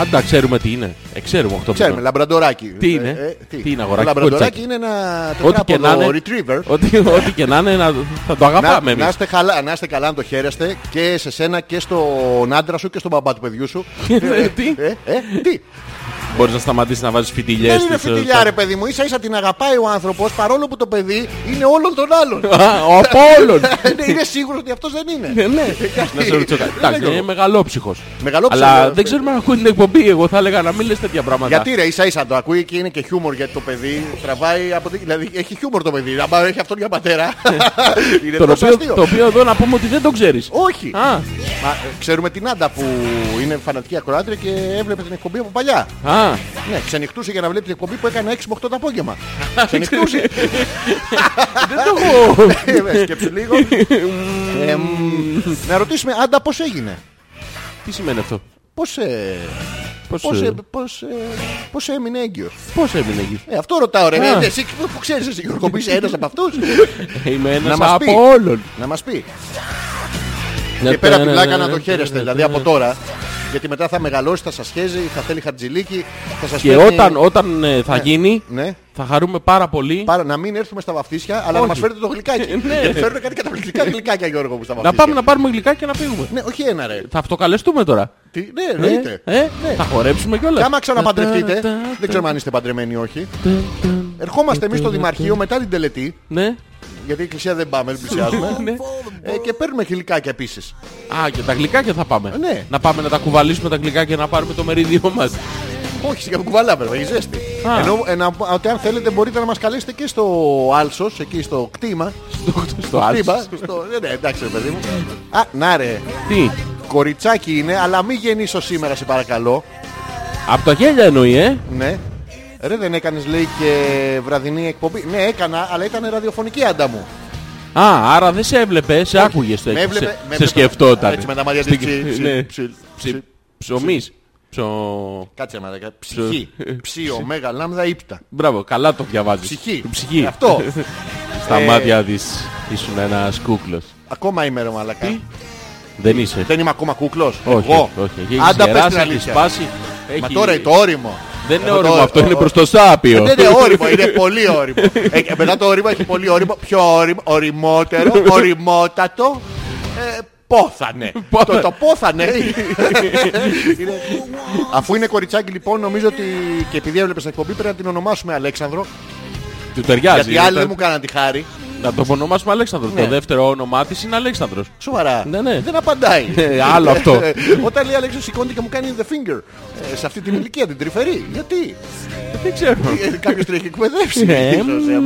B: Άντα, ξέρουμε τι είναι. Ε, ξέρουμε αυτό.
A: Ξέρουμε, λαμπραντοράκι. Ε,
B: Τι είναι? Τι είναι, αγοράκι,
A: Λαμπραντοράκι
B: κοριτσάκι.
A: είναι ένα
B: Ό,τι και να
A: τετράποδο
B: είναι.
A: retriever.
B: Ό,τι, ό,τι και να είναι, να- θα το
A: Να,
B: αγαπάμε εμείς.
A: να είστε καλά, να είστε καλά, να το χαίρεστε και σε σένα και στον άντρα σου και στον μπαμπά του παιδιού σου.
B: Ε, τι?
A: Ε, ε, τι.
B: Μπορείς να σταματήσεις να βάζεις φιτιλιές.
A: Δεν είναι φιτιλιά ρε παιδί μου, ίσα ίσα την αγαπάει ο άνθρωπος παρόλο που το παιδί είναι όλων των άλλων.
B: Από όλων.
A: Είναι- είναι σίγουρος ότι αυτός δεν είναι.
B: Ε, ναι. Να σε ρωτήσω κάτι.
A: Δεν
B: Εντάξει,
A: λέγω.
B: είναι μεγαλόψυχος.
A: Μεγαλόψυχος,
B: Αλλά
A: βέβαια.
B: δεν ξέρουμε αν ακούει την εκπομπή. Εγώ θα έλεγα να μην λες τέτοια πράγματα.
A: ε, Γιατί ρε, ίσα ίσα το ακούει και είναι και χιούμορ γιατί το παιδί τραβάει από τη- Δηλαδή έχει χιούμορ το παιδί. Αν έχει αυτόν για πατέρα. είναι
B: Το
A: τόσο
B: οποίο,
A: αστείο.
B: το οποίο εδώ να πούμε ότι δεν το ξέρεις.
A: Όχι.
B: Α,
A: Μα, ε, ξέρουμε την Άντα που είναι φανατική ακροάτρια και έβλεπε την εκπομπή από παλιά.
B: α.
A: Ναι, ξενυχτούσε για να βλέπει την εκπομπή που έκανα 6 με 8 το απόγευμα. ξενυχτούσε.
B: Δεν το έχω.
A: Ε, ε, Σκέψου λίγο. Ε, μ, να ρωτήσουμε, Άντα, πώς έγινε.
B: Τι σημαίνει αυτό.
A: Πώς, ε,
B: Πώς,
A: πώς, ε,
B: ε,
A: πώς, ε, πώς έμεινε έγκυος.
B: πώς έμεινε εκεί.
A: Ε, αυτό ρωτάω ρε.
B: Α.
A: Ε, Εσύ που- που ξέρεις εσύ Γιώργος που είσαι ένας από αυτούς.
B: Είμαι
A: Να
B: ένας
A: μας πει.
B: από όλων.
A: να μας πει. Και Ε,
B: Ναι,
A: πέρα από την πλάκα να το χαίρεστε. Δηλαδή από τώρα. Γιατί μετά θα μεγαλώσει, θα σας χέζει, θα θέλει χαρτζηλίκι. Θα σας
B: Και
A: παίρνει-
B: όταν, όταν ε, θα γίνει,
A: Ναι.
B: θα χαρούμε πάρα πολύ.
A: Πάρα, να μην έρθουμε στα βαφτίσια, αλλά να
B: Όχι.
A: μας φέρετε το γλυκάκι.
B: Ναι. Ε.
A: Γιατί φέρνουν κάτι καταπληκτικά γλυκάκια, Γιώργο μου, στα
B: Να
A: βαφτίσια.
B: πάμε να πάρουμε γλυκά και να φύγουμε.
A: Ναι, όχι ένα ρε.
B: Θα αυτοκαλεστούμε τώρα.
A: Τι, ναι, εννοείται. Ναι.
B: Ε, ε, Θα χορέψουμε
A: Και
B: κιόλα.
A: άμα ξαναπαντρευτείτε, δεν ξέρουμε αν είστε παντρεμένοι ή όχι. Ερχόμαστε εμείς στο Δημαρχείο μετά την τελετή,
B: Ναι.
A: γιατί η εκκλησία δεν πάμε, δεν πλησιάζουμε.
B: Ναι.
A: ε, και παίρνουμε χιλικάκια επίσης.
B: Α, και τα γλυκάκια θα πάμε.
A: Ναι.
B: Να πάμε να τα κουβαλήσουμε τα γλυκάκια και να πάρουμε το μερίδιό μας.
A: Όχι, για κουβαλά βέβαια, έχει ζέστη.
B: Α.
A: Ενώ ε, να- ότι αν θέλετε μπορείτε να μας καλέσετε και στο Άλσος, εκεί στο κτήμα.
B: στο, στο άλλο.
A: Κτήμα, στο... ναι, ναι, εντάξει ρε παιδί μου. Α, να ρε,
B: Τι.
A: κοριτσάκι είναι, αλλά μην γεννήσω σήμερα σε παρακαλώ.
B: Από τα γέλια εννοεί, ε.
A: Ναι. Ρε δεν έκανες λέει και βραδινή εκπομπή. Ναι έκανα, αλλά ήταν ραδιοφωνική άντα μου.
B: Α, άρα δεν σε έβλεπε, σε άκουγες το
A: με έβλεπε-
B: σε-
A: με
B: Σε
A: έβλεπε-
B: σκεφτόταν.
A: Έτσι, με τα μάτια της, ψι- ψι-
B: ναι.
A: ψι- ψι-
B: Ψωμί. Ψω.
A: Κάτσε μαλακά. Ψυχή. Ψι, ωμέγα, λάμδα, ύπτα.
B: Μπράβο, καλά το διαβάζεις.
A: Ψυχή.
B: Ψυχή.
A: Αυτό.
B: Στα
A: Ε,
B: μάτια της ήσουν ένας κούκλος.
A: Ακόμα είμαι ρε μαλακά.
B: Δεν είσαι.
A: Δεν είμαι ακόμα κούκλος.
B: Όχι,
A: Εγώ.
B: όχι. Έχει
A: Άντα πες την
B: γεράσει, έχεις
A: αλήθεια.
B: σπάσει.
A: Μα
B: έχει-
A: τώρα το όριμο.
B: Δεν είναι
A: Εγώ το-
B: όριμο αυτό,
A: ο-
B: είναι
A: ο-
B: προς το σάπιο.
A: Δεν είναι όριμο, είναι πολύ όριμο. Ε, και μετά το όριμο έχει πολύ όριμο. Πιο όριμο, οριμότερο, οριμότατο. Ε, πόθανε.
B: Πόθανε.
A: το, το πόθανε. Είναι- Αφού είναι κοριτσάκι λοιπόν νομίζω ότι και επειδή έβλεπες την εκπομπή πρέπει να την ονομάσουμε Αλέξανδρο.
B: Του ταιριάζει.
A: γιατί οι άλλοι δεν μου κάναν τη χάρη.
B: Να το ονομάσουμε Αλέξανδρος.
E: Ναι.
B: Το δεύτερο όνομά της είναι Αλέξανδρος.
E: Σοβαρά.
B: Ναι, ναι.
E: Δεν απαντάει.
B: Ε, άλλο αυτό.
E: Όταν λέει Αλέξο σηκώνεται και μου κάνει the finger. Ε, σε αυτή την ηλικία την τρυφερή. Γιατί.
B: Δεν ξέρω.
E: Ε, Κάποιος την έχει εκπαιδεύσει.
B: Ναι.
E: ίσως, ε,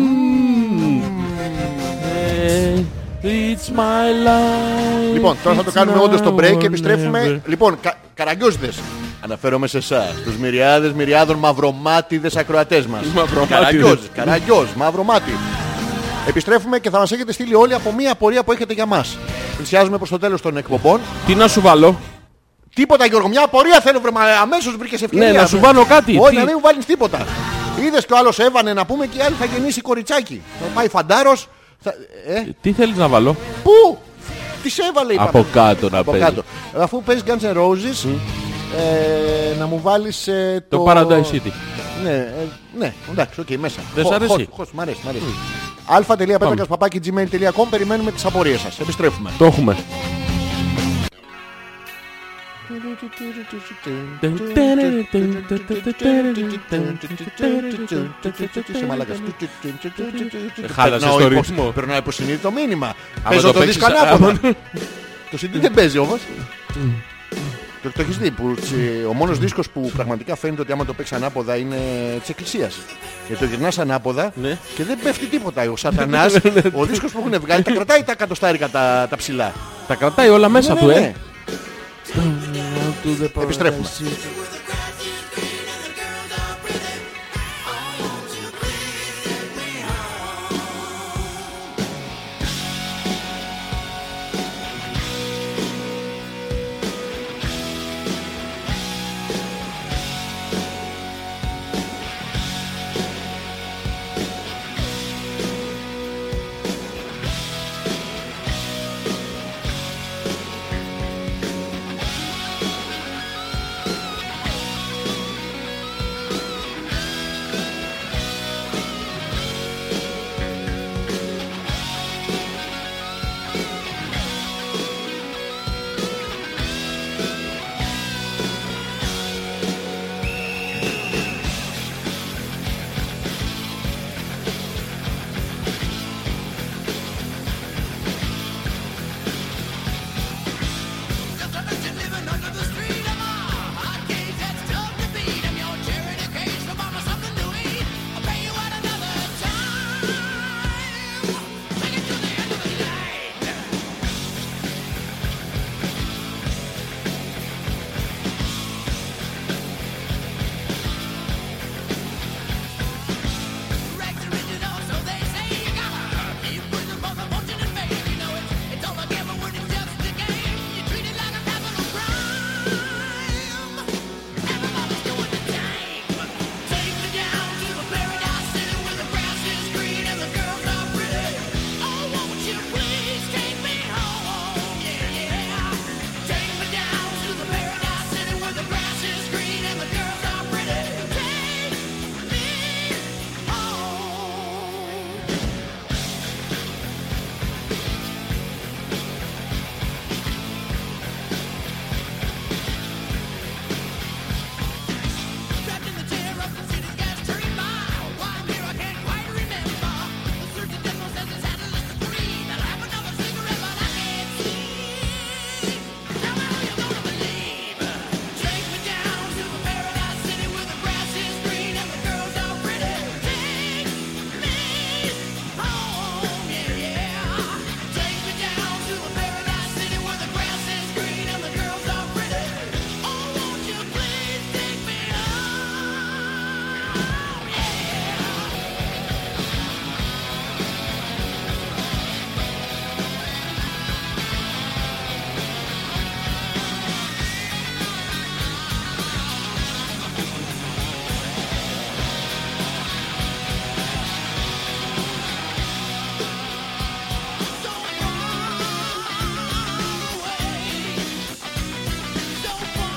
B: Ε, It's my life.
E: Λοιπόν, τώρα θα το
B: It's
E: κάνουμε
B: now
E: όντως το break
B: or
E: και επιστρέφουμε.
B: never.
E: Λοιπόν, κα, καραγκιόζηδες. Αναφέρομαι σε εσάς, τους μυριάδες, μυριάδων, μαυρομάτιδες ακροατές μας.
B: Μαυρομάτιδες.
E: Καραγκιόζ, καραγκιόζ, μαυρομάτι. Επιστρέφουμε και θα μας έχετε στείλει όλη από μία απορία που έχετε για μας. Πλησιάζουμε προς το τέλος των εκπομπών.
B: Τι να σου βάλω.
E: Τίποτα Γιώργο, μια απορία θέλω βρε, μα αμέσως βρήκες ευκαιρία.
B: Ναι, να σου βάλω κάτι.
E: Όχι,
B: Τι?
E: να μην μου βάλεις
B: Ναι.
E: τίποτα.
A: Ε,
E: Είδες και ο άλλος έβανε να πούμε και η άλλη θα γεννήσει κοριτσάκι. Θα πάει φαντάρος. Θα... Ε,
B: Τι θέλεις να βάλω.
E: πού! Της έβαλε είπαμε.
B: Από κάτω να
E: από
B: παίζει.
E: κάτω. Αφού παίζει Guns N' Roses, ε, να μου βάλεις ε,
B: Το
E: το...
B: Paradise City.
E: Ναι, ε, ναι, εντάξει, οκ, μέσα.
B: Δεν
E: Χω-
B: σ' αρέσει?
E: χως- χως, Μ' αρέσει, μ' αρέσει. αλφα.πέτρακας.gmail.com Περιμένουμε τις απορίες σας. Επιστρέφουμε.
B: Το έχουμε.
E: Είσαι μαλάκας.
B: Χάλασες
E: Περνάω
B: το
E: υπο-
B: ρυθμό.
E: Περνάω υποσυνείδητο μήνυμα. Παίζω
B: το
E: το
B: παίξεις,
E: δίσκο ανάποδα.
B: άμα-
E: Το CD δεν παίζει όμως. Το, το έχεις δει που τσι- ο μόνος δίσκος που πραγματικά φαίνεται ότι άμα το παίξεις ανάποδα είναι της εκκλησίας. Γιατί το γυρνάς ανάποδα
B: Ναι.
E: και δεν πέφτει τίποτα. Ο σατανάς, ο δίσκος που έχουν βγάλει, τα κρατάει τα κατοστάρικα τα, τα ψηλά.
B: Τα κρατάει όλα μέσα
E: Ναι,
B: του,
E: ναι,
B: ε.
E: ναι. Επιστρέφουμε. Oh, Oh,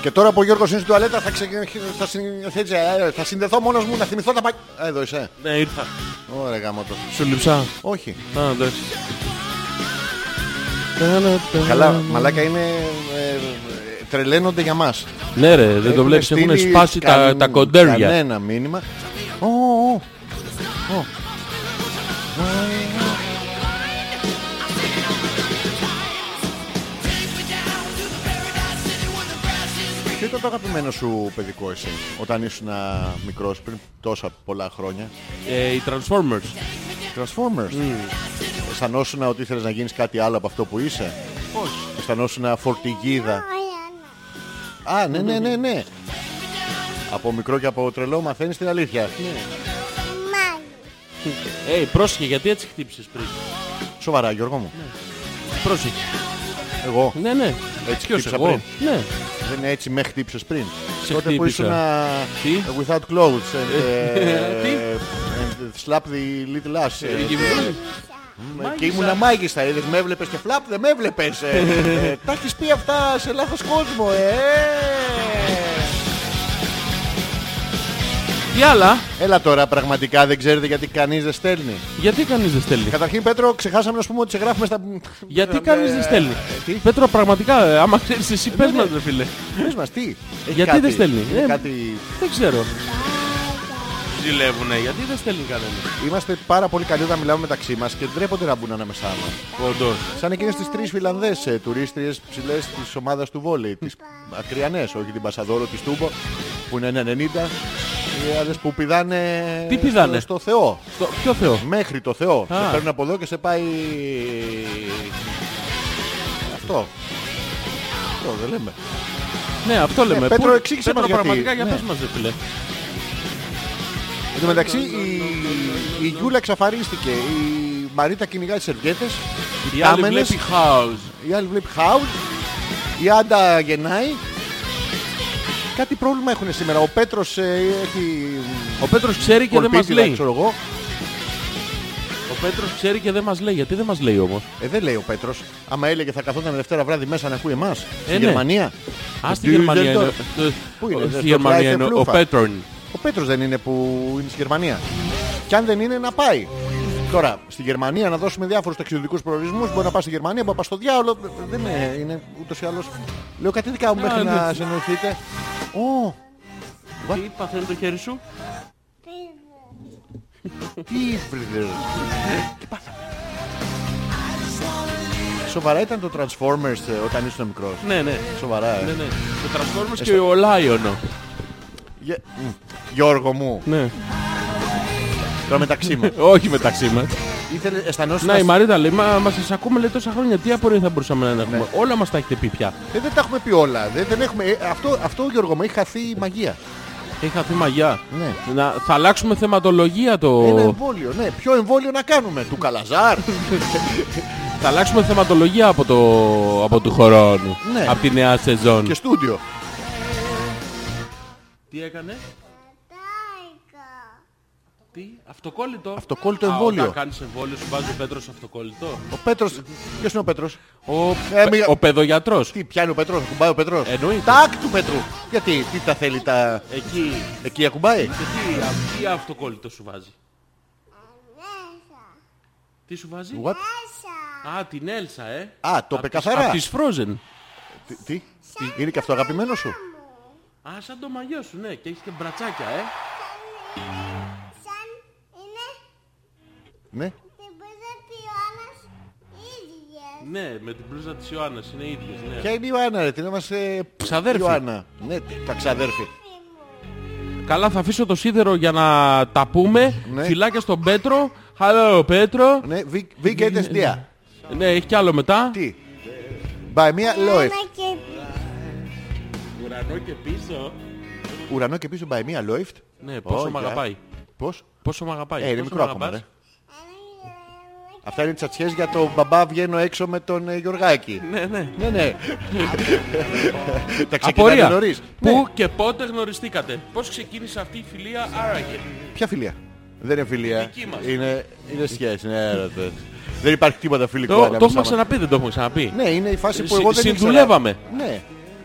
E: Και τώρα που ο Γιώργος είναι στην τουαλέτα θα, ξε... θα, συνθέτει- ε, θα συνδεθώ μόνος μου να θυμηθώ τα πα... Εδώ είσαι.
B: Ναι, ήρθα.
E: Ωραία γαμώτο.
B: Σου λείψα.
E: Όχι.
B: Α, εντάξει.
E: Καλά, μαλάκα είναι... ε, ε, τρελαίνονται για μας.
B: Ναι ρε, δεν το βλέπεις, έχουν
E: στείλει ναι.
B: σπάσει τα,
E: καν-
B: τα κοντέρια.
E: Κανένα μήνυμα. Ω, ω, ω. Ω.
A: ήταν το αγαπημένο σου παιδικό εσύ όταν ήσουν μικρός πριν τόσα πολλά χρόνια.
B: Ε, οι Transformers.
A: Transformers. Αισθανόσουν ότι ήθελες να γίνεις κάτι άλλο από αυτό που είσαι. Όχι. Αισθανόσουν φορτηγίδα. Α, ναι, ναι, ναι, ναι. Από μικρό και από τρελό μαθαίνεις την αλήθεια.
B: Ε, πρόσεχε, γιατί έτσι χτύπησες πριν.
A: Σοβαρά, Γιώργο μου.
B: Πρόσεχε.
A: Εγώ.
B: Ναι, ναι.
A: Έτσι
B: Ποιος,
A: χτύπησα
B: εγώ.
A: πριν.
B: Ναι.
A: Δεν είναι έτσι με χτύπησες πριν.
B: Σε
A: Τότε που
B: χτύπησα.
A: ήσουν
B: Τι?
A: without clothes and, ε,
B: Τι?
A: and slap the little ass. ε,
B: Ε,
A: Ε, Και ήμουν μάγιστα, είδες, με έβλεπες και φλαπ, δεν με έβλεπες. Ε, ε, τα έχεις πει αυτά σε λάθος κόσμο, ε.
E: ε.
B: Τι άλλα,
A: Έλα τώρα, πραγματικά δεν ξέρετε γιατί κανείς δεν στέλνει.
B: γιατί κανείς δεν στέλνει.
A: Καταρχήν, Πέτρο, ξεχάσαμε να σου πούμε ότι σε γράφουμε στα...
B: Γιατί
A: Ε,
B: κανείς δεν στέλνει.
A: ε, Τι,
B: Πέτρο, πραγματικά, ε, άμα ξέρεις εσύ, πες μας, ρε φίλε.
A: πες μας, τι. Έχει
B: Γιατί
A: κάτι-
B: δεν στέλνει,
A: είναι
B: ε.
A: κάτι...
B: Δεν ξέρω. Ζηλεύουνε, γιατί δεν στέλνει κανένα.
A: Είμαστε πάρα πολύ καλοί όταν μιλάμε μεταξύ μας και ντρέπονται να μπουν ανάμεσά μας.
B: Όντως.
A: Σαν εκείνες τις τρεις Φιλανδές ε, τουρίστριες ψηλές της ομάδας του βόλεϊ. Τις ακριανές, όχι την Πασαδόρο, της Τούμπο, που είναι 90. Οι άντρες που πηδάνε,
B: Ε, Τι
A: στο,
B: πηδάνε?
A: στο Θεό.
B: Στο- Ποιο Θεό.
A: Μέχρι το Θεό.
B: Α.
A: Σε παίρνουν από εδώ και σε πάει... Αυτό. Αυτό δεν λέμε.
B: Ναι, αυτό λέμε.
A: Πέτρο,
B: Πού-
A: εξήγησε
B: Πέτρο,
A: μας γιατί.
B: πραγματικά, για
A: Ναι.
B: πες μας, ρε φίλε.
A: Εν τω μεταξύ η, η Γιούλα εξαφανίστηκε. Η Μαρίτα κυνηγάει τις σερβιέτες.
B: Η άλλη
A: κάμενες.
B: βλέπει house.
A: Η άλλη βλέπει χάουτ. Η Άντα γεννάει. Κάτι πρόβλημα έχουν σήμερα. Ο Πέτρος ε, έχει
B: Ο Πέτρος ξέρει και δεν μας
A: κολπίτιδα,
B: λέει.
A: ξέρω εγώ.
B: Ο Πέτρος ξέρει και δεν μας λέει. Γιατί δεν μας λέει όμως.
A: Ε, δεν λέει ο Πέτρος. Άμα έλεγε θα καθόταν Δευτέρα βράδυ μέσα να ακούει εμάς. στη
B: ναι.
A: Γερμανία.
B: Α, στη
A: Düsseldorf.
B: Γερμανία είναι.
A: Πού είναι,
B: Στη
A: στο
B: Γερμανία
A: Dreisler
B: είναι ο
A: Flughafen.
B: Πέτρον.
A: Ο Πέτρος δεν είναι που είναι στη Γερμανία. Και αν δεν είναι να πάει. Τώρα, στη Γερμανία να δώσουμε διάφορους ταξιδιωτικούς προορισμούς. Μπορεί να πας στη Γερμανία, μπορεί να πας στο διάολο. Δεν είναι, είναι ούτως ή άλλως. Λέω κάτι δικά μου μέχρι
B: Α,
A: να
B: ναι.
A: συνοηθείτε. Ω,
B: Τι παθαίνει το χέρι σου.
A: Τι βρίδε. Τι πάθαμε. Σοβαρά ήταν το Transformers ε, όταν ήσουν μικρός.
B: Ναι, ναι.
A: Σοβαρά, ε.
B: Ναι, ναι. Το Transformers και ο Λάιονο.
A: Γε- μ, Γιώργο μου,
B: Ναι.
A: τώρα μεταξύ μας.
B: Όχι μεταξύ μας.
A: Ήθελε, αισθανόσουν...
B: Να Ναι, η Μαρίτα λέει, μα μας σας ακούμε λέει τόσα χρόνια. Τι απορία θα μπορούσαμε να
A: Ναι.
B: έχουμε. Όλα μας τα έχετε πει πια.
A: Ε, δεν τα έχουμε πει όλα. Δεν, δεν έχουμε... ε, αυτό, αυτό Γιώργο μου, έχει χαθεί η μαγεία.
B: Είχα τη μαγιά.
A: Ναι.
B: Να, θα αλλάξουμε θεματολογία το...
A: Ένα εμβόλιο, ναι. Ποιο εμβόλιο να κάνουμε, του Καλαζάρ.
B: Θα αλλάξουμε θεματολογία από το... από του χρόνου.
A: Ναι.
B: Από τη νέα σεζόν.
A: και στούντιο.
B: Τι έκανε. Τι. Αυτοκόλλητο.
A: Αυτοκόλλητο
B: Α,
A: εμβόλιο.
B: Όταν κάνεις εμβόλιο σου βάζει ο Πέτρος αυτοκόλλητο.
A: Ο Πέτρος, ποιος είναι ο Πέτρος.
B: Ο,
A: Ε,
B: πε-
A: μη-
B: ο παιδογιατρός.
A: Τι πιάνει ο Πέτρος, ακουμπάει ο Πέτρος.
B: Εννοείται.
A: Τάκ του Πέτρου. Γιατί, τι τα θέλει τα...
B: Εκεί.
A: Εκεί ακουμπάει.
B: Και τι, α- τι αυτοκόλλητο σου βάζει. Τι σου βάζει.
A: What?
B: Α, την Έλσα, ε.
A: Α, το είπε καθαρά.
B: Απ' της Frozen.
A: Τι, τι, είναι και αυτό αγαπημένο σου.
B: Α, σαν το μαγιό σου, ναι. Και έχεις και μπρατσάκια, ε.
A: Ναι.
B: Ναι, με την μπλούζα της Ιωάννας. Είναι ίδιες, ναι.
A: Ποια είναι η Ιωάννα, ρε, τι να μας... Ε, π,
B: Ξαδέρφη.
A: Ιωάννα. Ναι, τ- τα ξαδέρφη.
B: Καλά, θα αφήσω το σίδερο για να τα πούμε.
A: Ναι.
B: Φιλάκια στον Πέτρο. Hello, Πέτρο.
A: Ναι, Βίγκ Εστία.
B: Ναι, έχει κι άλλο μετά.
A: Τι. By μία Loef.
B: Ουρανό και πίσω.
A: Ουρανό και πίσω by μία Loef.
B: Ναι, πόσο
A: Oh,
B: μ'
A: yeah.
B: αγαπάει.
A: Πώς.
B: Πόσο μ' αγαπάει.
A: Ε, είναι
B: πόσο
A: μικρό
B: μ'
A: ακόμα,
B: αγαπάς.
A: ρε. Αυτά είναι τσατσιές για το μπαμπά βγαίνω έξω με τον ε, Γιωργάκη.
B: Ναι, ναι.
A: Ναι, ναι. Τα ξεκινάτε
B: Απορία.
A: νωρίς.
B: Πού
A: Ναι.
B: και πότε γνωριστήκατε. Πώς ξεκίνησε αυτή η φιλία άραγε.
A: Ποια φιλία. Δεν είναι φιλία.
B: Δική μας.
A: Είναι, είναι σχέση. Ναι, ρε, δε- δεν υπάρχει τίποτα φιλικό.
B: Το, το
A: ανάμεσα
B: έχουμε
A: μας.
B: ξαναπεί, δεν το έχουμε ξαναπεί.
A: Ναι, είναι η φάση που
B: Συ-
A: εγώ δεν ήξερα.
B: συντουλεύαμε.
A: Ναι.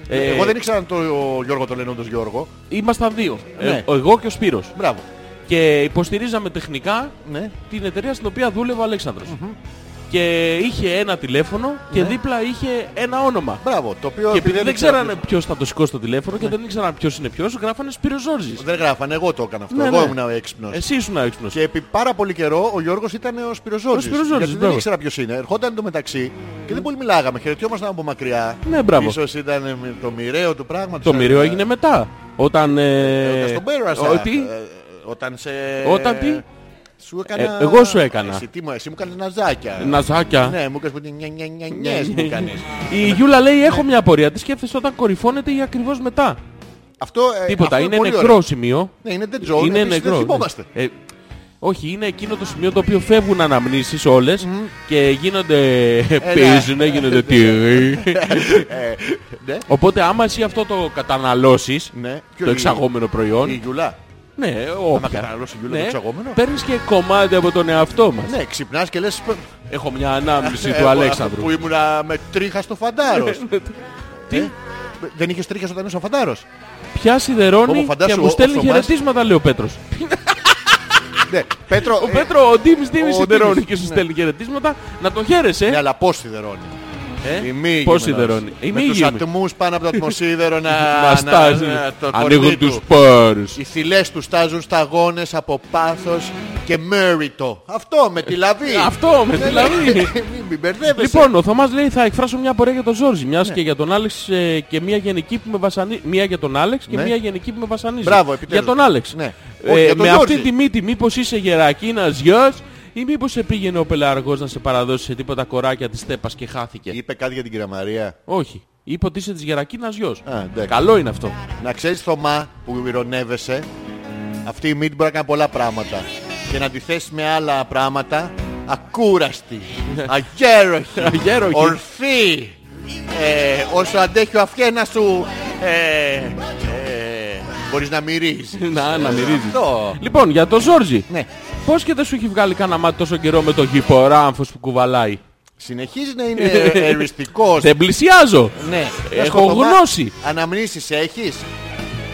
B: Ε,
A: Εγώ δεν ήξερα τον Γιώργο τον λένε όντως Γιώργο.
B: Ήμασταν δύο.
A: Ναι.
B: Ε, ο- εγώ και ο Σπύρος.
A: Μπράβο.
B: Και υποστηρίζαμε τεχνικά
A: Ναι.
B: την εταιρεία στην οποία δούλευε ο αλεξανδρος και είχε ένα τηλέφωνο και δίπλα είχε ένα όνομα.
C: Μπράβο, το οποίο
B: Και Ναι. επειδή δεν Ναι.
C: ήξερα
B: ξέρανε ποιος θα το σηκώσει το τηλέφωνο και δεν ήξεραν ποιος είναι ποιος, γράφανε Σπύρο Ζόρζης.
C: ποιος- Δεν γράφανε, εγώ το έκανα αυτό.
B: Ναι,
C: εγώ
B: ναι.
C: ήμουν έξυπνος.
B: Εσύ ήσουν έξυπνος.
C: Και επί πάρα πολύ καιρό ο Γιώργος ήταν ο Σπυροζόρης.
B: Ο Σπυροζόρης,
C: Γιατί δεν
B: μπράβο.
C: ήξερα ποιος είναι. Ερχόταν το μεταξύ και δεν πολύ μιλάγαμε. Χαιρετιόμασταν από μακριά.
B: Ναι, μπράβο.
C: Ίσως ήταν ε, το μοιραίο του πράγματος.
B: Το μοιραίο
C: Ε,
B: έγινε μετά. Όταν. ε,
C: Όταν στον πέρασα.
B: ο- τι?
C: ε, Όταν σε...
B: Όταν τι?
C: Σου έκανα...
B: Ε, εγώ σου έκανα.
C: Εσύ, τι μου, εσύ μου κάνεις ναζάκια.
B: ε. Ναζάκια.
C: Ναι, μου έκανες που την
B: Ναι,
C: νιανιανιανιές μου κάνεις.
B: Η Γιούλα λέει: Έχω μια απορία. Τι σκέφτεσαι όταν κορυφώνεται ή ακριβώς μετά.
C: Αυτό, ε,
B: Τίποτα.
C: αυτό
B: Είναι
C: πολύ
B: νεκρό
C: ωραίο.
B: σημείο.
C: Ναι, είναι dead zone.
B: είναι
C: Επίσης
B: νεκρό.
C: Δεν θυμόμαστε.
B: Ε, όχι, είναι εκείνο το σημείο το οποίο φεύγουν αναμνήσεις όλες και γίνονται. Παίζουν, ε, γίνονται τυρί.
C: Ε, ναι,
B: Οπότε άμα εσύ αυτό το καταναλώσεις,
C: ναι.
B: το εξαγόμενο προϊόν,
C: Η Γιουλά.
B: ναι, όποια.
C: καταναλώσει η Γιούλα το εξαγόμενο.
B: παίρνεις και κομμάτι από τον εαυτό μας.
C: Ναι, ξυπνάς και λες... «Π-
B: Έχω μια ανάμνηση
C: εγώ,
B: του Αλέξανδρου.
C: Που ήμουνα με τρίχα στο φαντάρος.
B: Τι,
C: Δεν είχες τρίχες όταν ήσουν φαντάρος.
B: πια
C: Όπο,
B: σιδερώνει
C: φαντάσου,
B: και
C: ο-
B: μου
C: ο
B: στέλνει
C: Θωμάς-
B: χαιρετίσματα, λέει ο Πέτρος.
C: Ναι, Πέτρο...
B: Ο
C: ε,
B: Πέτρο, ο Ντίμης Ντίμης
C: ο
B: σιδερώνει
C: Ντίμης,
B: και σου
C: ναι.
B: στέλνει χαιρετίσματα. Να τον χαίρεσαι.
C: Ναι, αλλά πώς σιδερώνει.
B: Ε,
C: Η μύγη
B: Πώς
C: με τα-
B: σιδερώνει. Η
C: Με
B: μύγη
C: τους
B: είναι.
C: ατμούς πάνω από το ατμοσίδερο να...
B: Να στάζει.
C: να- να- το κορμί
B: Ανοίγουν
C: τους.
B: τους πόρους.
C: Οι θυλές του στάζουν σταγόνες από πάθος και μέρητο. Αυτό με τη λαβή.
B: Αυτό με
C: Ναι,
B: δηλαδή.
C: μην- Μην μπερδεύεσαι.
B: Λοιπόν, ο Θωμάς λέει θα εκφράσω μια απορία για τον Ζόρζι, μιας και για τον Άλεξ ε, και μια γενική που με βασανίζει. Μια για τον Άλεξ και
C: Ναι.
B: μια γενική που με βασανίζει.
C: Μπράβο, επιτέλους.
B: Για τον Άλεξ.
C: Ναι.
B: Ε,
C: Όχι, για τον
B: με
C: Ζόρζι.
B: αυτή τη μύτη, μήπως είσαι γερακίνας γιος ή μήπως σε πήγαινε ο πελαργός να σε παραδώσει σε τίποτα κοράκια της τέπας και χάθηκε.
C: Είπε κάτι για την κυρία Μαρία.
B: Όχι. Είπε ότι είσαι της γερακίνας γιος.
C: Α, εντάξει.
B: Καλό είναι αυτό.
C: Να ξέρεις Θωμά που ηρωνεύεσαι Αυτή η μύτη μπορεί να κάνει πολλά πράγματα Και να τη θέσεις με άλλα πράγματα Ακούραστη Αγέροχη
B: Αγέροχη.
C: Ορθή ε, Όσο αντέχει ο αυχένα σου ε, ε, Μπορείς να μυρίζεις Ε,
B: να, να μυρίζεις.
C: Αυτό.
B: Λοιπόν, για τον Ζόρζι.
C: Ναι.
B: Πώς και δεν σου έχει βγάλει κανένα μάτι τόσο καιρό με τον γυποράμφος που κουβαλάει.
C: Συνεχίζει να είναι εριστικός
B: Δεν πλησιάζω.
C: ναι.
B: Έχω
C: Να σου πω, Θωμά,
B: γνώση.
C: Αναμνήσεις έχεις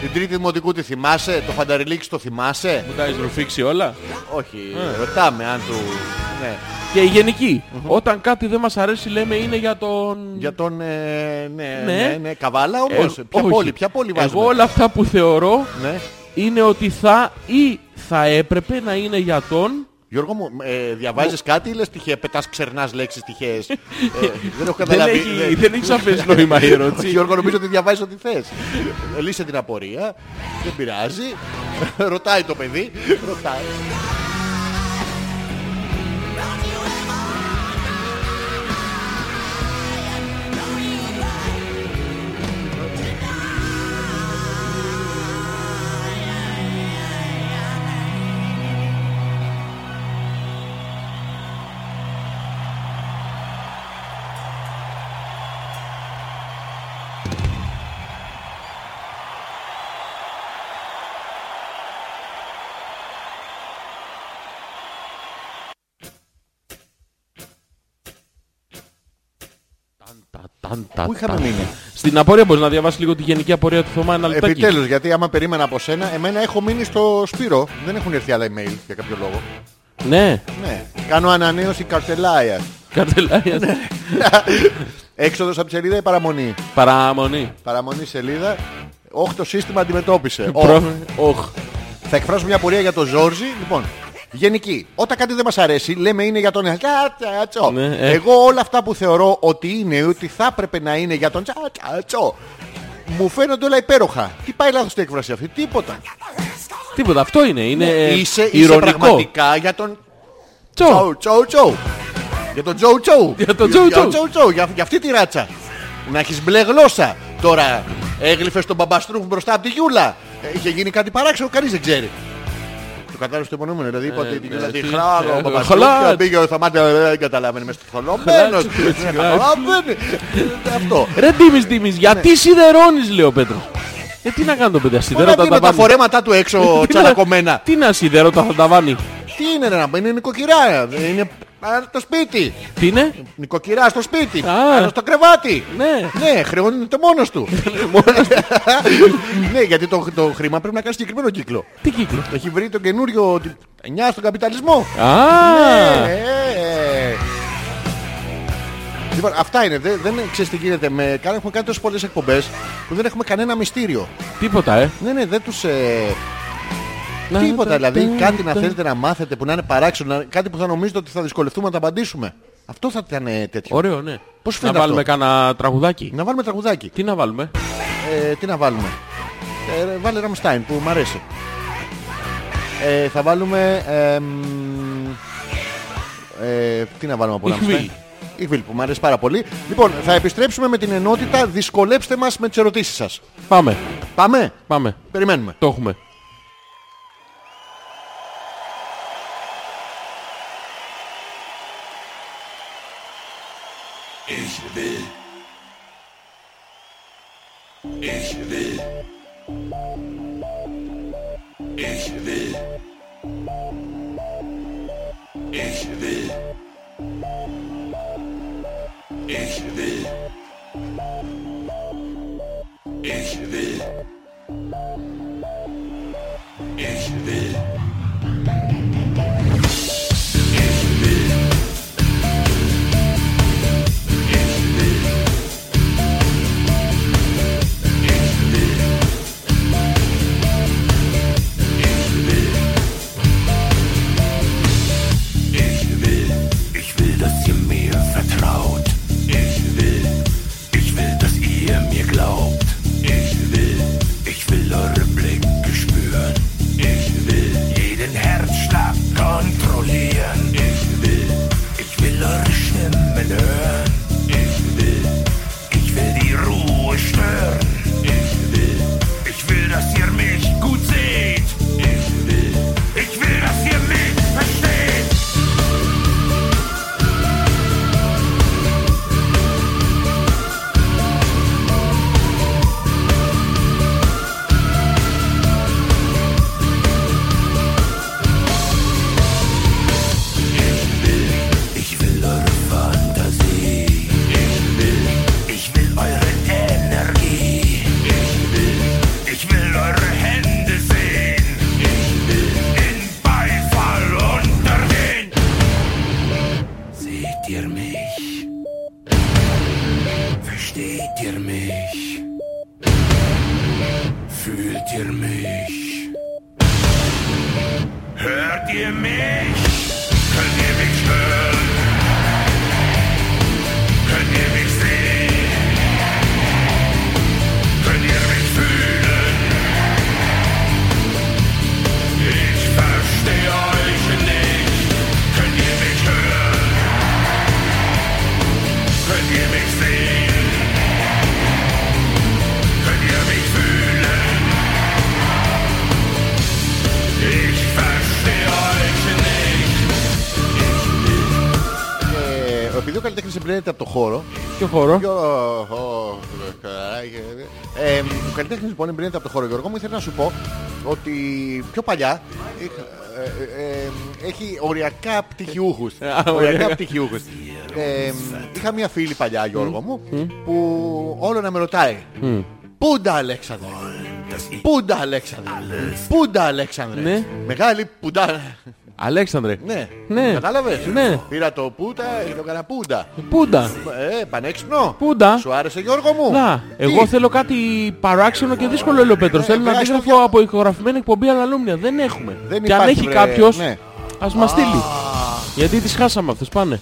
C: Την τρίτη δημοτικού τη θυμάσαι Το φανταριλίκι το θυμάσαι
B: Μου τα έχεις ρουφήξει όλα.
C: Όχι ρωτάμε αν του ναι.
B: Και η γενικη Όταν κάτι δεν μας αρέσει λέμε είναι για τον...
C: Για τον. Ε, ναι, ναι.
B: Ναι.
C: ναι, καβάλα όμως.
B: Ε,
C: ποια,
B: όχι.
C: πόλη, ποια πόλη βάζουμε.
B: Εγώ όλα αυτά που θεωρώ
C: Ναι.
B: είναι ότι θα ή θα έπρεπε να είναι για τον...
C: Γιώργο μου, ε, διαβάζεις κάτι ή λες τυχαία, πετάς ξερνάς λέξεις τυχαίες. ε, δεν έχω
B: Δεν
C: καταλάβει.
B: έχει, δεν έχει σαφές νόημα η ερώτηση.
C: Γιώργο, νομίζω ότι διαβάζεις ό,τι θες. Λύσε την απορία. Δεν πειράζει. Ρωτάει το παιδί. Ρωτάει.
B: Τα- τα- τα-
C: Πού είχαμε
B: τα.
C: μείνει?
B: Στην απορία μπορείς να διαβάσεις λίγο τη γενική απορία του Θωμά ένα λεπτάκι.
C: Επιτέλους, γιατί άμα περίμενα από σένα, εμένα έχω μείνει στο Σπύρο. Δεν έχουν έρθει άλλα email για κάποιο λόγο.
B: Ναι.
C: Ναι. Κάνω ανανέωση καρτελάιας.
B: Καρτελάρια.
C: Ναι. Έξοδος από τη σελίδα ή παραμονή.
B: Παραμονή.
C: Παραμονή σελίδα. Όχι το σύστημα αντιμετώπισε. Οχ.
B: Προ- Οχ.
C: Θα εκφράσω μια απορία για τον Ζόρζι. Λοιπόν, γενική. Όταν κάτι δεν μας αρέσει, λέμε είναι για τον. Τσατσατσό.
B: Ναι, ε.
C: Εγώ όλα αυτά που θεωρώ ότι είναι, ότι θα έπρεπε να είναι για τον. Τσατσατσό. Μου φαίνονται όλα υπέροχα. Τι πάει λάθος στην έκφραση αυτή, τίποτα.
B: Τίποτα. Αυτό είναι. Είναι
C: Ναι, είσαι, είσαι
B: Ε, ηρωνικό.
C: πραγματικά για τον.
B: Τσο.
C: Τσαου, τσαου, τσαου. Για τον Τζοου Τσοου.
B: Για τον Τζοου Τσοου.
C: Τσοου. Για, για αυτή τη ράτσα. Να έχεις μπλε γλώσσα. Τώρα έγλυφες τον μπαμπαστρούφ μπροστά από τη Γιούλα. Ε, Είχε γίνει κάτι παράξενο, κανείς δεν ξέρει. Το κατάλαβε το υπονοούμενο. Δηλαδή είπα ότι την
B: ναι,
C: Γιούλα τη
B: τι-
C: χλάγω. ο
B: ε,
C: Παπαστρούφ
B: χλάτ.
C: και Πήγε ο Θωμάτιος, ε, δεν καταλαβαίνει. Μες στο θολωμένος.
B: Χλάτ, χλάτ,
C: Δεν
B: χλάτ.
C: καταλαβαίνει. Ε, Αυτό.
B: Ρε Ντίμης Ντίμης,
C: Ναι.
B: γιατί σιδερώνεις λέει ο Πέτρος. Ε, τι να κάνω το παιδί, ασυδερώ
C: Τώρα τι
B: τα Ναι.
C: με τα
B: ταβάνι.
C: φορέματά του έξω
B: Τι να-
C: τσαλακωμένα.
B: Τι να σιδερώ τα ταβάνι.
C: Τι είναι ρε, να μπει, είναι νοικοκυρά. ε, Είναι α, το σπίτι.
B: Τι είναι.
C: Νοικοκυρά στο σπίτι.
B: Α.
C: Πάνω στο κρεβάτι.
B: Ναι.
C: Ναι, χρεώνεται μόνος του. ναι, γιατί το, το χρήμα πρέπει να κάνει συγκεκριμένο κύκλο.
B: Τι κύκλο.
C: Έχει βρει Ναι. τον καινούριο. τη- Νιά στον καπιταλισμό.
B: Α,
C: Ε, ε, ε. Λοιπόν, αυτά είναι. Δεν, δεν ξέρεις τι γίνεται. Με, κάνε- έχουμε κάνει τόσες πολλές εκπομπές που δεν έχουμε κανένα μυστήριο.
B: Τίποτα, ε.
C: Ναι, ναι, δεν τους... ε,
B: Να,
C: τίποτα
B: τα-
C: δηλαδή.
B: τα-
C: Κάτι να
B: τα-
C: θέλετε να μάθετε που να είναι παράξενο. να- Κάτι που θα νομίζετε ότι θα δυσκολευτούμε να τα απαντήσουμε. Αυτό θα ήταν ε, τέτοιο.
B: Ωραίο, ναι.
C: Πώς σου
B: να
C: φαίνεται
B: βάλουμε
C: αυτό?
B: κανένα τραγουδάκι.
C: Να βάλουμε τραγουδάκι.
B: Τι να βάλουμε.
C: Ε, τι να βάλουμε. Ε, ρε, βάλε Ραμστάιν που μου αρέσει. Ε, θα βάλουμε. Ε, μ, ε, τι να βάλουμε από
B: Ich will.
C: Ραμστάιν. Ιγβίλ που μου αρέσει πάρα πολύ. Λοιπόν, θα επιστρέψουμε με την ενότητα. Δυσκολέψτε μας με τις ερωτήσεις σας.
B: Πάμε.
C: Πάμε.
B: Πάμε.
C: Περιμένουμε.
B: Το έχουμε.
I: Ich will, dass ihr mir vertraut. Ich will, ich will, dass ihr mir glaubt. Ich will, ich will eure Blicke spüren. Ich will jeden Herzschlag kontrollieren. Ich will, ich will eure Stimmen hören. Ich will, ich will die Ruhe stören. Ich will, ich will, dass ihr mich gut seht. Ich will, ich will, dass ihr mich versteht. Ich will eure Fantasie. Ich will, ich will eure Energie. Ich will, ich will eure Hände sehen. Ich will in Beifall untergehen. Seht ihr mich? Versteht ihr mich? Fühlt ihr mich? Hört ihr mich? Könnt ihr mich hören? Könnt ihr mich sehen? Könnt ihr mich fühlen? Ich verstehe euch nicht. Könnt ihr mich hören? Könnt ihr mich sehen? Könnt ihr mich fühlen? Ich verstehe euch nicht.
C: Ε, επειδή ο καλλιτέχνης εμπλέκεται από το χώρο,
B: Ποιο χώρο.
C: Γιώργο. Ω, καράγε. Ε, Ο καλλιτέχνης λοιπόν εμπνέεται από το χώρο Γιώργο μου. Ήθελα να σου πω ότι πιο παλιά ε, ε, ε, έχει οριακά πτυχιούχους. Οριακά πτυχιούχους. Είχα μια φίλη παλιά, Γιώργο μου, που όλο να με ρωτάει. Πούντα Αλέξανδρε. Πούντα Αλέξανδρε. Πούντα Αλέξανδρε.
B: Ναι.
C: Μεγάλη πούντα.
B: Αλέξανδρε.
C: Ναι.
B: Ναι.
C: Κατάλαβες.
B: Ναι.
C: Πήρα το πούτα και το έκανα πούντα.
B: Πούντα.
C: Ε, πανέξυπνο.
B: Πούντα.
C: Σου άρεσε Γιώργο μου.
B: Να,
C: Τι? Ε,
B: εγώ θέλω κάτι παράξενο και δύσκολο, λέει ο Πέτρος. Θέλω να
C: βγάζει το
B: αντίγραφο
C: δια-
B: από ηχογραφημένη εκπομπή αναλούμνια. Δεν έχουμε.
C: Δεν
B: και αν
C: υπάρχει,
B: έχει
C: βρε,
B: κάποιος,
C: ναι.
B: ας μας στείλει. Γιατί τις χάσαμε αυτές, πάνε.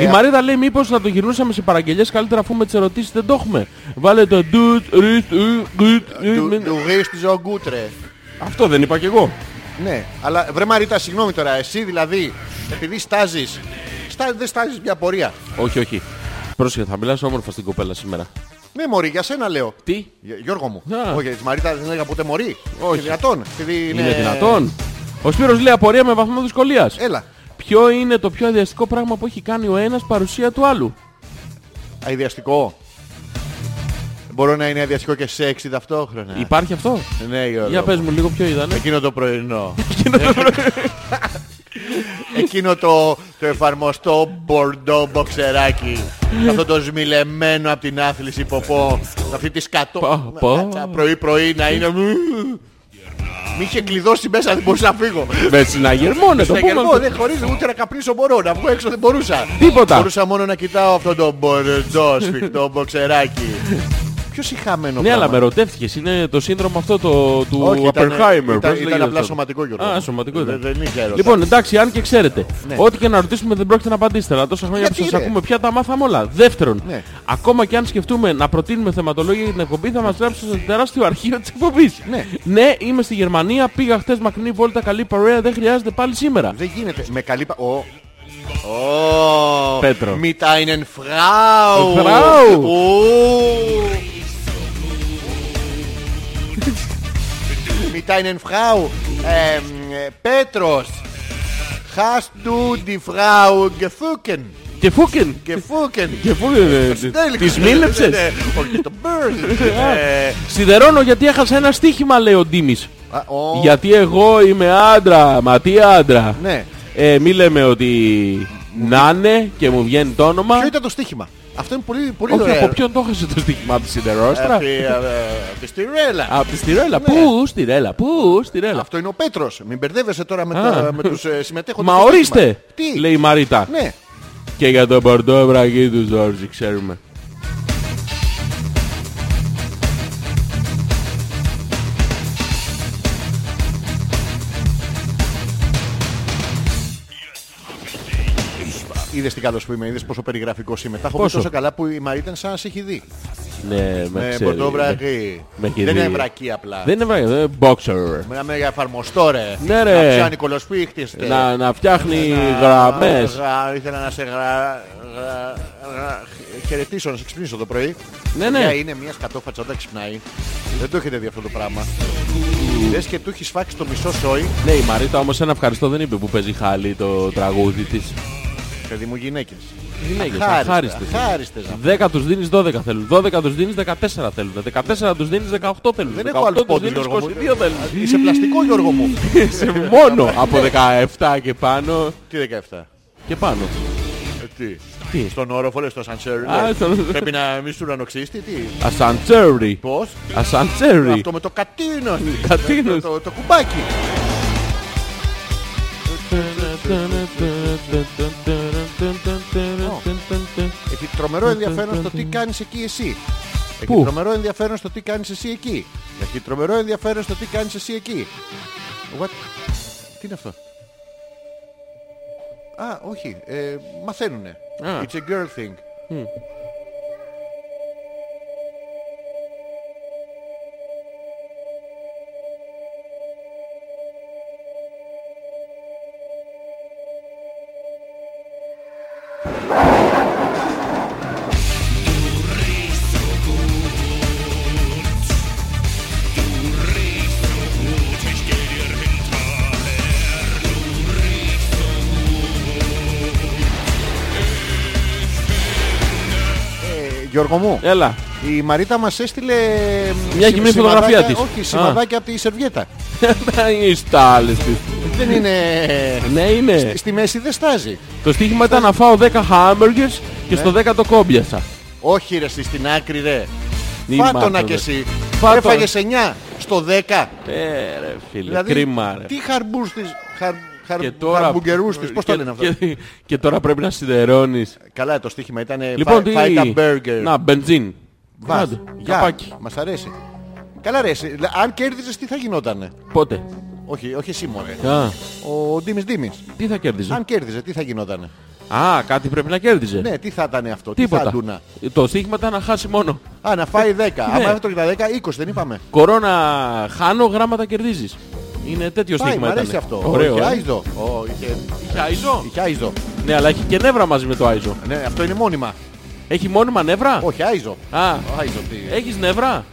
B: Η
C: Ε, α-
B: Μαρίτα λέει μήπως θα το γυρνούσαμε σε παραγγελίες καλύτερα αφού με τις ερωτήσεις δεν το έχουμε. Βάλε το ντουτ, ριτ, ου, γκουτ, ου,
C: Του,
B: μην-
C: του γρήστης ο Γκούτρε.
B: Αυτό δεν είπα κι εγώ.
C: Ναι, αλλά βρε Μαρίτα, συγγνώμη τώρα, εσύ δηλαδή, επειδή στάζεις, στά, δεν στάζεις μια πορεία.
B: Όχι, όχι. Πρόσεχε, θα μιλάς όμορφα στην κοπέλα σήμερα.
C: Ναι, Μωρή, για σένα λέω.
B: Τι,
C: Γι- Γιώργο μου.
B: Α.
C: Όχι, της Μαρίτα δεν έλεγα ποτέ Μωρή.
B: Ναι. Όχι.
C: Είναι δυνατόν. Επειδή
B: είναι δυνατόν. Ο Σπύρος λέει απορία με βαθμό δυσκολίας.
C: Έλα.
B: Ποιο είναι το πιο αδιαστικό πράγμα που έχει κάνει ο ένας παρουσία του άλλου.
C: Αειδιαστικό. Μπορώ να είναι αειδιαστικό και σεξι ταυτόχρονα.
B: Υπάρχει αυτό.
C: Ναι, Γιώργο.
B: Για
C: μου.
B: πες μου λίγο ποιο ήταν. ε.
C: Εκείνο το πρωινό. Εκείνο το, το εφαρμοστό μπορντό μποξεράκι. Αυτό το σμιλεμένο από την άθληση ποπό. Αυτή τη σκατό.
B: Πω, πω.
C: Πρωί-πρωί να είναι. Μ' είχε κλειδώσει μέσα, δεν μπορούσα να φύγω.
B: Με συναγερμό, να το
C: Στα
B: πούμε.
C: γερμό, δεν χωρίς ούτε να καπνίσω μπορώ, να βγω έξω δεν μπορούσα.
B: Τίποτα.
C: Μπορούσα μόνο να κοιτάω αυτό το μπορετζό σφιχτό μποξεράκι. Ποιος συχαμένο
B: Ναι, αλλά με
C: πράγμα.
B: ρωτεύτηκες. Είναι το σύνδρομο αυτό το, του
C: Όχι, ήταν-
B: Oppenheimer.
C: ήταν-
B: Πώς
C: ήταν
B: λέγεται
C: απλά
B: αυτό.
C: σωματικό, Γιώργο.
B: Α, σωματικό ήταν.
C: Δεν- δεν είχε έρωτα.
B: Λοιπόν, εντάξει, αν και ξέρετε,
C: Ναι.
B: ό,τι και να ρωτήσουμε δεν πρόκειται να απαντήσετε. Αλλά τόσα χρόνια
C: Γιατί,
B: που σας
C: ρε?
B: ακούμε πια τα μάθαμε όλα. Δεύτερον,
C: Ναι.
B: ακόμα και αν σκεφτούμε να προτείνουμε θεματολόγια για την εκπομπή, θα μας γράψουν στο τεράστιο αρχείο της εκπομπής.
C: Ναι.
B: είμαι στη Γερμανία, πήγα χτε μακρινή βόλτα, καλή παρέα, δεν χρειάζεται πάλι σήμερα.
C: Δεν γίνεται. Με καλή. πα- Ο. Ο.
B: Πέτρο.
C: Mit einen Frau.
B: Frau.
C: Ο. Mit einen Frau. Ähm, äh, Petros. Hast du die Frau gefucken?
B: Και φούκεν!
C: Gefucken.
B: Και φούκεν! ε, Τις μίλεψες.
C: Ναι, ναι. Όχι, το bird. Ε,
B: Σιδερώνω γιατί έχασα ένα στοίχημα, λέει ο Ντίμης.
C: α, ο,
B: Γιατί εγώ είμαι άντρα, μα τι άντρα.
C: Ναι.
B: Ε, μη λέμε ότι να είναι και μου βγαίνει το όνομα.
C: Ποιο ήταν το στοίχημα. Αυτό είναι πολύ, πολύ
B: Όχι,
C: ωραίο.
B: από ποιον το έχασε το στοίχημα, από τη
C: Από
B: Σιδερόστρα.
C: τη, ε, Από τη Στυρέλα.
B: Από τη Στυρέλα. Πού, Στυρέλα, πού, Στυρέλα.
C: Αυτό είναι ο Πέτρος. Μην μπερδεύεσαι τώρα με,
B: Α.
C: τα, με τους ε, συμμετέχοντες.
B: Μα
C: στο
B: ορίστε,
C: στοίχημα. Τι.
B: λέει η Μαρίτα.
C: Ναι.
B: Και για τον Πορτό βραγί του Ζόρζη, ξέρουμε.
C: Είδες τι καλός που είμαι. Είδες πόσο περιγραφικός είμαι. Τα έχω πει
B: Πόσο?
C: τόσο καλά που η Μαρίτα είναι σαν να σε έχει δει.
B: Ναι, με
C: Με
B: ξέρει.
C: ποτό βρακί.
B: Με έχει
C: Δεν
B: δει.
C: είναι βρακί απλά.
B: Δεν είναι βραγί, δεν είναι boxer.
C: Μιλάμε για εφαρμοστό ρε.
B: Ναι, ρε.
C: Να πιάνει κολοσπίχτης. τε.
B: Να, να φτιάχνει
C: Ναι. Να-
B: γραμμές.
C: γα- Ήθελα να σε γρα... γρα- γρα- χαιρετήσω, να σε ξυπνήσω το πρωί.
B: Ναι, ναι.
C: Παιδιά, είναι μια σκατόφατσα όταν ξυπνάει. Δεν το έχετε δει αυτό το πράγμα. Λες και του έχεις φάξει το μισό σόι.
B: Ναι, η Μαρίτα όμως ένα ευχαριστώ δεν είπε που παίζει χάλι το τραγούδι της.
C: Παιδί μου γυναίκες.
B: Γυναίκες, αχάριστες.
C: Χάριστες. Χάριστες.
B: 10 τους δίνεις 12 θέλουν, 12 τους δίνεις 14 θέλουν, 14 τους δίνεις 18 θέλουν,
C: Δεν
B: 18
C: έχω άλλο
B: τους
C: πόντου,
B: δίνεις
C: Γιώργο μου. Ε,
B: 22 θέλουν.
C: Είσαι πλαστικό, Γιώργο μου.
B: Είσαι μόνο από 17 και πάνω
C: Τι 17.
B: και πάνω.
C: Ε, Τι.
B: Τι.
C: Στον όροφο λες το σανσέρι.
B: Α,
C: λες.
B: στον-
C: Πρέπει να μη σου ουρανοξύστη. Τι.
B: Ασαντσέρι.
C: Πώς.
B: Ασαντσέρι.
C: Αυτό με το κατίνος.
B: Κατίνος.
C: Το, το κουμπάκι. Έχει τρομερό ενδιαφέρον στο τι κάνεις εκεί εσύ. Έχει
B: Πού?
C: τρομερό ενδιαφέρον στο τι κάνεις εσύ εκεί. Έχει τρομερό ενδιαφέρον στο τι κάνεις εσύ εκεί. What? Τι είναι αυτό. Α, όχι. Ε, μαθαίνουνε.
B: Α.
C: It's a girl thing. Ε, Γιώργο μου,
B: Έλα.
C: η Μαρίτα μας έστειλε... μ,
B: Μια
C: σι-
B: γυμνή φωτογραφία
C: σημαδάκια-
B: της.
C: Όχι,
B: Α.
C: σημαδάκια από τη σερβιέτα.
B: Οι στάλες της.
C: Δεν είναι...
B: Ναι, είναι.
C: Στη μέση δεν στάζει.
B: Το στοίχημα ήταν να φάω 10 hamburgers
C: Ναι.
B: και στο 10 το κόμπιασα.
C: Όχι ρε, εσύ, στην άκρη ρε.
B: Μη
C: Φάτονα
B: μάθατε.
C: κι εσύ.
B: Φάτονα.
C: Έφαγες 9 στο 10.
B: Ε, ρε φίλε, κρίμα ρε.
C: Δηλαδή, τι χαρμπούστης, χαρ, χαρ,
B: Ε. Και τώρα...
C: χαρμπουγγερούστης, πώς το
B: και-
C: λένε αυτό.
B: Και, και τώρα πρέπει να σιδερώνεις.
C: Καλά το στοίχημα ήταν
B: Λοιπόν, τι...
C: Ε, φάει τα μπέργκερ.
B: Να, μπενζίν.
C: Βάζ,
B: Βάζω.
C: γεια,
B: Καπάκι.
C: Μας αρέσει. Καλά ρε, εσύ, αν κέρδιζες τι θα γινότανε.
B: Πότε.
C: Όχι, όχι εσύ μωρέ.
B: Α,
C: Ο Ντίμης Ντίμης.
B: τι θα κέρδιζε.
C: Αν κέρδιζε τι θα γινότανε.
B: Α, κάτι πρέπει να κέρδιζε.
C: Ναι, τι θα ήταν αυτό. Τι θα
B: Τίποτα.
C: ντούνα.
B: Το στοίχημα ήταν να χάσει μόνο.
C: Α, να φάει 10. Άμα
B: Ναι.
C: έφτιαξε τα 10, 20 δεν είπαμε.
B: Κορώνα χάνω, γράμματα κερδίζεις. Είναι τέτοιο
C: Πάει, μ'
B: στοίχημα
C: αρέσει
B: ήταν.
C: αυτό.
B: Ωραίο.
C: Είχε
B: ε.
C: άιζο. Ω, είχε-
B: Είχε άιζο.
C: Είχε άιζο.
B: Ναι, αλλά έχει και νεύρα μαζί με το άιζο.
C: Ναι, αυτό είναι μόνιμα.
B: Έχει μόνιμα νεύρα.
C: Όχι, άιζο.
B: Α,
C: Άιζο, τι.
B: έχεις νεύρα.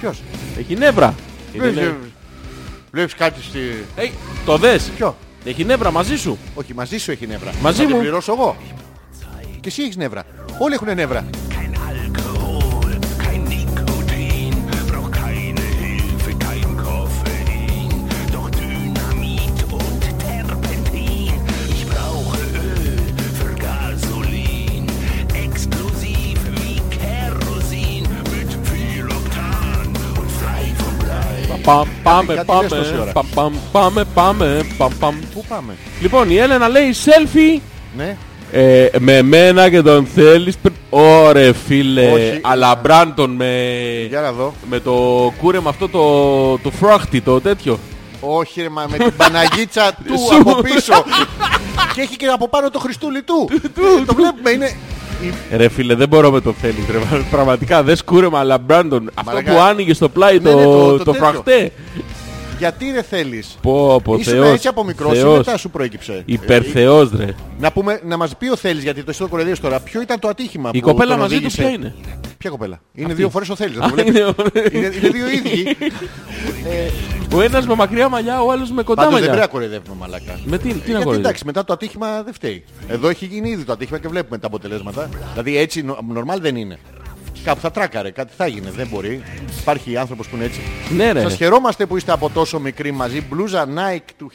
C: Ποιος.
B: Έχει νεύρα. Είναι
C: Βλέπεις,
B: νε-
C: Βλέπεις κάτι στη...
B: ναι. Ε, το δες.
C: Ποιο.
B: Έχει νεύρα μαζί σου.
C: Όχι, μαζί σου έχει νεύρα.
B: Μαζί
C: Θα την
B: μου.
C: πληρώσω εγώ. Και εσύ έχεις νεύρα. Όλοι έχουν νεύρα.
I: Kein Alkohol, kein Nikotin, braucht keine Hilfe, kein Koffein, doch Dynamit und Terpentin. Ich brauche Öl für Gasolin, explosiv wie Kerosin mit viel Oktan und frei vom Blei.
B: Παμ, Πάμε,
C: κάτι
B: πάμε,
C: λες τόση ώρα.
B: παμ, παμ, πάμε, πάμε, παμ, παμ.
C: Πού πάμε.
B: Λοιπόν, η Έλενα λέει selfie
C: Ναι.
B: ε, με μένα και τον θέλεις πριν... Ωρε φίλε,
C: Όχι.
B: αλλά Μπράντον με...
C: Για να δω.
B: με το κούρεμα αυτό το, το φράχτη, το τέτοιο.
C: Όχι ρε, μα με την Παναγίτσα του
B: Σου.
C: από πίσω. και έχει και από πάνω το Χριστούλη του. Ε, το βλέπουμε είναι...
B: Ρε φίλε, δεν μπορώ με το θέλεις. Ρε, πραγματικά δεν σκούρεμα, αλλά Μπράντον. Αυτό
C: Μαλάκα.
B: που άνοιγε στο πλάι
C: Ναι, ναι, το-
B: το,
C: το
B: το
C: τέτοιο.
B: φραχτέ.
C: Γιατί δεν θέλεις.
B: Πω, από
C: Ήσουν
B: Θεός.
C: έτσι από μικρός ή
B: Θεός.
C: μετά σου προέκυψε. Ε,
B: Υπερθεός ρε.
C: Να, πούμε, να μας πει ο Θέλης, γιατί το είσαι κοροϊδεύεις τώρα, ποιο ήταν το ατύχημα
B: Η
C: που
B: κοπέλα
C: τον
B: μαζί του
C: οδήγησε.
B: ποια είναι.
C: Ποια κοπέλα. Είναι δύο φορές ο Θέλης. να το
B: Α,
C: βλέπεις.
B: είναι ο-
C: είναι, είναι δύο ίδιοι.
B: Ο ένας με μακριά μαλλιά, ο άλλος με κοντά
C: Πάντως δεν πρέπει να
B: μαλλιά.
C: κοροϊδεύουμε μαλακά.
B: Με τι, τι να
C: Γιατί
B: κοροϊδεύεις.
C: εντάξει, μετά το ατύχημα δεν φταίει. Εδώ έχει γίνει ήδη το ατύχημα και βλέπουμε τα αποτελέσματα. Δηλαδή έτσι νο- normal δεν είναι. Κάπου θα τράκαρε, κάτι θα γίνει. Δεν μπορεί. Υπάρχει άνθρωπος που είναι έτσι.
B: Ναι ρε.
C: Σας χαιρόμαστε που είστε από τόσο μικροί μαζί. Μπλούζα Nike του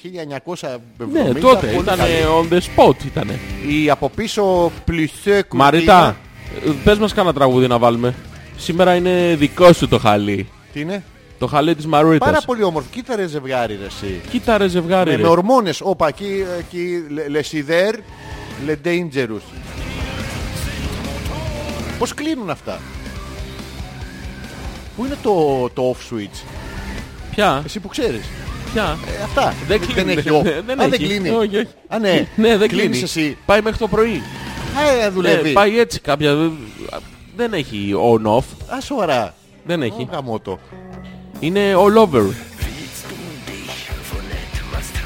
C: 1970.
B: Ναι, τότε
C: Πολύ
B: ήταν
C: καλή.
B: on the spot ήτανε.
C: Η από πίσω πλουσέ κουτίνα.
B: Μαρίτα, ε, πες μας κάνα τραγούδι να βάλουμε. Σήμερα είναι δικό σου το χαλί.
C: Τι είναι.
B: Το χαλί της
C: Πάρα
B: Μαρουρίτας.
C: πολύ όμορφο. Κοίτα ρε ζευγάρι ρε εσύ.
B: Κοίτα ρε ζευγάρι
C: Ναι,
B: ρε.
C: Με, με ορμόνες. Όπα, εκεί, εκεί le, le sider, le dangerous. Πώς κλείνουν αυτά. Πού είναι το, το off switch,
B: Ποια,
C: εσύ που ξέρεις.
B: ποια.
C: Ε, αυτά.
B: Δεν κλείνει.
C: έχει off.
B: Ναι, δεν
C: Α, δεν
B: έχει.
C: κλείνει.
B: Όχι, όχι.
C: Α, ναι.
B: Ναι, δεν
C: Κλείνεις
B: κλείνει.
C: εσύ.
B: Πάει μέχρι το πρωί.
C: Α, ε,
B: Ναι,
C: δουλεύει.
B: πάει έτσι κάποια. Δεν έχει on-off.
C: Α, σοβαρά.
B: Δεν
C: Ω,
B: έχει.
C: γαμώτο.
B: Είναι all over.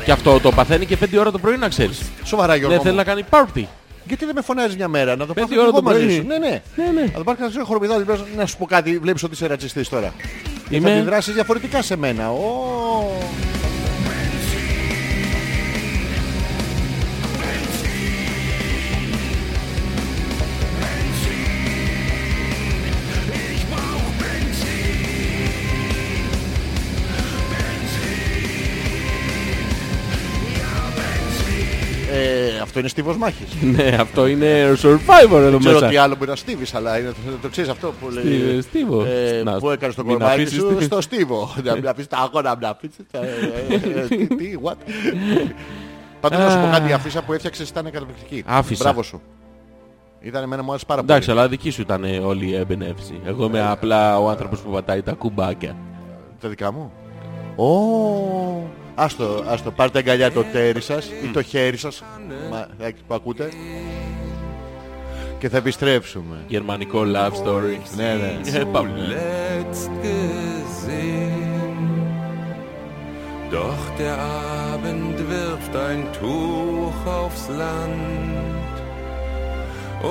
B: Και αυτό το παθαίνει και 5 ώρα το πρωί να ξέρεις.
C: Σοβαρά, Γιώργο
B: Ναι, θέλει
C: μου.
B: να κάνει party.
C: Γιατί δεν με φωνάζεις μια μέρα, να το πάω
B: Πέντε ώρα
C: εγώ
B: το
C: μαζί
B: πρωί.
C: σου. Ναι, ναι.
B: Ναι, ναι.
C: Να το πάω και να σε χοροπηδάω, δηλαδή, να σου πω κάτι, βλέπεις ότι είσαι ρατσιστής τώρα. Θα
B: Είμαι...
C: αντιδράσεις διαφορετικά σε μένα. Ω. Ε, αυτό είναι στίβος μάχης.
B: Ναι, αυτό είναι survivor εδώ
C: Ξέρω
B: μέσα.
C: τι άλλο μπορεί να στίβεις, αλλά είναι το, το ξέρεις αυτό που λέει...
B: Στίβο, στίβο.
C: Ε,
B: Να,
C: που έκανε στο
B: μην
C: κορμάκι
B: αφήσεις
C: σου
B: τη-
C: στο στίβο. Να μην αφήσεις τα αγώνα, να μην αφήσεις τα... ε, ε, Τι, τι, what. Πάντως να σου πω κάτι, η αφίσα που έφτιαξες ήταν καταπληκτική.
B: Άφησα.
C: Μπράβο σου. Ήταν εμένα μου άρεσε πάρα πολύ.
B: Εντάξει, αλλά δική σου ήταν ε, όλη η έμπνευση. Εγώ είμαι απλά ο άνθρωπος που πατάει τα κουμπάκια.
C: Τα δικά μου. Ω, Άστο, άστο, πάρτε αγκαλιά το τέρι σας ή το χέρι σας, μα, εντάξει, που ακούτε. Και θα επιστρέψουμε.
B: Γερμανικό love story.
C: Ναι, ναι.
B: Ε, πάμε.
I: zuletzt gesehen. Doch der Abend wirft ein Tuch aufs Land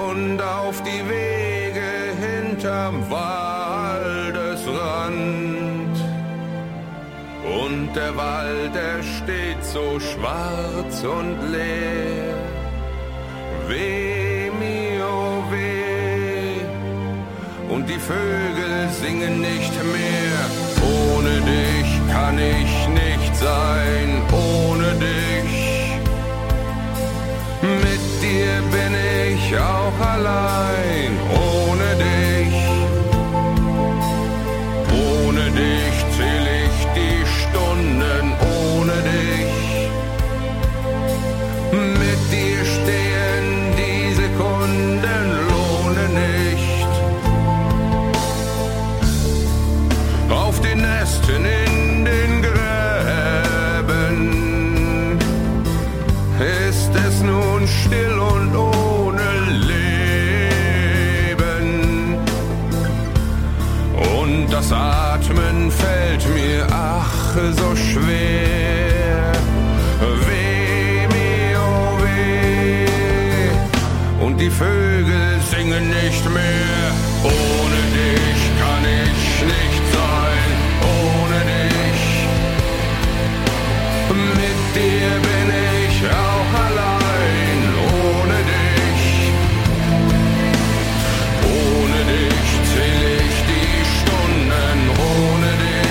I: und auf die Wege hinterm Waldesrand. Und der Wald, er steht so schwarz und leer. Weh, mio, weh und die Vögel singen nicht mehr. Ohne dich kann ich nicht sein, ohne dich. Mit dir bin ich auch allein, ohne dich. Ohne dich zähl ich die Stunden, ohne dich. Mit dir stehen die Sekunden, lohnen nicht. auf den Ästen in den Gräben. Ist es nun still und ohne Leben? Und das Atmen fällt mir ach so schwer. Weh, mir, oh weh. Und die Vögel singen nicht mehr. Ohne dich kann ich nicht sein. Ohne dich. Mit dir bin ich auch allein. Ohne dich. Ohne dich zähl ich die Stunden, ohne dich.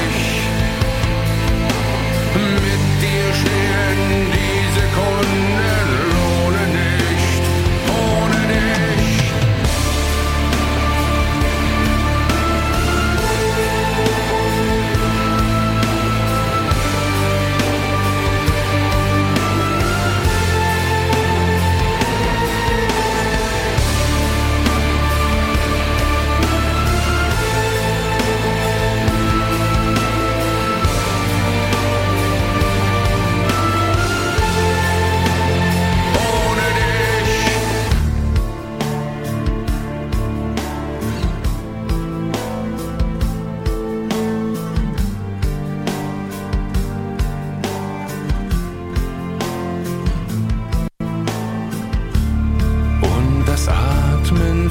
I: Mit dir stehen die Sekunden, ohne nicht, ohne dich.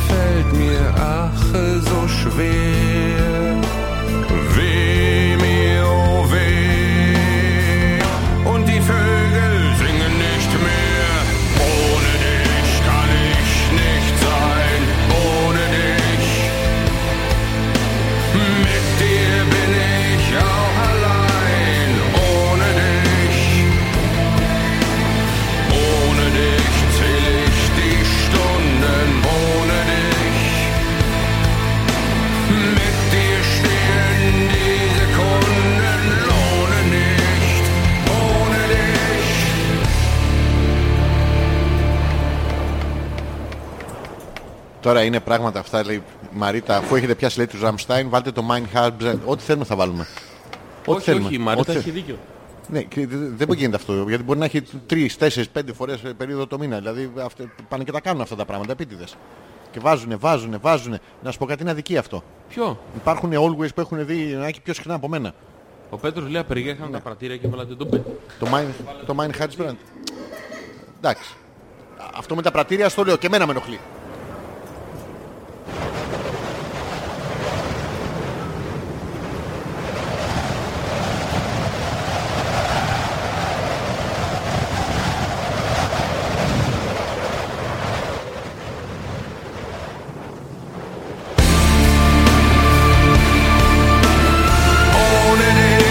I: fällt mir ach so schwer. Weh mir, oh weh. Und die Vögel singen nicht mehr. Ohne dich kann ich nicht sein. Ohne dich. Mit dir bin ich auch allein. Ohne dich. Ohne dich zähl ich die Stunden, ohne dich. Mit dir stehen die Sekunden, ohne nicht, ohne dich.
C: Τώρα είναι πράγματα αυτά, λέει η Μαρίτα. Αφού έχετε πιάσει λέει τους Ραμστάιν, βάλτε το Mind Harbzen. Ό,τι θέλουμε θα βάλουμε.
B: Όχι,
C: Ό,τι
B: όχι, η Μαρίτα
C: Ό,τι
B: έχει
C: θέλ-
B: δίκιο.
C: Ναι, και δε- δεν μπορεί γίνεται αυτό. Γιατί μπορεί να έχει τρεις, τέσσερις, πέντε φορές περίοδο το μήνα. Δηλαδή αυτοί πάνε και τα κάνουν αυτά τα πράγματα επίτηδες. Και βάζουνε, βάζουνε, βάζουνε. Να σου πω κάτι είναι αδικία αυτό.
B: Ποιο?
C: Υπάρχουν always που έχουν δει να έχει πιο συχνά από μένα.
B: Ο Πέτρος λέει απεργία, είχαμε τα πρατήρια και βάλατε τον Πέτρο.
C: Το Mind, το mind Harbzen. Εντάξει. Αυτό με τα πρατήρια στο λέω και εμένα με ενοχλεί.
I: Ohne dich.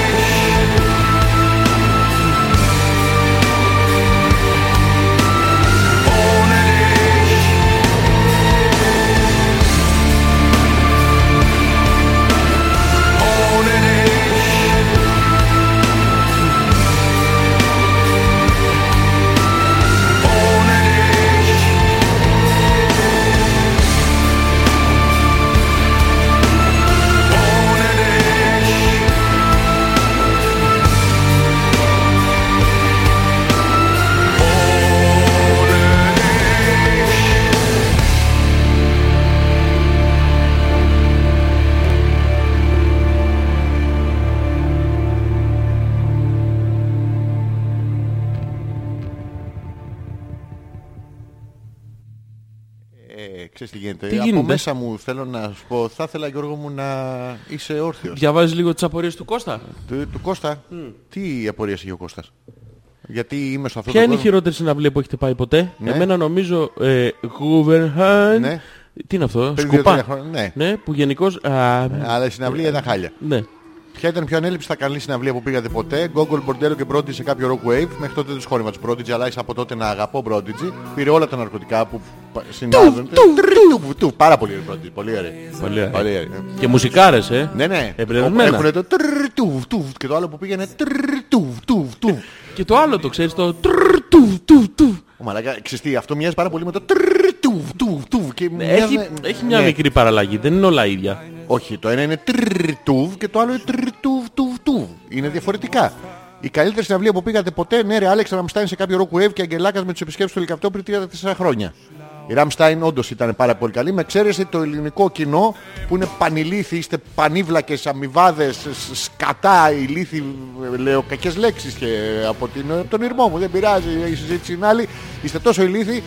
I: Ohne dich. Ohne dich. Ohne dich. Ohne dich.
C: Ε, ξέρεις τι γίνεται.
B: Τι
C: Από
B: γίνεται?
C: μέσα μου θέλω να σου πω, θα ήθελα Γιώργο μου να είσαι όρθιος.
B: Διαβάζεις λίγο τις απορίες του Κώστα.
C: Του, του Κώστα, τι απορίες είχε ο Κώστας. Γιατί είμαι σε αυτό
B: Ποια
C: το
B: είναι η
C: κόσμο.
B: χειρότερη συναυλία που έχετε πάει ποτέ.
C: Ναι.
B: Εμένα νομίζω ε, Guggenheim.
C: Ναι.
B: Τι είναι αυτό,
C: Πριν δύο-τρία
B: σκουπά.
C: χρόνια, ναι.
B: Ναι, που γενικώς... α,
C: Αλλά η συναυλία ήταν χάλια.
B: Ναι.
C: Ποια ήταν η πιο ανέληψη καλή συναυλία που πήγατε ποτέ. Google Μπορντέλο και Prodigy σε κάποιο rock wave. Μέχρι τότε το σχόλημα του Prodigy, αλλά είσαι από τότε να αγαπώ Prodigy. Πήρε όλα τα ναρκωτικά που πα- συνάδονται. Του, του, πάρα πολύ ωραίο Prodigy. Πολύ ωραίο.
B: Πολύ ωραία.
C: Πολύ ωραίο.
B: Και μουσικάρες, ε.
C: Ναι, ναι.
B: Εμπνευσμένα.
C: Έχουν το τρρρ, τουβ, τουβ και το άλλο που πήγαινε τρρρ, τουβ, τουβ, τουβ.
B: Και το άλλο το ξέρεις, το... τρρρ, τουβ, τουβ, τουβ.
C: Ω, Μαλάκα, ξέρεις τι, αυτό μοιάζει πάρα πολύ με το τρρρ, τουβ, τουβ, τουβ. και
B: Έχει,
C: μοιάζουνε-
B: έχει μια
C: Ναι.
B: μικρή παραλλαγή, δεν είναι όλα ίδια.
C: Όχι, το ένα είναι τρρρ, τουβ και το άλλο είναι τρρρ, τουβ, τουβ, τουβ. Είναι διαφορετικά. Η καλύτερη συναυλία που πήγατε ποτέ, ναι, ρε Άλεξ Ραμστάιν σε κάποιο rock wave και Αγγελάκας με τους επισκέψεις του Ελικαπτό πριν 34 χρόνια. Η Ραμστάιν όντως ήταν πάρα πολύ καλή, με εξαίρεση το ελληνικό κοινό που είναι πανηλήθη, είστε πανίβλακες, αμοιβάδες, σ- σκατά, ηλίθι, ε, λέω κακές λέξεις και από την, από τον ήρμό μου, δεν πειράζει, η συζήτηση είναι άλλη, είστε τόσο ηλίθιοι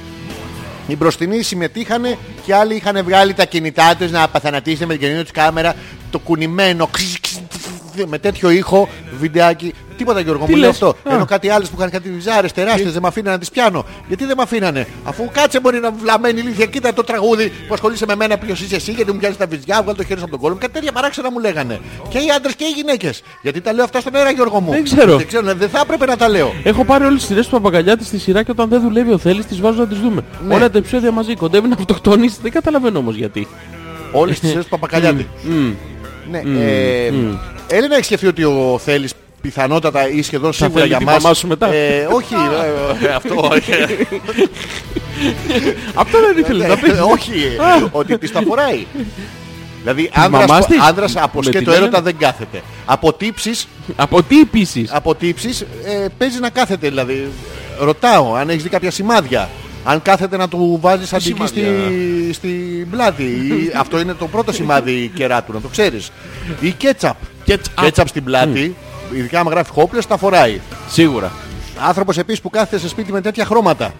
C: οι μπροστινοί συμμετείχανε και άλλοι είχαν βγάλει τα κινητά τους να απαθανατήσουν με την καινούργια τους κάμερα το κουνημένο ξυ, ξυ, ξυ, με τέτοιο ήχο, βιντεάκι. Τίποτα Γιώργο μου, λέω
B: λες?
C: αυτό.
B: Α.
C: Ενώ κάτι άλλες που είχαν κάτι βυζάρες τεράστιες, δεν με αφήνανε να τις πιάνω. Γιατί δεν με αφήνανε. Αφού κάτσε μπορεί να βλαμμένη ηλίθεια, κοίτα το τραγούδι που ασχολείσαι με μένα ποιος είσαι εσύ, γιατί μου πιάνεις τα βυζιά, βγάλω το χέρι σου από τον κόλλο μου. Κάτι τέτοια παράξενα μου λέγανε. Και οι άντρες και οι γυναίκες. Γιατί τα λέω αυτά στον αέρα Γιώργο μου.
B: Δεν ξέρω.
C: Δεν ξέρω, δεν θα έπρεπε να τα λέω.
B: Έχω πάρει όλες τις σειρές του παπαγκαλιάτη στη σειρά και όταν δεν δουλεύει ο Θέλης τις βάζω να τις δούμε.
C: Ναι.
B: Όλα τα επεισόδια μαζί κοντεύει να αυτοκτονήσει, δεν καταλαβαίνω όμως γιατί.
C: Όλες τις σειρές του Παπακαλιάτη. Ναι, ε, Έλληνα, έχεις σκεφτεί ότι ο Θέλης πιθανότατα ή σχεδόν σίγουρα
B: θέλει
C: για
B: την
C: μας...
B: μαμά σου μετά.
C: Ε, όχι, ε, ε, αυτό όχι.
B: Αυτό δεν ήθελες να πεις.
C: Ε, όχι, ε, ότι της τα φοράει. Δηλαδή
B: μαμάς
C: άνδρας,
B: της?
C: άνδρας από
B: Με
C: σκέτο
B: την
C: έρωτα
B: Έλενα?
C: δεν κάθεται. Από τύψεις,
B: Από τι επίσης.
C: από τύψεις ε, παίζει να κάθεται δηλαδή. Ρωτάω αν έχεις δει κάποια σημάδια. Αν κάθεται να του βάζεις αντική στη, στην πλάτη. Ή- Αυτό είναι το πρώτο σημάδι κεράτου, να το ξέρεις. Ή κέτσαπ.
B: Ketchup.
C: Κέτσαπ στην πλάτη, ειδικά άμα γράφει χόπλες, τα φοράει.
B: Σίγουρα.
C: Άνθρωπος επίσης που κάθεται σε σπίτι με τέτοια χρώματα.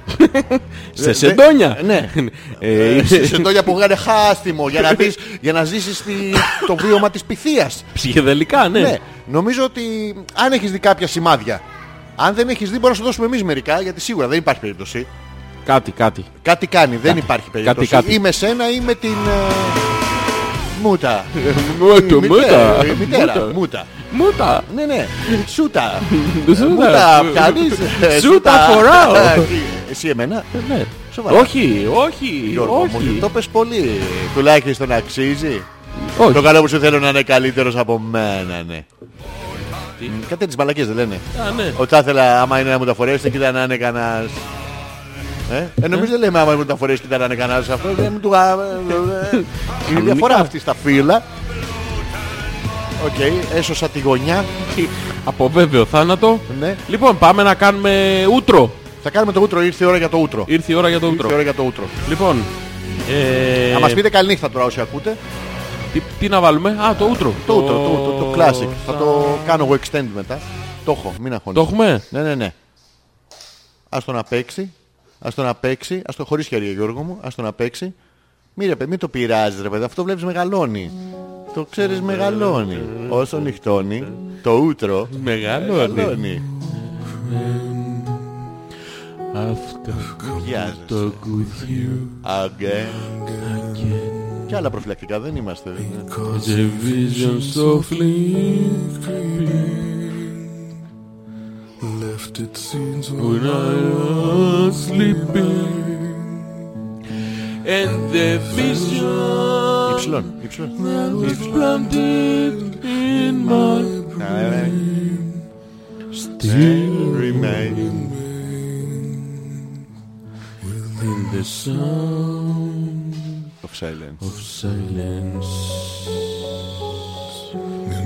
B: Σε σεντόνια.
C: Ναι.
B: Ε,
C: σε σεντόνια που βγάλε χάστιμο για να, δεις- για να ζήσεις τη- το βίωμα της πυθίας.
B: Ψυχεδελικά,
C: Ναι.
B: ναι.
C: Νομίζω ότι αν έχεις δει κάποια σημάδια, αν δεν έχεις δει μπορούμε να σου δώσουμε εμείς μερικά γιατί σίγουρα δεν υπάρχει περίπτωση.
B: Κάτι, κάτι.
C: Κάτι κάνει, δεν υπάρχει περίπτωση.
B: κάτι.
C: Ή με σένα ή με την... ε, Μούτα.
B: Μούτα,
C: Η μητέρα,
B: μούτα.
C: η Μητέρα,
B: Μούτα.
C: μούτα.
B: Μούτα. ε,
C: Ναι, ναι. Σούτα.
B: Σούτα.
C: Μούτα, πιάνεις.
B: Σούτα φοράω.
C: Ε, Εσύ εμένα.
B: Ναι.
C: Σοβαρά.
B: Όχι, όχι,
C: Γιώργο μου,
B: όχι.
C: το πες πολύ. Τουλάχιστον αξίζει.
B: Όχι.
C: Το καλό που σου θέλω να είναι καλύτερος από μένα, ναι. Μ, Κάτι τις μαλακές δεν λένε.
B: Α, ναι.
C: Ότι θα ήθελα άμα είναι να μου τα φορέσετε, κοίτα να είναι κανένας... Ε, ε, νομίζω δεν λέμε άμα μου τα φορέσετε, κοίτα να είναι κανένας αυτό. Δεν μου του γα- ε, ε, Είναι η διαφορά αυτή στα φύλλα. Οκ, έσωσα τη γωνιά.
B: Από βέβαιο θάνατο.
C: Ναι.
B: Λοιπόν, πάμε να κάνουμε ούτρο.
C: Θα κάνουμε το ούτρο, ήρθε η ώρα για το ούτρο.
B: Ήρθε η ώρα για το
C: Ήρθε η
B: ούτρο.
C: ώρα για το ούτρο.
B: Λοιπόν, ε,
C: Να μας πείτε καληνύχτα τώρα όσοι ακούτε.
B: τι, τι να βάλουμε. Α, το ούτρο.
C: Το ούτρο, το ούτρο, το classic. Θα το κάνω εγώ extend μετά. Το έχω, μην
B: Το
C: αγχώνεις.
B: έχουμε.
C: Ναι, ναι, ναι. Ας τον απέξει. Ας τον απέξει. Ας το χωρίς χέρια Γιώργο μου. Ας τον απέξει. Μη, ρε, παιδί, μην το πειράζεις ρε παιδί. Αυτό βλέπεις μεγαλώνει. Το ξέρεις μεγαλώνει. Όσο νυχτώνει το ούτρο
B: Μεγάλο.
C: μεγαλώνει. Γιάζεσαι.
B: Talk with you
C: Αγκέ.
B: again.
C: Και άλλα προφυλακτικά δεν είμαστε.
B: As a vision softly creeping
J: Left its scenes
B: when I was sleeping, and the vision
C: Υψηλών. Υψηλών.
B: that was planted in my still
C: Remain.
B: in the sound
C: Of silence.
B: of silence.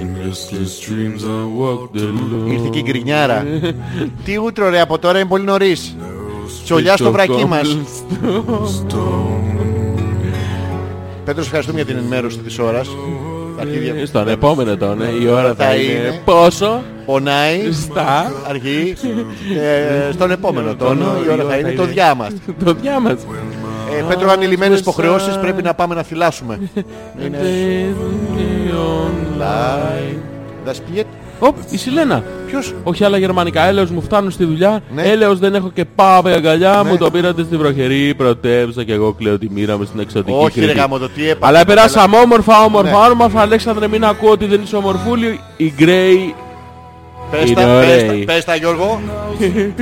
B: In restless dreams I walked
C: Ήρθε
B: alone.
C: και η γκρινιάρα. Τι ούτρο ρε από τώρα είναι πολύ νωρίς. Τσολιά στο βρακί μας. Πέτρος ευχαριστούμε για την ενημέρωση της ώρας. Τα αρχίδια
B: Στον επόμενο τον, ε, η ώρα
C: Θα
B: θα
C: είναι.
B: είναι πόσο
C: πονάει.
B: στα
C: Αρχή. Ε, στον επόμενο τόνο η ώρα θα είναι το διά μας.
B: το διάμας.
C: Ε, Πέτρο, αν οι λιμένες υποχρεώσεις πρέπει να πάμε να θυλάσουμε. Είναι light. Das Piet.
B: Οπ, η Σιλένα.
C: Ποιος?
B: Όχι άλλα γερμανικά. Έλεος μου φτάνουν στη δουλειά.
C: Ναι.
B: Έλεος δεν έχω και πάβε αγκαλιά. Μου το πήρατε στη βροχερή πρωτεύουσα και εγώ κλαίω τη μοίρα μου στην εξωτική
C: Όχι ρε
B: Κρήτη.
C: γάμο το τι έπαθε.
B: Αλλά περάσαμε όμορφα, όμορφα,
C: Ναι.
B: όμορφα. Αλέξανδρε, μην ακούω ότι δεν είσαι ομορφούλη. Η Γκρέι.
C: Πες
B: Είναι
C: τα, πες
B: ωραίοι.
C: τα, πες τα Γιώργο.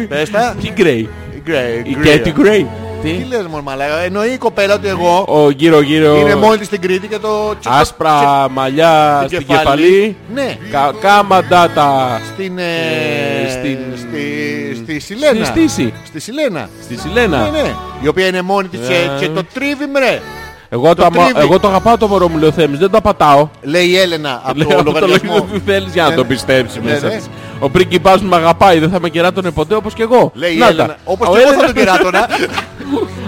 C: Πες τα.
B: Τι Γκρέι.
C: Grey,
B: Η
C: grey.
B: Κέτι Γκρέι.
C: Τι
B: Τι.
C: λες μόνο μαλάκα. Εννοεί η κοπέλα ότι εγώ
B: Ο γύρω γύρω.
C: είναι μόλις στην Κρήτη και το τσου-
B: Άσπρα μαλλιά
C: τσου-
B: στην κεφαλή.
C: Ναι.
B: Κα- Κάμαντα τα.
C: Στην, ε,
B: Ε, στην-
C: στη, στη
B: Στη
C: Σιλένα.
B: Στήση.
C: Στη Σιλένα.
B: Στη
C: Ναι,
B: Σιλένα.
C: ναι. Η οποία είναι μόνη της και, και το τρίβει μρε.
B: Εγώ το, αμα-
C: τρίβει.
B: εγώ το αγαπάω το μωρό μου, λέει ο Θέμης. Δεν το απατάω.
C: Λέει η Έλενα από
B: Λέω
C: το
B: αυτό το
C: λογαριασμό.
B: λόγο που θέλεις για να
C: Ναι,
B: το
C: ναι.
B: πιστέψεις
C: Ναι,
B: μέσα
C: ναι.
B: της. Ο πρίγκιπάς μου με αγαπάει, δεν θα με κεράτωνε ποτέ όπως και εγώ.
C: Λέει η
B: Να τα. ναι.
C: Έλενα. Όπως
B: Ο
C: και εγώ θα
B: Έλενα-
C: τον κεράτωνα.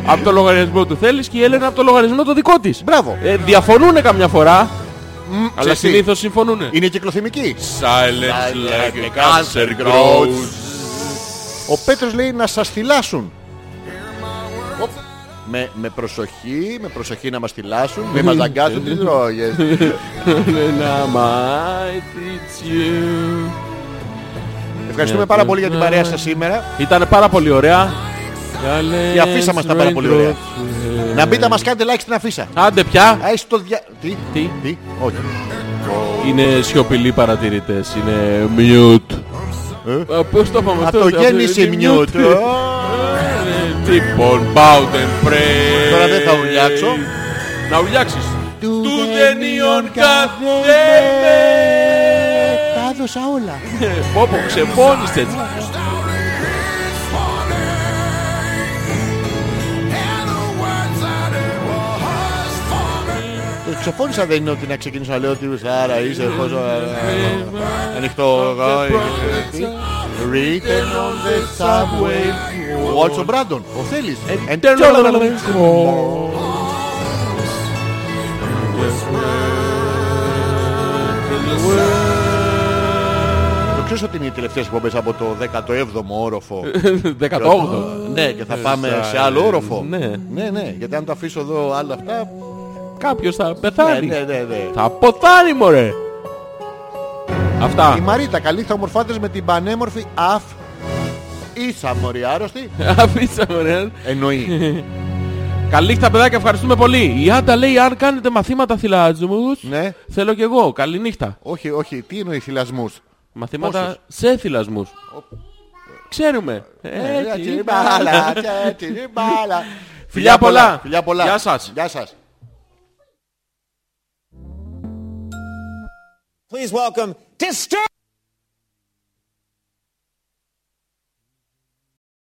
B: Από το λογαριασμό του θέλεις και η Έλενα από το λογαριασμό το δικό της.
C: Μπράβο.
B: Ε, διαφωνούνε καμιά φορά, αλλά
C: Ξέρεις τι,
B: συνήθως συμφωνούνε.
C: Είναι κυκλοθυμική.
B: Silence
C: like a cancer grows. Ο Πέτρος λέει να σας θυλάσουν. Οπ. Με, με προσοχή, με προσοχή να μας θυλάσουν, μην μας δαγκάσουν τις ρόγες.
B: And I might eat you.
C: Ευχαριστούμε πάρα πολύ για την παρέα σας σήμερα.
B: Ήταν πάρα πολύ ωραία.
C: Και αφήσα μας τα πάρα πολύ ωραία. Να μπείτε να μας κάνετε like στην αφίσα.
B: Άντε πια.
C: Α, είσαι το δια... Τι,
B: Τι?
C: τι, όχι.
B: Είναι σιωπηλοί παρατηρητές. Είναι mute.
C: Ε?
B: Ε, Πώς το είπαμε
C: Α, το γέννησε ε? μνιούτ.
B: Λοιπόν, bow and pray.
C: Τώρα δεν θα ουρλιάξω.
B: Να ουρλιάξεις.
C: Του
B: Του δεν ιον
C: Τα έδωσα όλα.
B: Πόπο, ξεφώνεις έτσι.
C: Το ξεφώνησα δεν είναι ότι να ξεκινήσω να λέω ότι είσαι άρα είσαι πόσο ε, ανοιχτό. ε, ε, τι? Written on the subway. Ο Όλτσο Μπράντον, ο Θέλης.
A: Ε,
C: And Το
A: Ποιος ότι είναι οι τελευταίες εκπομπές από το 17ο όροφο.
B: 18.
A: ναι, και θα
B: Ε,
A: πάμε
B: στα-
A: σε άλλο όροφο.
B: Ναι.
A: ναι, ναι, γιατί αν το αφήσω εδώ άλλα αυτά.
B: Κάποιος θα
A: Ναι,
B: πεθάνει.
A: ναι, ναι, ναι.
B: Θα ποθάνει μωρέ.
A: Η
B: Αυτά.
A: Μαρίτα, καλή θα ομορφάτες με την πανέμορφη αφ. Ίσα μωρή άρρωστη.
B: Αφήσα μωρέ.
A: Εννοεί.
B: Καλή νύχτα παιδάκια, ευχαριστούμε πολύ. Η Άντα λέει αν κάνετε μαθήματα θυλασμούς,
A: ναι.
B: θέλω κι εγώ. Καλή νύχτα.
A: Όχι, όχι, τι εννοεί θυλασμούς.
B: Μαθήματα
A: Πόσες?
B: σε θυλασμούς. Ξέρουμε. Ε,
A: Ε,
B: τι-
A: τσιριμπάλα, τσα, τσιριμπάλα.
B: Φιλιά πολλά.
A: Φιλιά πολλά.
B: Γεια σας.
A: Γεια σας.
C: Please welcome Disturbed.